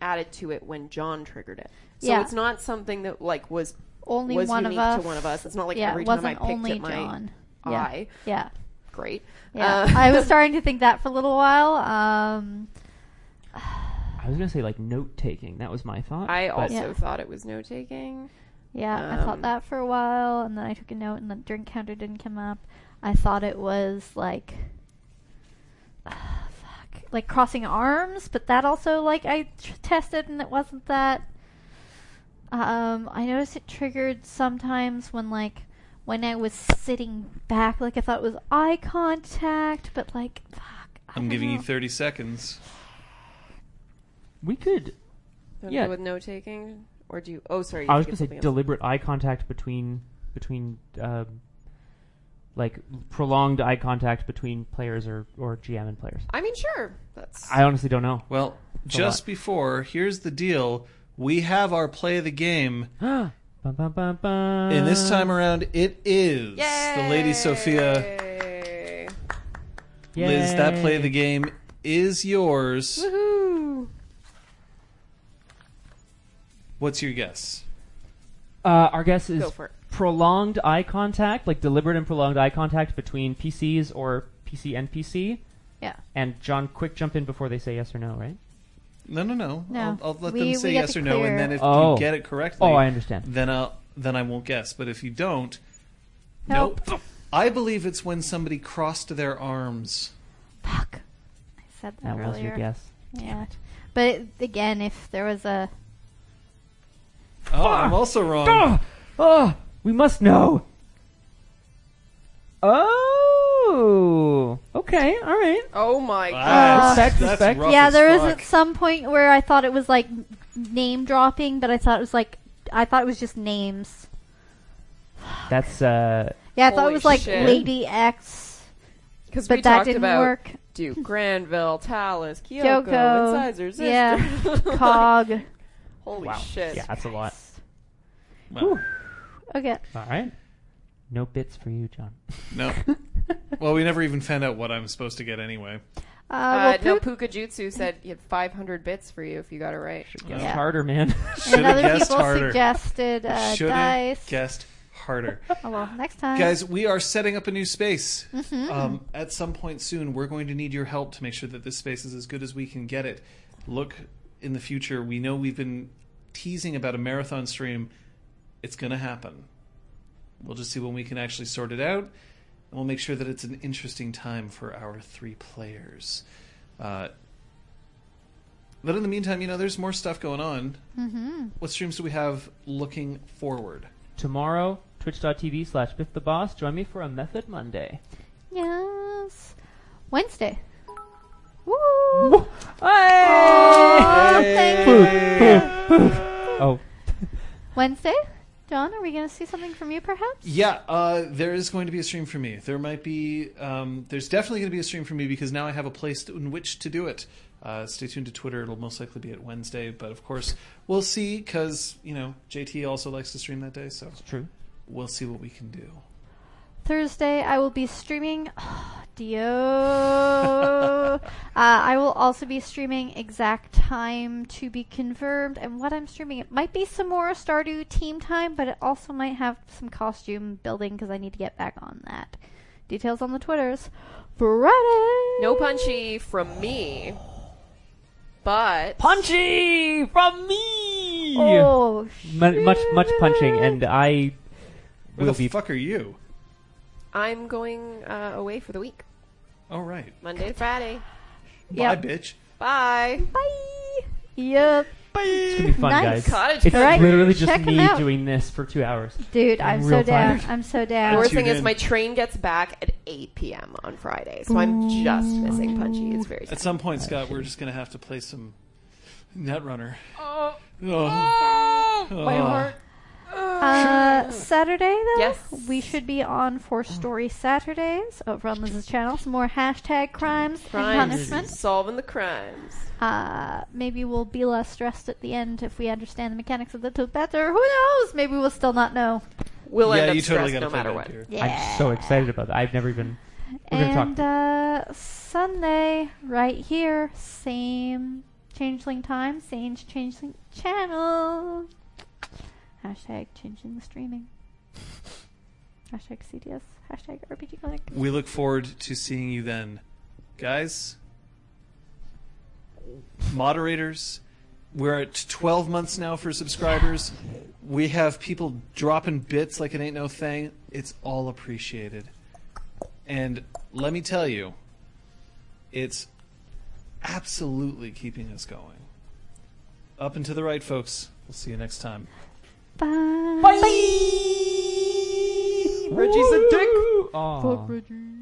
[SPEAKER 5] added to it when John triggered it. So
[SPEAKER 2] Yeah.
[SPEAKER 5] it's not something that like was
[SPEAKER 2] only
[SPEAKER 5] was
[SPEAKER 2] one of
[SPEAKER 5] unique
[SPEAKER 2] us.
[SPEAKER 5] to one of us. It's not like
[SPEAKER 2] yeah,
[SPEAKER 5] every
[SPEAKER 2] it
[SPEAKER 5] time
[SPEAKER 2] wasn't
[SPEAKER 5] I picked
[SPEAKER 2] only
[SPEAKER 5] at my
[SPEAKER 2] John.
[SPEAKER 5] eye.
[SPEAKER 2] Yeah,
[SPEAKER 5] Great.
[SPEAKER 2] yeah.
[SPEAKER 5] Uh,
[SPEAKER 2] I was starting to think that for a little while. Um,
[SPEAKER 4] I was gonna say like note taking. That was my thought.
[SPEAKER 5] I
[SPEAKER 4] but-
[SPEAKER 5] also
[SPEAKER 2] Yeah.
[SPEAKER 5] thought it was note taking.
[SPEAKER 2] Yeah, I
[SPEAKER 5] Um,
[SPEAKER 2] thought that for a while, and then I took a note, and the drink counter didn't come up. I thought it was like, fuck, like crossing arms, but that also like I tr- tested, and it wasn't that. Um, I noticed it triggered sometimes when like when I was sitting back, like I thought it was eye contact, but like fuck. I
[SPEAKER 1] I'm
[SPEAKER 2] don't
[SPEAKER 1] giving you
[SPEAKER 2] know.
[SPEAKER 1] 30 seconds.
[SPEAKER 4] we could.
[SPEAKER 5] Do you wanna
[SPEAKER 4] Yeah.
[SPEAKER 5] go with note taking, or do you? Oh, sorry. you
[SPEAKER 4] I was
[SPEAKER 5] think
[SPEAKER 4] gonna
[SPEAKER 5] it's
[SPEAKER 4] say
[SPEAKER 5] something else.
[SPEAKER 4] deliberate eye contact between between um, like prolonged eye contact between players or or GM and players.
[SPEAKER 5] I mean, sure. That's
[SPEAKER 4] I honestly don't know.
[SPEAKER 1] Well,
[SPEAKER 4] a lot.
[SPEAKER 1] just before, here's the deal. We have our play of the game,
[SPEAKER 4] bum, bum, bum, bum.
[SPEAKER 1] and
[SPEAKER 2] Uh.
[SPEAKER 1] this time around it is the Lady Sophia.
[SPEAKER 5] Yay.
[SPEAKER 1] Liz, that play of the
[SPEAKER 4] Yay.
[SPEAKER 1] game is yours.
[SPEAKER 5] Woohoo.
[SPEAKER 1] What's your guess?
[SPEAKER 4] Uh, our guess is
[SPEAKER 5] Go for it.
[SPEAKER 4] prolonged eye contact, like deliberate and prolonged eye contact between PCs or PC and PC.
[SPEAKER 2] Yeah.
[SPEAKER 4] And John, quick jump in before they say yes or no, right?
[SPEAKER 1] No, no, no.
[SPEAKER 2] No.
[SPEAKER 1] I'll, I'll let
[SPEAKER 2] We-
[SPEAKER 1] them
[SPEAKER 2] we
[SPEAKER 1] say
[SPEAKER 2] get
[SPEAKER 1] yes
[SPEAKER 2] to
[SPEAKER 1] or no, and
[SPEAKER 2] clear-
[SPEAKER 1] then if
[SPEAKER 4] Oh.
[SPEAKER 1] you get it correctly,
[SPEAKER 4] Oh, I understand.
[SPEAKER 1] Then I'll then I won't guess. But if you don't,
[SPEAKER 2] Nope.
[SPEAKER 1] I believe it's when somebody crossed their arms.
[SPEAKER 2] Fuck. I said that,
[SPEAKER 4] That
[SPEAKER 2] earlier.
[SPEAKER 4] was your guess.
[SPEAKER 2] Yeah, but it- again, if there was a
[SPEAKER 1] Oh, I'm also wrong.
[SPEAKER 4] Oh, we must know. Oh, okay, all right.
[SPEAKER 5] Oh my
[SPEAKER 1] Wow,
[SPEAKER 2] Uh,
[SPEAKER 1] that's-
[SPEAKER 4] Respect,
[SPEAKER 1] that's
[SPEAKER 4] respect.
[SPEAKER 1] rough
[SPEAKER 2] yeah,
[SPEAKER 1] as
[SPEAKER 2] there was
[SPEAKER 1] fuck.
[SPEAKER 2] at some point where I thought it was like n- name dropping, but I thought it was like I thought it was just names.
[SPEAKER 4] That's uh,
[SPEAKER 2] Yeah, I thought
[SPEAKER 5] Holy
[SPEAKER 2] it was like
[SPEAKER 5] shit.
[SPEAKER 2] Lady X,
[SPEAKER 5] Because
[SPEAKER 2] but
[SPEAKER 5] we
[SPEAKER 2] that
[SPEAKER 5] talked
[SPEAKER 2] didn't
[SPEAKER 5] about
[SPEAKER 2] work.
[SPEAKER 5] Duke Granville, Talus, Kyoko,
[SPEAKER 2] Kyoko,
[SPEAKER 5] Incisor, Sister.
[SPEAKER 2] yeah, Cog. Uh,
[SPEAKER 5] Holy
[SPEAKER 4] wow.
[SPEAKER 5] shit.
[SPEAKER 4] Yeah, that's a lot.
[SPEAKER 1] Well,
[SPEAKER 5] Uh,
[SPEAKER 2] Okay, uh,
[SPEAKER 4] All right. No bits for you, John.
[SPEAKER 1] no. Well, we never even found out what I'm supposed to get anyway.
[SPEAKER 2] uh,
[SPEAKER 5] Uh,
[SPEAKER 2] well,
[SPEAKER 5] no,
[SPEAKER 2] Pook-
[SPEAKER 5] Puka Jutsu said he had 500 bits for you if you got it right.
[SPEAKER 4] Guess
[SPEAKER 2] Yeah.
[SPEAKER 4] harder, man.
[SPEAKER 1] Should
[SPEAKER 2] and
[SPEAKER 1] have
[SPEAKER 2] other
[SPEAKER 1] guessed
[SPEAKER 2] people
[SPEAKER 1] harder.
[SPEAKER 2] suggested uh,
[SPEAKER 1] Should have
[SPEAKER 2] dice.
[SPEAKER 1] guessed harder.
[SPEAKER 2] Oh well, next time.
[SPEAKER 1] Guys, we are setting up a new space. Um, at some point soon, we're going to need your help to make sure that this space is as good as we can get it. Look in the future. We know we've been teasing about a marathon stream. It's going to happen. We'll just see when we can actually sort it out, and we'll make sure that it's an interesting time for our three players. Uh, but in the meantime, you know, there's more stuff going on. Mm-hmm. What streams do we have looking forward?
[SPEAKER 4] Tomorrow, twitch.tv slash biff the boss. Join me for a Method Monday.
[SPEAKER 2] Yes. Wednesday. Woo!
[SPEAKER 4] Hey!
[SPEAKER 2] Oh, thank you.
[SPEAKER 4] Oh,
[SPEAKER 2] Wednesday? John, are we going to see something from you perhaps?
[SPEAKER 1] Yeah, uh, there is going to be a stream for me. There might be, um, there's definitely going to be a stream for me because now I have a place to, in which to do it. Uh, stay tuned to Twitter. It'll most likely be at Wednesday, but of course we'll see because you know JT also likes to stream that day, so
[SPEAKER 4] it's true.
[SPEAKER 1] we'll see what we can do.
[SPEAKER 2] Thursday, I will be streaming Dio. uh, I will also be streaming exact time to be confirmed, and what I'm streaming it might be some more Stardew team time, but it also might have some costume building because I need to get back on that. Details on the Twitters. Friday.
[SPEAKER 8] No punchy from me. But
[SPEAKER 4] Punchy from me.
[SPEAKER 2] Oh,
[SPEAKER 4] Mu- much much punching, and I
[SPEAKER 1] Where
[SPEAKER 4] will
[SPEAKER 1] the
[SPEAKER 4] be
[SPEAKER 1] fuck are you?
[SPEAKER 8] I'm going uh, away for the week.
[SPEAKER 1] All right,
[SPEAKER 8] Monday to Friday.
[SPEAKER 2] Yep.
[SPEAKER 1] bye, bitch.
[SPEAKER 8] Bye.
[SPEAKER 2] Bye. Yep.
[SPEAKER 4] it's gonna be fun,
[SPEAKER 2] Nice.
[SPEAKER 4] guys.
[SPEAKER 8] Cottage
[SPEAKER 4] It's
[SPEAKER 2] Alright,
[SPEAKER 4] literally just
[SPEAKER 2] check 'em
[SPEAKER 4] me
[SPEAKER 2] out.
[SPEAKER 4] doing this for two hours.
[SPEAKER 2] Dude,
[SPEAKER 4] I'm
[SPEAKER 2] I'm,
[SPEAKER 4] real
[SPEAKER 2] so down.
[SPEAKER 4] tired.
[SPEAKER 2] I'm so
[SPEAKER 8] The
[SPEAKER 2] down.
[SPEAKER 8] worst
[SPEAKER 1] Tune
[SPEAKER 8] thing is
[SPEAKER 1] in.
[SPEAKER 8] my train gets back at 8 p.m. on Friday, so I'm just missing Punchy. It's very
[SPEAKER 1] At
[SPEAKER 8] sad.
[SPEAKER 1] some point, Scott, we're just gonna have to play some Netrunner.
[SPEAKER 8] Oh,
[SPEAKER 1] Oh,
[SPEAKER 8] my heart.
[SPEAKER 2] Uh, Saturday, though?
[SPEAKER 8] Yes.
[SPEAKER 2] We should be on for Story Saturdays over on Liz's channel. Some more hashtag crimes, and punishment.
[SPEAKER 8] Solving the crimes.
[SPEAKER 2] Uh, maybe we'll be less stressed at the end if we understand the mechanics of the tooth better. Who knows? Maybe we'll still not know.
[SPEAKER 8] We'll
[SPEAKER 1] yeah,
[SPEAKER 8] end
[SPEAKER 1] you
[SPEAKER 8] up
[SPEAKER 1] totally
[SPEAKER 8] stressed
[SPEAKER 1] gotta
[SPEAKER 8] no
[SPEAKER 1] play
[SPEAKER 8] matter
[SPEAKER 1] that
[SPEAKER 8] what.
[SPEAKER 1] here.
[SPEAKER 2] Yeah.
[SPEAKER 4] I'm so excited about that. I've never even. We're gonna talk.
[SPEAKER 2] and uh, Sunday, right here, same changeling time, same changeling channel. Hashtag changing the streaming. Hashtag CDS. Hashtag RPG Clinic.
[SPEAKER 1] We look forward to seeing you then, guys. Moderators, we're at 12 months now for subscribers. We have people dropping bits like it ain't no thing. It's all appreciated. And let me tell you, it's absolutely keeping us going. Up and to the right, folks. We'll see you next time.
[SPEAKER 2] Bye.
[SPEAKER 4] Reggie's a dick. Aw.
[SPEAKER 2] uh, Reggie.